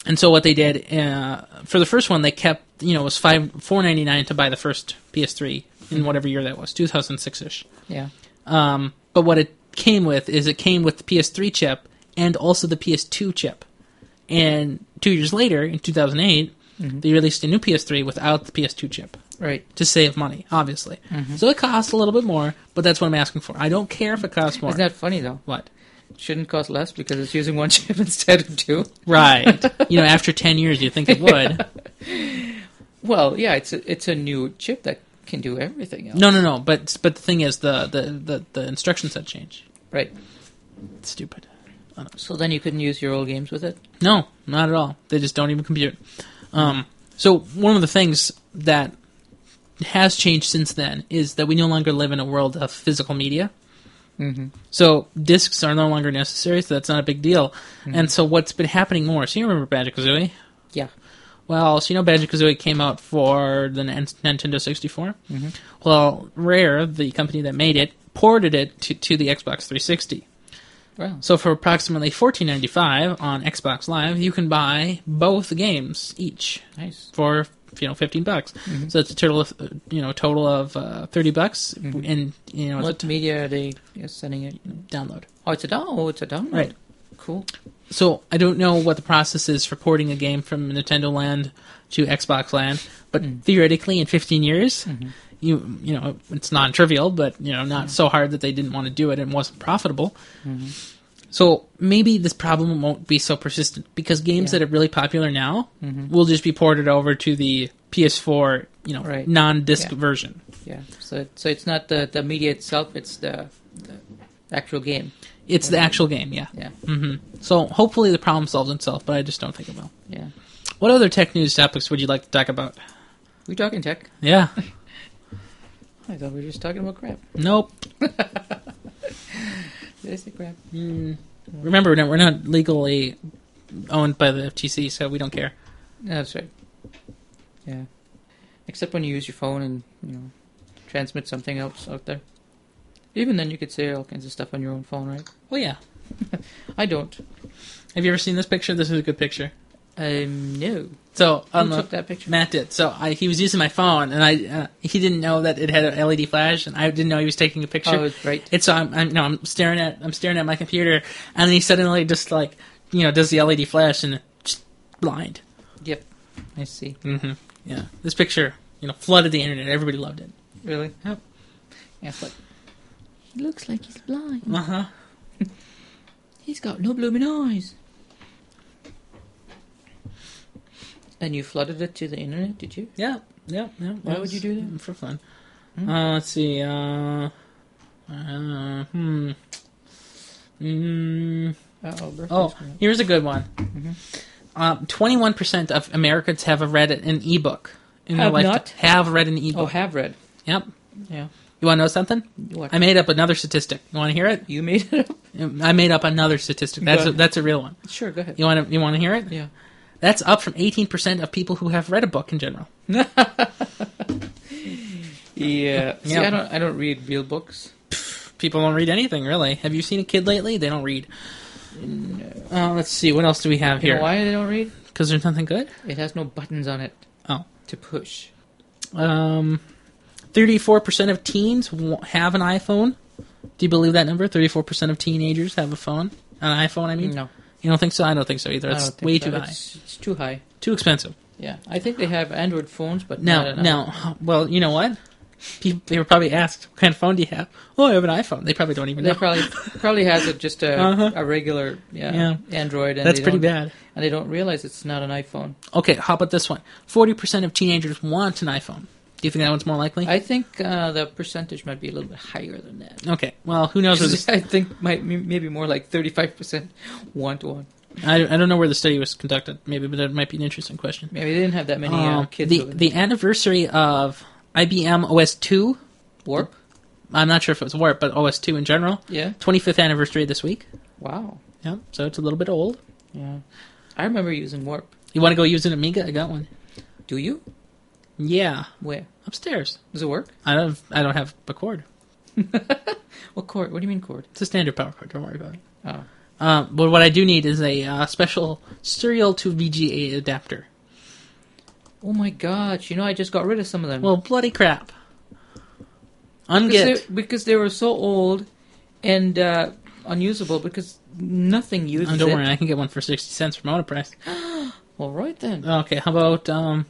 S1: and so what they did uh, for the first one, they kept you know it was five four ninety nine to buy the first PS3
S2: Mm-hmm.
S1: in whatever year that was two thousand six ish.
S2: Yeah.
S1: Um, but what it came with is it came with the PS3 chip and also the PS2 chip. And two years later, in two
S2: Mm-hmm.
S1: they released a new PS3 without the PS2 chip
S2: Right.
S1: to save money, obviously.
S2: Mm-hmm.
S1: So it costs a little bit more, but that's what I'm asking for. I don't care if it costs more.
S2: Isn't that funny though?
S1: what?
S2: Shouldn't cost less because it's using one chip instead of two.
S1: Right. you know, after ten years, you think it would.
S2: Well, yeah, it's a, it's a new chip that can do everything else.
S1: No, no, no. But but the thing is, the the the, the instruction set change.
S2: Right.
S1: It's stupid.
S2: So then you couldn't use your old games with it.
S1: No, not at all. They just don't even compute. Um, so one of the things that has changed since then is that we no longer live in a world of physical media.
S2: Mhm.
S1: So discs are no longer necessary. So that's not a big deal. And so what's been happening more? So you remember Banjo Kazooie?
S2: Yeah.
S1: Well, so you know Banjo Kazooie came out for the N- Nintendo 64. Mm-hmm. Well, Rare, the company that made it, ported it to, to the Xbox 360.
S2: Well,
S1: So for approximately fourteen ninety five on Xbox Live, you can buy both games each
S2: nice.
S1: for you know fifteen bucks. So it's a total of uh, you know a total of uh, thirty bucks, and you know
S2: What
S1: it's a
S2: media are they uh, sending it?
S1: download.
S2: Oh, it's a down. Oh, it's a download.
S1: Right.
S2: Cool.
S1: So I don't know what the process is for porting a game from Nintendo Land to Xbox Land, but
S2: Hmm.
S1: theoretically in fifteen years.
S2: Mm-hmm.
S1: You, you know it's non-trivial but you know not
S2: Hmm.
S1: so hard that they didn't want to do it and wasn't profitable
S2: Mm-hmm.
S1: So maybe this problem won't be so persistent because games
S2: Yeah. Mm-hmm.
S1: that are really popular now will just be ported over to the PS4, you know,
S2: Right.
S1: non-disc
S2: Yeah.
S1: version.
S2: Yeah. So so it's not the the media itself. It's the, the actual game.
S1: It's the actual game, yeah.
S2: Mm-hmm. Yeah.
S1: hmm So hopefully the problem solves itself, but I just don't think it will.
S2: Yeah.
S1: What other tech news topics would you like to talk about?
S2: We talking tech?
S1: Yeah.
S2: I thought we were just talking about crap.
S1: Nope.
S2: Did I say crap?
S1: Remember, we're not- we're not legally owned by the FTC, so we don't care.
S2: No, that's right. Yeah. Except when you use your phone and, you know, transmit something else out there. Even then, you could say all kinds of stuff on your own phone, right?
S1: Well, yeah.
S2: I don't.
S1: Have you ever seen this picture? This is a good picture.
S2: Um, no.
S1: So on
S2: Who
S1: the
S2: took that picture?
S1: Matt did. So I, he was using my phone, and I uh, he didn't know that it had an LED flash, and I didn't know he was taking a picture.
S2: Oh, it's right.
S1: And so I'm, I'm no, I'm staring at I'm staring at my computer, and he suddenly just like you know does the LED flash and just blind.
S2: Yep. I see.
S1: Mm-hmm. Yeah, this picture you know flooded the internet. Everybody loved it.
S2: Really?
S1: Yep.
S2: Oh. Yeah, but he looks like he's blind.
S1: Uh huh.
S2: He's got no blooming eyes. And you flooded it to the internet, did you?
S1: Yeah. Yeah. Yeah.
S2: Why would you do that?
S1: for fun?
S2: Hmm.
S1: Uh, let's see. Uh, uh, hmm. Mm,
S2: Uh-oh,
S1: Oh, here's a good one.
S2: Mm-hmm.
S1: Uh, Twenty-one percent of Americans have read an ebook in
S2: Have
S1: their life.
S2: not?
S1: Have read an
S2: Oh,
S1: ebook.
S2: have read.
S1: yep.
S2: Yeah.
S1: You want to know something?
S2: What?
S1: I made up another statistic. You want to hear it?
S2: you made it up?
S1: I made up another statistic. That's
S2: Go
S1: a,
S2: ahead.
S1: that's a real one.
S2: Sure, go ahead.
S1: You want to you want to hear it?
S2: Yeah.
S1: That's up from eighteen percent of people who have read a book in general.
S2: Yeah. uh, See,
S1: Yeah.
S2: I don't. I don't read real books.
S1: People don't read anything really. Have you seen a kid lately? They don't read. Uh, let's see. What else do we have
S2: You know
S1: here?
S2: why I don't read?
S1: Because there's nothing good.
S2: It has no buttons on it
S1: Oh.
S2: to push.
S1: Um, 34% of teens wa- have an iPhone. Do you believe that number? Thirty-four percent of teenagers have a phone, an iPhone. I mean,
S2: No,
S1: you don't think so? I don't think so either.
S2: I don't
S1: It's
S2: think
S1: way
S2: so.
S1: too high,
S2: It's, it's too high.
S1: too expensive.
S2: Yeah, I think they have Android phones, but
S1: Now,
S2: not enough.
S1: now, well, you know what? People they were probably asked, "What kind of phone do you have?" Oh, I have an iPhone. They probably don't even
S2: They
S1: know.
S2: probably probably has it just a
S1: Uh-huh.
S2: a regular yeah,
S1: Yeah.
S2: Android. And
S1: That's
S2: they
S1: pretty
S2: don't-
S1: bad.
S2: And they don't realize it's not an iPhone.
S1: Okay, how about this one? Forty percent of teenagers want an iPhone. Do you think that one's more likely?
S2: I think uh, the percentage might be a little bit higher than that.
S1: okay, well, who knows? Where this,
S2: I think might maybe more like thirty five percent want one.
S1: I, I don't know where the study was conducted. Maybe, but that might be an interesting question.
S2: Maybe they didn't have that many uh,
S1: Um,
S2: kids.
S1: the
S2: with
S1: the anniversary of IBM OS two.
S2: warp.
S1: I'm not sure if it was Warp, but OS two in general.
S2: Yeah.
S1: 25th anniversary this week.
S2: Wow.
S1: Yeah, so it's a little bit old.
S2: Yeah. I remember using warp.
S1: You want to go use an Amiga? I got one.
S2: Do you?
S1: Yeah,
S2: Where
S1: upstairs.
S2: does it work?
S1: I don't. I don't have a cord.
S2: What cord? What do you mean cord?
S1: It's a standard power cord. Don't worry about it.
S2: Oh.
S1: Um, but what I do need is a uh, special serial to VGA adapter.
S2: Oh my gosh! You know, I just got rid of some of them.
S1: Well, bloody crap!
S2: because
S1: Unget.
S2: they, because they were so old and uh, unusable. Because nothing uses
S1: Oh, don't
S2: it.
S1: worry, I can get one for sixty cents from Motor Price.
S2: All right then.
S1: Okay, how about um,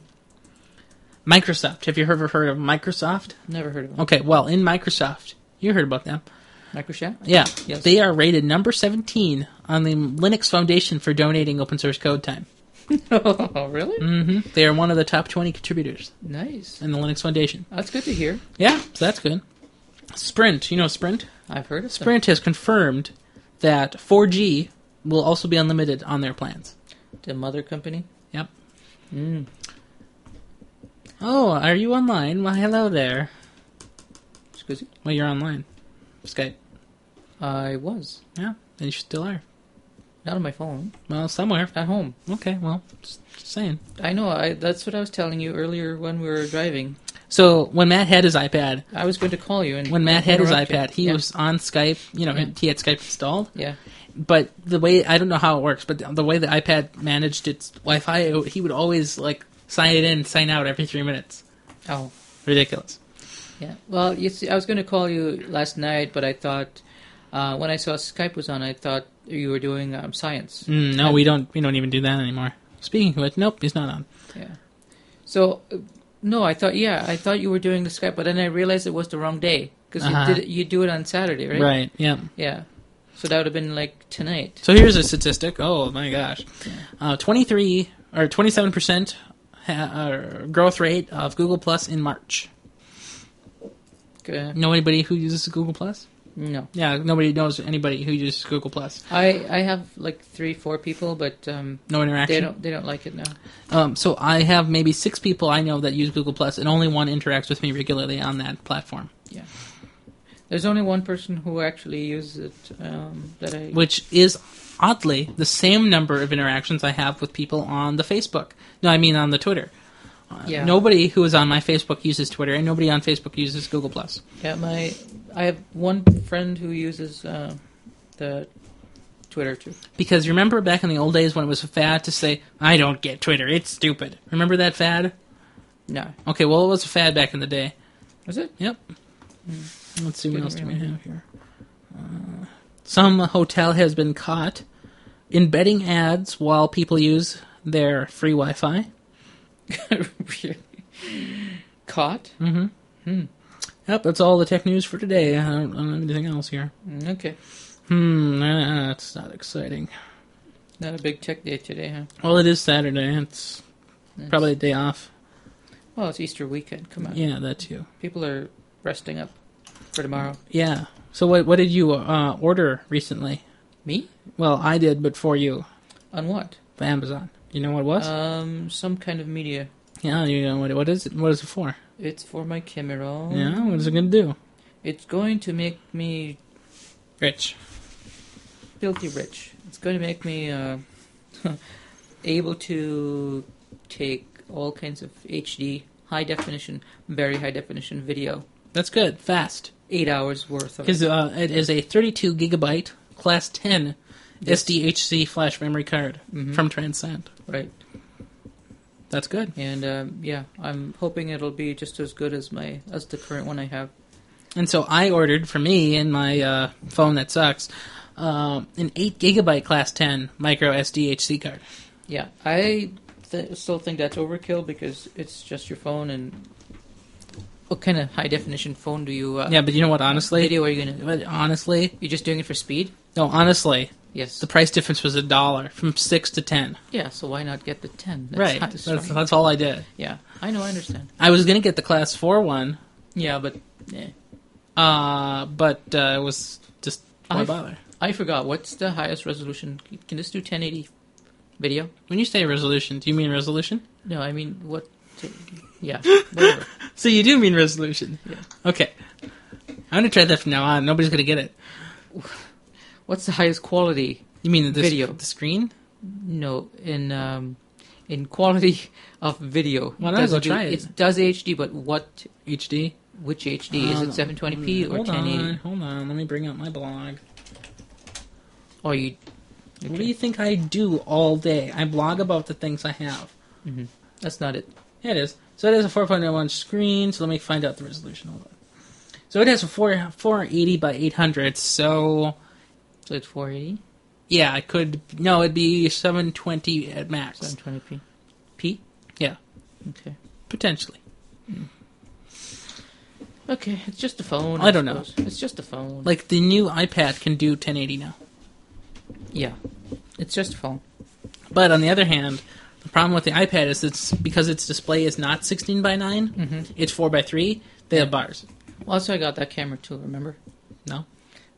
S1: Microsoft? Have you ever heard of Microsoft?
S2: Never heard of them.
S1: Okay, well, in Microsoft, you heard about them.
S2: Microsoft.
S1: Yeah,
S2: Yes.
S1: they are rated number 17 on the Linux Foundation for donating open source code time.
S2: oh, really?
S1: hmm They are one of the top 20 contributors
S2: Nice.
S1: in the Linux Foundation.
S2: That's good to hear.
S1: Yeah, so that's good. Sprint, you know Sprint?
S2: I've heard of them.
S1: Sprint has confirmed that 4G will also be unlimited on their plans.
S2: the mother company.
S1: Yep.
S2: Mm.
S1: Oh, are you online? Well, hello there.
S2: Excuse me.
S1: Well, you're online. Skype.
S2: I was
S1: Yeah, and you still are.
S2: not on my phone
S1: Well, somewhere.
S2: at home.
S1: Okay, well, just just saying.
S2: I know. I that's what I was telling you earlier when we were driving.
S1: So when Matt had his iPad,
S2: I was going to call you and
S1: when Matt had his
S2: interrupt you.
S1: iPad, he
S2: Yeah.
S1: was on Skype. You know,
S2: Yeah.
S1: he had Skype installed.
S2: yeah.
S1: But the way I don't know how it works, but the way the iPad managed its Wi-Fi, it- he would always like sign it in, sign out every three minutes.
S2: Oh.
S1: Ridiculous.
S2: Yeah. Well, you see, I was going to call you last night, but I thought uh, when I saw Skype was on, I thought you were doing um, science.
S1: Mm, no, we don't. We don't even do that anymore. Speaking of which, nope, he's not on.
S2: Yeah. So uh, no, I thought yeah, I thought you were doing the Skype, but then I realized it was the wrong day because
S1: Uh-huh.
S2: you did it, you do it on Saturday, right?
S1: Right. Yeah.
S2: Yeah. So that would have been like tonight.
S1: So here's a statistic. Oh my gosh, uh, twenty-three or twenty-seven percent ha- uh, growth rate of Google Plus in March.
S2: Uh,
S1: Know anybody who uses Google Plus?
S2: no.
S1: Yeah, nobody knows anybody who uses Google Plus.
S2: I I have like three four people, but um,
S1: No interaction.
S2: they don't they don't like it now.
S1: Um, so I have maybe six people I know that use Google Plus, and only one interacts with me regularly on that platform,
S2: There's only one person who actually uses it um, that I.
S1: which is oddly the same number of interactions I have with people on the Facebook. No, I mean on the Twitter. Uh,
S2: Yeah.
S1: Nobody who is on my Facebook uses Twitter, and nobody on Facebook uses Google Plus.
S2: Yeah, my I have one friend who uses uh, the Twitter too.
S1: Because remember back in the old days when it was a fad to say, "I don't get Twitter; it's stupid." Remember that fad?
S2: No,
S1: Okay, well it was a fad back in the day.
S2: is it?
S1: Yep. Mm, Let's see what
S2: Didn't
S1: else do we
S2: really
S1: have here. Uh, some hotel has been caught embedding ads while people use their free Wi-Fi.
S2: really? Caught?
S1: Yep, that's all the tech news for today. I don't, I don't have anything else here.
S2: Mm, Okay,
S1: Hmm, uh, that's not exciting.
S2: not a big tech day today, huh?
S1: Well, it is Saturday. It's
S2: Nice.
S1: probably a day off.
S2: Well, it's Easter weekend. Come on,
S1: Yeah, that too.
S2: people are resting up for tomorrow.
S1: Yeah. So what what did you uh, order recently?
S2: Me?
S1: Well, I did, but for you,
S2: On what?
S1: for Amazon. You know what it was?
S2: Um, some kind of media.
S1: yeah, you know what? What is it? What is it for?
S2: It's for my camera.
S1: Yeah, what is it gonna do?
S2: It's going to make me
S1: Rich.
S2: filthy rich. It's going to make me uh, able to take all kinds of HD, high definition, very high definition video.
S1: That's good. Fast.
S2: Eight hours worth of it.
S1: Because uh, it is a 32 gigabyte class 10
S2: Yes.
S1: SDHC flash memory card
S2: Mhm.
S1: from Transcend.
S2: Right.
S1: That's good.
S2: And um, yeah, I'm hoping it'll be just as good as my as the current one I have.
S1: And so I ordered for me and my uh, phone that sucks um, an 8 gigabyte class 10 micro SD HC card.
S2: Yeah, I th- still think that's overkill because it's just your phone and what kind of high definition phone do you? Uh,
S1: Yeah, but you know what, honestly?
S2: video are you gonna?
S1: But honestly,
S2: You're just doing it for speed?
S1: no, honestly,
S2: Yes.
S1: the price difference was a dollar from 6 to 10.
S2: yeah, so why not get the ten? That's
S1: right.
S2: high-
S1: That's,
S2: sorry.
S1: that's all I did.
S2: yeah, I know, I understand.
S1: I was going to get the class 4 one,
S2: Yeah, but eh.
S1: uh, but uh, it was just why
S2: I've-
S1: bother?
S2: I forgot. What's the highest resolution? Can this do 1080 video?
S1: When you say resolution, do you mean resolution?
S2: No, I mean what? Yeah, whatever.
S1: So you do mean resolution.
S2: Yeah.
S1: Okay. I'm gonna try that from now on. Nobody's gonna get it.
S2: What's the highest quality?
S1: You mean the
S2: Video.
S1: the screen?
S2: No, in um, in quality of video.
S1: Why not
S2: Does
S1: go
S2: do-
S1: try it?
S2: It does HD, but what?
S1: HD.
S2: Which HD? Is
S1: Um,
S2: it 720p or
S1: hold
S2: 1080?
S1: On, hold on. Let me bring up my blog.
S2: Or you?
S1: What do you think I do all day? I blog about the things I have.
S2: That's not it.
S1: Yeah, it is. So it has a 4.01 screen. So let me find out the resolution. Hold on. So it has a 4 480 by 800. So
S2: So it's 480,
S1: yeah, I could no, it'd be 720 at max.
S2: 720p.
S1: P? Yeah,
S2: Okay.
S1: potentially.
S2: Okay, it's just a phone.
S1: I don't know.
S2: suppose. It's just a phone.
S1: Like the new iPad can do 1080 now.
S2: yeah, it's just a phone.
S1: But on the other hand, the problem with the iPad is it's because its display is not 16 by 9, it's 4 by 3, they have bars.
S2: Well, also, I got that camera too. Remember?
S1: No.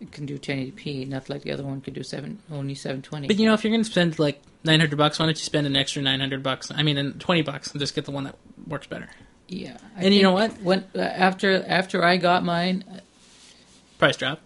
S2: It can do 1080p, not like the other one could do seven only 720.
S1: But you know, if you're going to spend like 900 bucks, why don't you spend an extra 900 bucks? I mean, and 20 bucks and just get the one that works better.
S2: yeah, I
S1: and you know
S2: think When uh, after after I got mine,
S1: Price drop.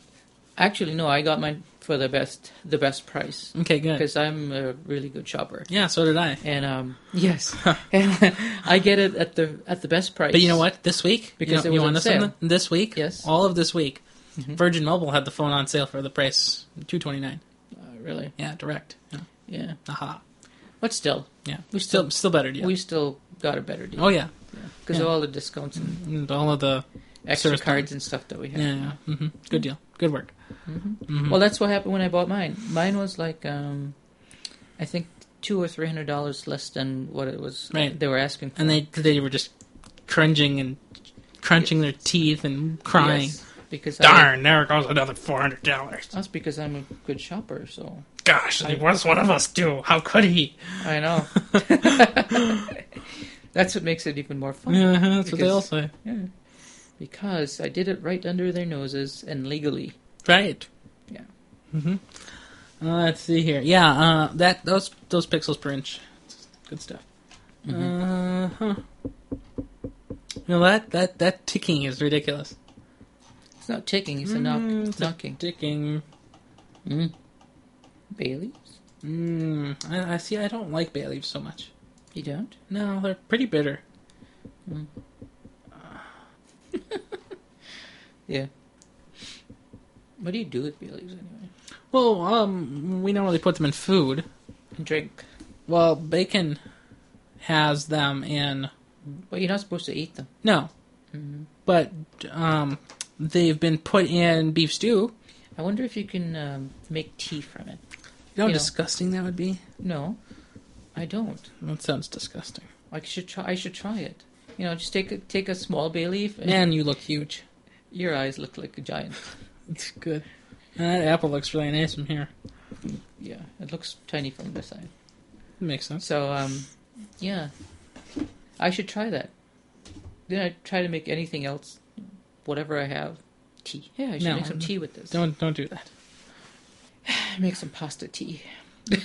S2: actually no, I got mine for the best the best price
S1: Okay, good.
S2: because I'm a really good shopper.
S1: Yeah, so did I.
S2: And um, yes, and I get it at the at the best price.
S1: But you know what? This week,
S2: Because
S1: you,
S2: it
S1: know, you
S2: was
S1: want
S2: on
S1: to
S2: sale.
S1: something? This week,
S2: Yes. Mm-hmm.
S1: all of this week, Virgin Mobile had the phone on sale for the price 229
S2: Uh, really,
S1: Yeah, direct. Yeah.
S2: yeah.
S1: Aha.
S2: But still,
S1: Yeah.
S2: We
S1: still
S2: still-
S1: still better deal.
S2: we still got a better deal
S1: oh, yeah.
S2: because
S1: yeah.
S2: of all the discounts and
S1: And all of the
S2: extra
S1: Service
S2: cards and stuff that we have.
S1: Yeah, yeah. hmm Good deal. Good work.
S2: Mm-hmm.
S1: Mm-hmm. Hmm.
S2: Well, that's what happened when I bought mine. Mine was like, um, I think two or three hundred dollars less than what it was
S1: Right.
S2: they were asking. For.
S1: And they they were just cringing and crunching their teeth and crying.
S2: Yes, because
S1: Darn, there goes another four hundred dollars.
S2: I, that's because I'm a good shopper. So
S1: Gosh, and he was one of us too. How could he?
S2: I know. that's what makes it even more fun.
S1: Yeah, that's what they
S2: Because-
S1: all say.
S2: Yeah. Because I did it right under their noses and legally.
S1: Right.
S2: Yeah.
S1: hmm Uh, let's see here. Yeah, uh, that those those pixels per inch, It's good stuff.
S2: Mm-hmm.
S1: Uh huh. You know that that that ticking is ridiculous.
S2: It's not ticking. It's a
S1: Mm,
S2: knock.
S1: it's
S2: It's
S1: a
S2: knocking.
S1: Ticking.
S2: Mm. Bailey's?
S1: Mm, I, I see. I don't like bay leaves so much.
S2: You don't?
S1: No, they're pretty bitter.
S2: Yeah. What do you do with Bailey's anyway?
S1: Well, um, we normally put them in food.
S2: Drink.
S1: Well, bacon has them in
S2: But you're not supposed to eat them.
S1: no, but um, they've been put in beef stew.
S2: I wonder if you can um, make tea from it.
S1: You know how
S2: Yeah.
S1: disgusting that would be.
S2: No, I don't.
S1: That sounds disgusting.
S2: I should try. I should try it. You know, just take a, take a small bay leaf, and
S1: Man, you look huge.
S2: your eyes look like a giant.
S1: It's good. And that apple looks really nice from here.
S2: Yeah, it looks tiny from the side.
S1: It makes sense.
S2: So, um, yeah, I should try that. Then I try to make anything else, whatever I have. Tea. Yeah, I should
S1: No,
S2: make some
S1: no,
S2: tea with this.
S1: Don't don't do that.
S2: make some pasta tea. you,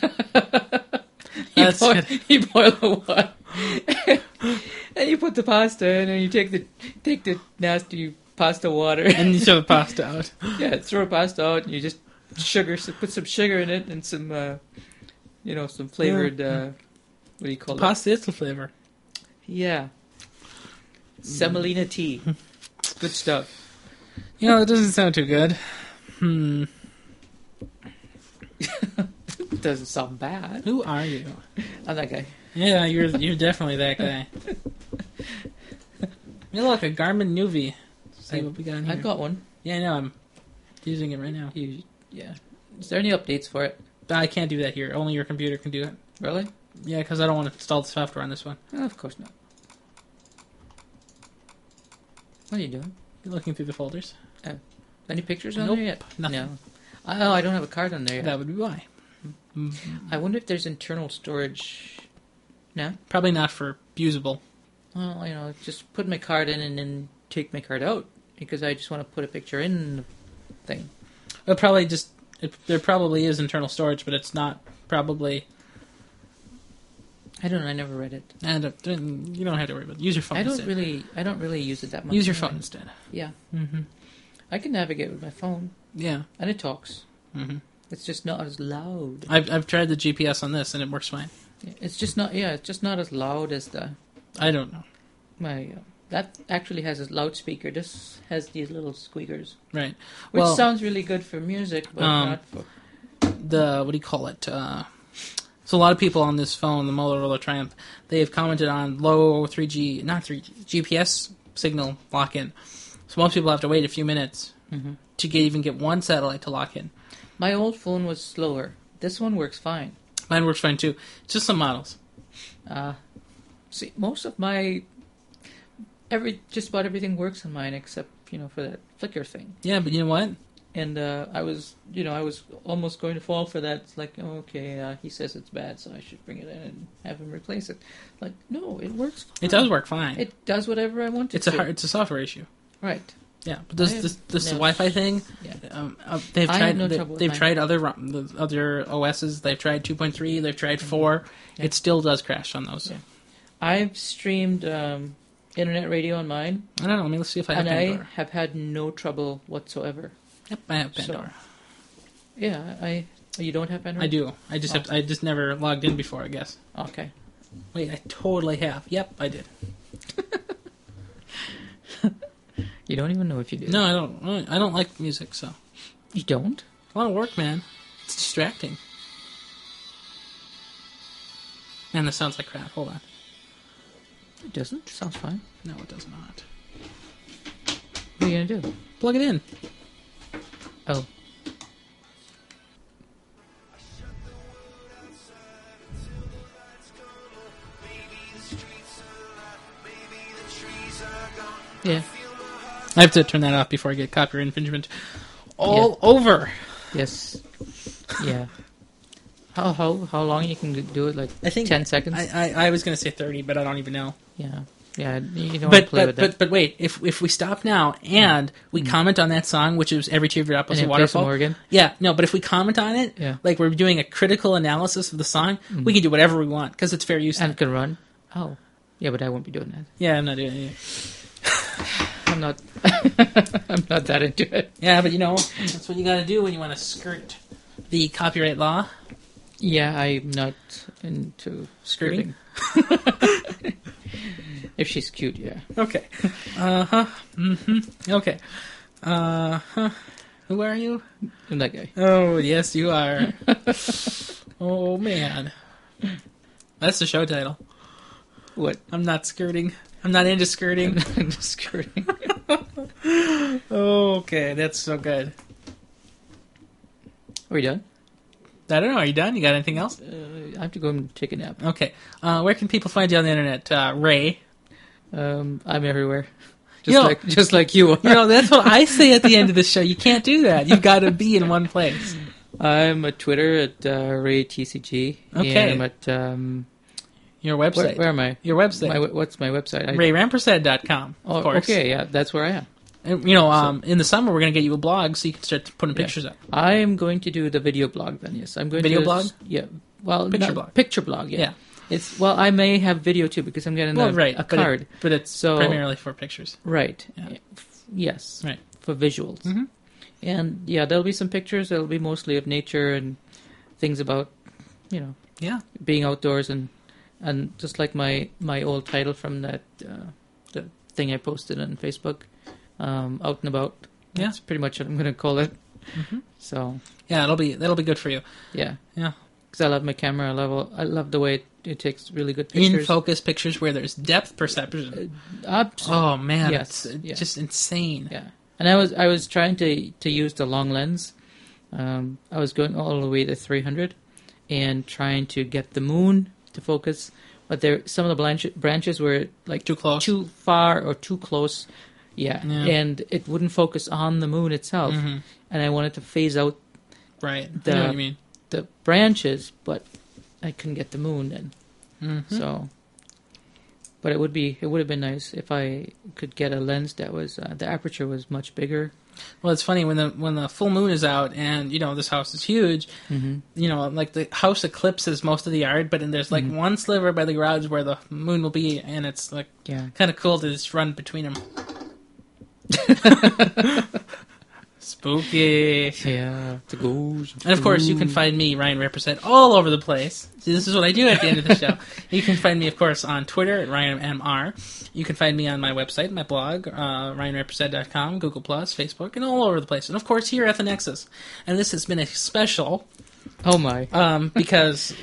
S1: That's
S2: boil,
S1: good.
S2: you boil the water, and you put the pasta in, and you take the take the nasty pasta water,
S1: And you throw the pasta out.
S2: yeah, throw the pasta out, and you just sugar put some sugar in it and some, uh, you know, some flavored. Uh, what do you call it?
S1: Pasta is the flavor.
S2: Yeah, semolina tea, good stuff.
S1: You know, it doesn't sound too good. Hmm.
S2: It doesn't sound bad.
S1: Who are you?
S2: I'm that guy.
S1: Yeah, you're you're definitely that guy. you look a Garmin Nuvi. see what we got in here.
S2: I've got one.
S1: yeah, I know. I'm using it right now.
S2: You, yeah. Is there any updates for it?
S1: But I can't do that here. Only your computer can do it.
S2: Really?
S1: Yeah, because I don't want to install the software on this one.
S2: No, of course not. What are you doing?
S1: You're looking through the folders.
S2: Any pictures on
S1: Nope,
S2: there yet?
S1: nothing.
S2: No. Oh, I don't have a card on there yet.
S1: That would be why. Mm,
S2: I wonder if there's internal storage. No?
S1: Probably not for usable.
S2: Well, you know, just put my card in and then take my card out because I just want to put a picture in the thing.
S1: It probably just it, there probably is internal storage, but it's not probably.
S2: I don't. know, I never read it.
S1: And uh, you don't have to worry about. It. Use your phone.
S2: I don't
S1: instead.
S2: really. I don't really use it that much.
S1: use your
S2: anyway.
S1: phone instead.
S2: Yeah,
S1: Mm-hmm.
S2: I can navigate with my phone,
S1: Yeah.
S2: and it talks.
S1: Mm-hmm.
S2: It's just not as loud.
S1: I've I've tried the GPS on this and it works fine.
S2: It's just not. Yeah, it's just not as loud as the
S1: I don't know.
S2: my. Uh, that actually has a loudspeaker. This has these little squeakers,
S1: Right.
S2: which
S1: Well-
S2: sounds really good for music, but
S1: Um,
S2: not for.
S1: the what do you call it? Uh, so a lot of people on this phone, the Motorola Triumph, they have commented on low 3G, not 3G, GPS signal lock in. So most people have to wait a few minutes
S2: Mhm.
S1: to get even get one satellite to lock in.
S2: My old phone was slower. This one works fine.
S1: Mine works fine too. It's just some models.
S2: Uh, see, most of my every just about everything works on mine except you know for that flicker thing.
S1: Yeah, but you know what?
S2: And uh, I was you know I was almost going to fall for that. It's like oh, okay, uh, he says it's bad, so I should bring it in and have him replace it. Like no, it works. Fine.
S1: It does work fine.
S2: It does whatever I want it
S1: it's a
S2: to.
S1: hard, it's a software issue.
S2: right.
S1: Yeah, but this
S2: I have
S1: this this
S2: no-
S1: Wi-Fi thing,
S2: Yeah.
S1: um, uh, they've
S2: I have
S1: tried
S2: no
S1: they,
S2: trouble with
S1: they've
S2: mine.
S1: tried other rom- the other OSs. They've tried 2.3. They've tried 4
S2: Mm-hmm. Yeah.
S1: It still does crash on those.
S2: Yeah. I've streamed um, internet radio on mine,
S1: I don't know. Let me let's see if I have
S2: and I
S1: Pandora.
S2: have had no trouble whatsoever.
S1: Yep, I have
S2: So-
S1: Pandora.
S2: Yeah, I. You don't have Android.
S1: I do. I just have. I just never logged in before. I guess.
S2: Okay.
S1: Wait, I totally have. Yep, I did.
S2: You don't even know if you do.
S1: No, I don't. I don't like music, so
S2: you don't.
S1: a lot of work, man. It's distracting. Man, this sounds like crap. Hold on.
S2: It doesn't. Sounds fine.
S1: No, it does not.
S2: What are you gonna do?
S1: Plug it in.
S2: Oh. Yeah.
S1: I have to turn that off before I get copyright infringement. All over.
S2: Yes. Yeah. How how how long you can do it? Like
S1: I think-
S2: ten seconds.
S1: I, I, I was going to say thirty, but I don't even know.
S2: yeah. Yeah. You don't wanna
S1: But
S2: play
S1: but, but
S2: with that.
S1: but wait, if if we stop now and we comment on that song, which is every tear drop was
S2: And
S1: a
S2: then play some
S1: waterfall.
S2: more again.
S1: Yeah, no, but if we comment on it,
S2: Yeah. Mm.
S1: like we're doing a critical analysis of the song, we can do whatever we want because it's fair use.
S2: And can run. Oh. Yeah, but I won't be doing that.
S1: yeah, I'm not doing it.
S2: I'm not. I'm not that into it.
S1: Yeah, but you know, that's what you got to do when you want to skirt the copyright law.
S2: Yeah, I'm not into skirting. if she's cute, yeah.
S1: Okay. Uh huh. Mm-hmm. Okay. Uh huh. Who are you?
S2: I'm that guy.
S1: Oh, yes, you are. oh man, that's the show title.
S2: What?
S1: I'm not skirting. I'm not into skirting.
S2: into skirting.
S1: okay, that's so good.
S2: Are we done?
S1: I don't know. Are you done? You got anything else?
S2: Uh, I have to go and take a nap.
S1: Okay. Uh, where can people find you on the internet? Uh, Ray.
S2: Um, I'm everywhere. Just
S1: Yo.
S2: like just like you are.
S1: You know, that's what I say at the end of the show. You can't do that. You've got to be in one place.
S2: I'm at Twitter at uh, RayTCG.
S1: Okay.
S2: And I'm at um,
S1: Your
S2: where,
S1: website.
S2: where am I?
S1: Your website.
S2: My, we- what's my website? I,
S1: RayRampersad.com, of
S2: oh,
S1: course.
S2: okay. Yeah, that's where I am.
S1: And, you know, um, in the summer, we're going to get you a blog so you can start putting
S2: Yeah.
S1: pictures up.
S2: I am going to do the video blog then. Yes, I'm going
S1: Video
S2: to
S1: blog?
S2: Yeah. Well,
S1: Picture
S2: no,
S1: blog.
S2: Picture blog. Yeah.
S1: Yeah.
S2: It's well, I may have video too because I'm getting
S1: Well,
S2: a,
S1: right.
S2: a
S1: but it-
S2: card.
S1: But, it's
S2: So-
S1: primarily for pictures.
S2: right.
S1: Yeah.
S2: Yes.
S1: Right.
S2: For visuals.
S1: Mhm.
S2: And yeah, there'll be some pictures. There'll be mostly of nature and things about, you know,
S1: Yeah.
S2: being outdoors and and just like my my old title from that uh, the thing I posted on Facebook, um, out and about.
S1: Yeah.
S2: That's pretty much what I'm going to call it. So
S1: Yeah, it'll be that'll be good for you.
S2: yeah,
S1: Yeah.
S2: because I love my camera. I love I love the way it it takes really good
S1: in
S2: pictures.
S1: focus pictures where there's depth perception.
S2: Abs-
S1: Oh man,
S2: Yes,
S1: it's
S2: yes.
S1: just insane.
S2: Yeah, and I was I was trying to to use the long lens. Um, I was going all the way to 300 and trying to get the moon to focus, but there some of the blanch- branches were like
S1: Too close.
S2: too far or too close. Yeah.
S1: Yeah.
S2: and it wouldn't focus on the moon itself.
S1: Mhm.
S2: And I wanted to phase out
S1: Right. I know
S2: The-
S1: what you mean.
S2: the branches, but I couldn't get the moon then.
S1: Mhm.
S2: So, but it would be it would have been nice if I could get a lens that was uh, the aperture was much bigger.
S1: Well, it's funny when the when the full moon is out and you know this house is huge.
S2: Mm-hmm.
S1: You know, like the house eclipses most of the yard, but then there's like one sliver by the garage where the moon will be, and it's like
S2: Yeah.
S1: kind of cool to just run between them. Spooky.
S2: Yeah, the
S1: And of course, you
S2: Mm.
S1: can find me, Ryan Represent, all over the place. See, this is what I do at the end of the show. You can find me, of course, on Twitter at RyanMR. You can find me on my website, my blog, uh, RyanRepresent.com, Google+, Plus, Facebook, and all over the place. And of course, here at the Nexus. And this has been a special
S2: Oh my!
S1: um, because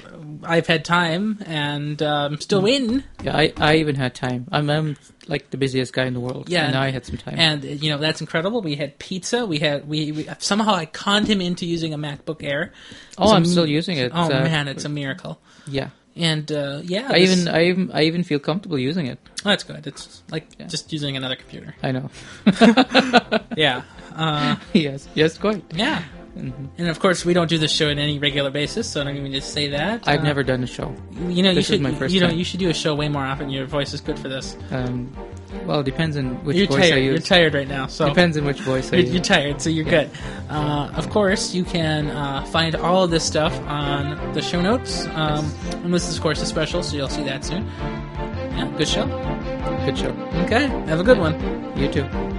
S1: I've had time and um,
S2: Mm.
S1: still waiting.
S2: Yeah, I, I even had time. I'm, I'm like the busiest guy in the world.
S1: Yeah,
S2: and
S1: and-
S2: I had some time.
S1: And uh, you know that's incredible. We had pizza. We had we, we somehow I conned him into using a MacBook Air.
S2: oh, I'm
S1: some-
S2: still using it.
S1: oh
S2: uh,
S1: man, it's a miracle.
S2: yeah.
S1: And uh, yeah,
S2: I
S1: this-
S2: even I even I even feel comfortable using it.
S1: Oh, that's good. It's like
S2: Yeah.
S1: just using another computer.
S2: I know.
S1: Yeah. Uh,
S2: yes, yes, quite.
S1: yeah.
S2: Mhm.
S1: And of course, we don't do this show on any regular basis, so I'm going to just say that.
S2: I've
S1: Uh,
S2: never done a show.
S1: You know, you
S2: this is
S1: should.
S2: my first
S1: you know,
S2: time.
S1: you should do a show way more often. Your voice is good for this.
S2: Um, well, it depends on which
S1: you're
S2: voice I
S1: tired. You're
S2: use.
S1: tired right now, so
S2: depends on which voice I
S1: you're,
S2: use.
S1: you're tired, so you're
S2: Yeah.
S1: good. Uh, of course, you can uh, find all of this stuff on the show notes, um, and this is, of course, a special, so you'll see that soon. Yeah, good show.
S2: Good show.
S1: Okay, have a good one.
S2: You too.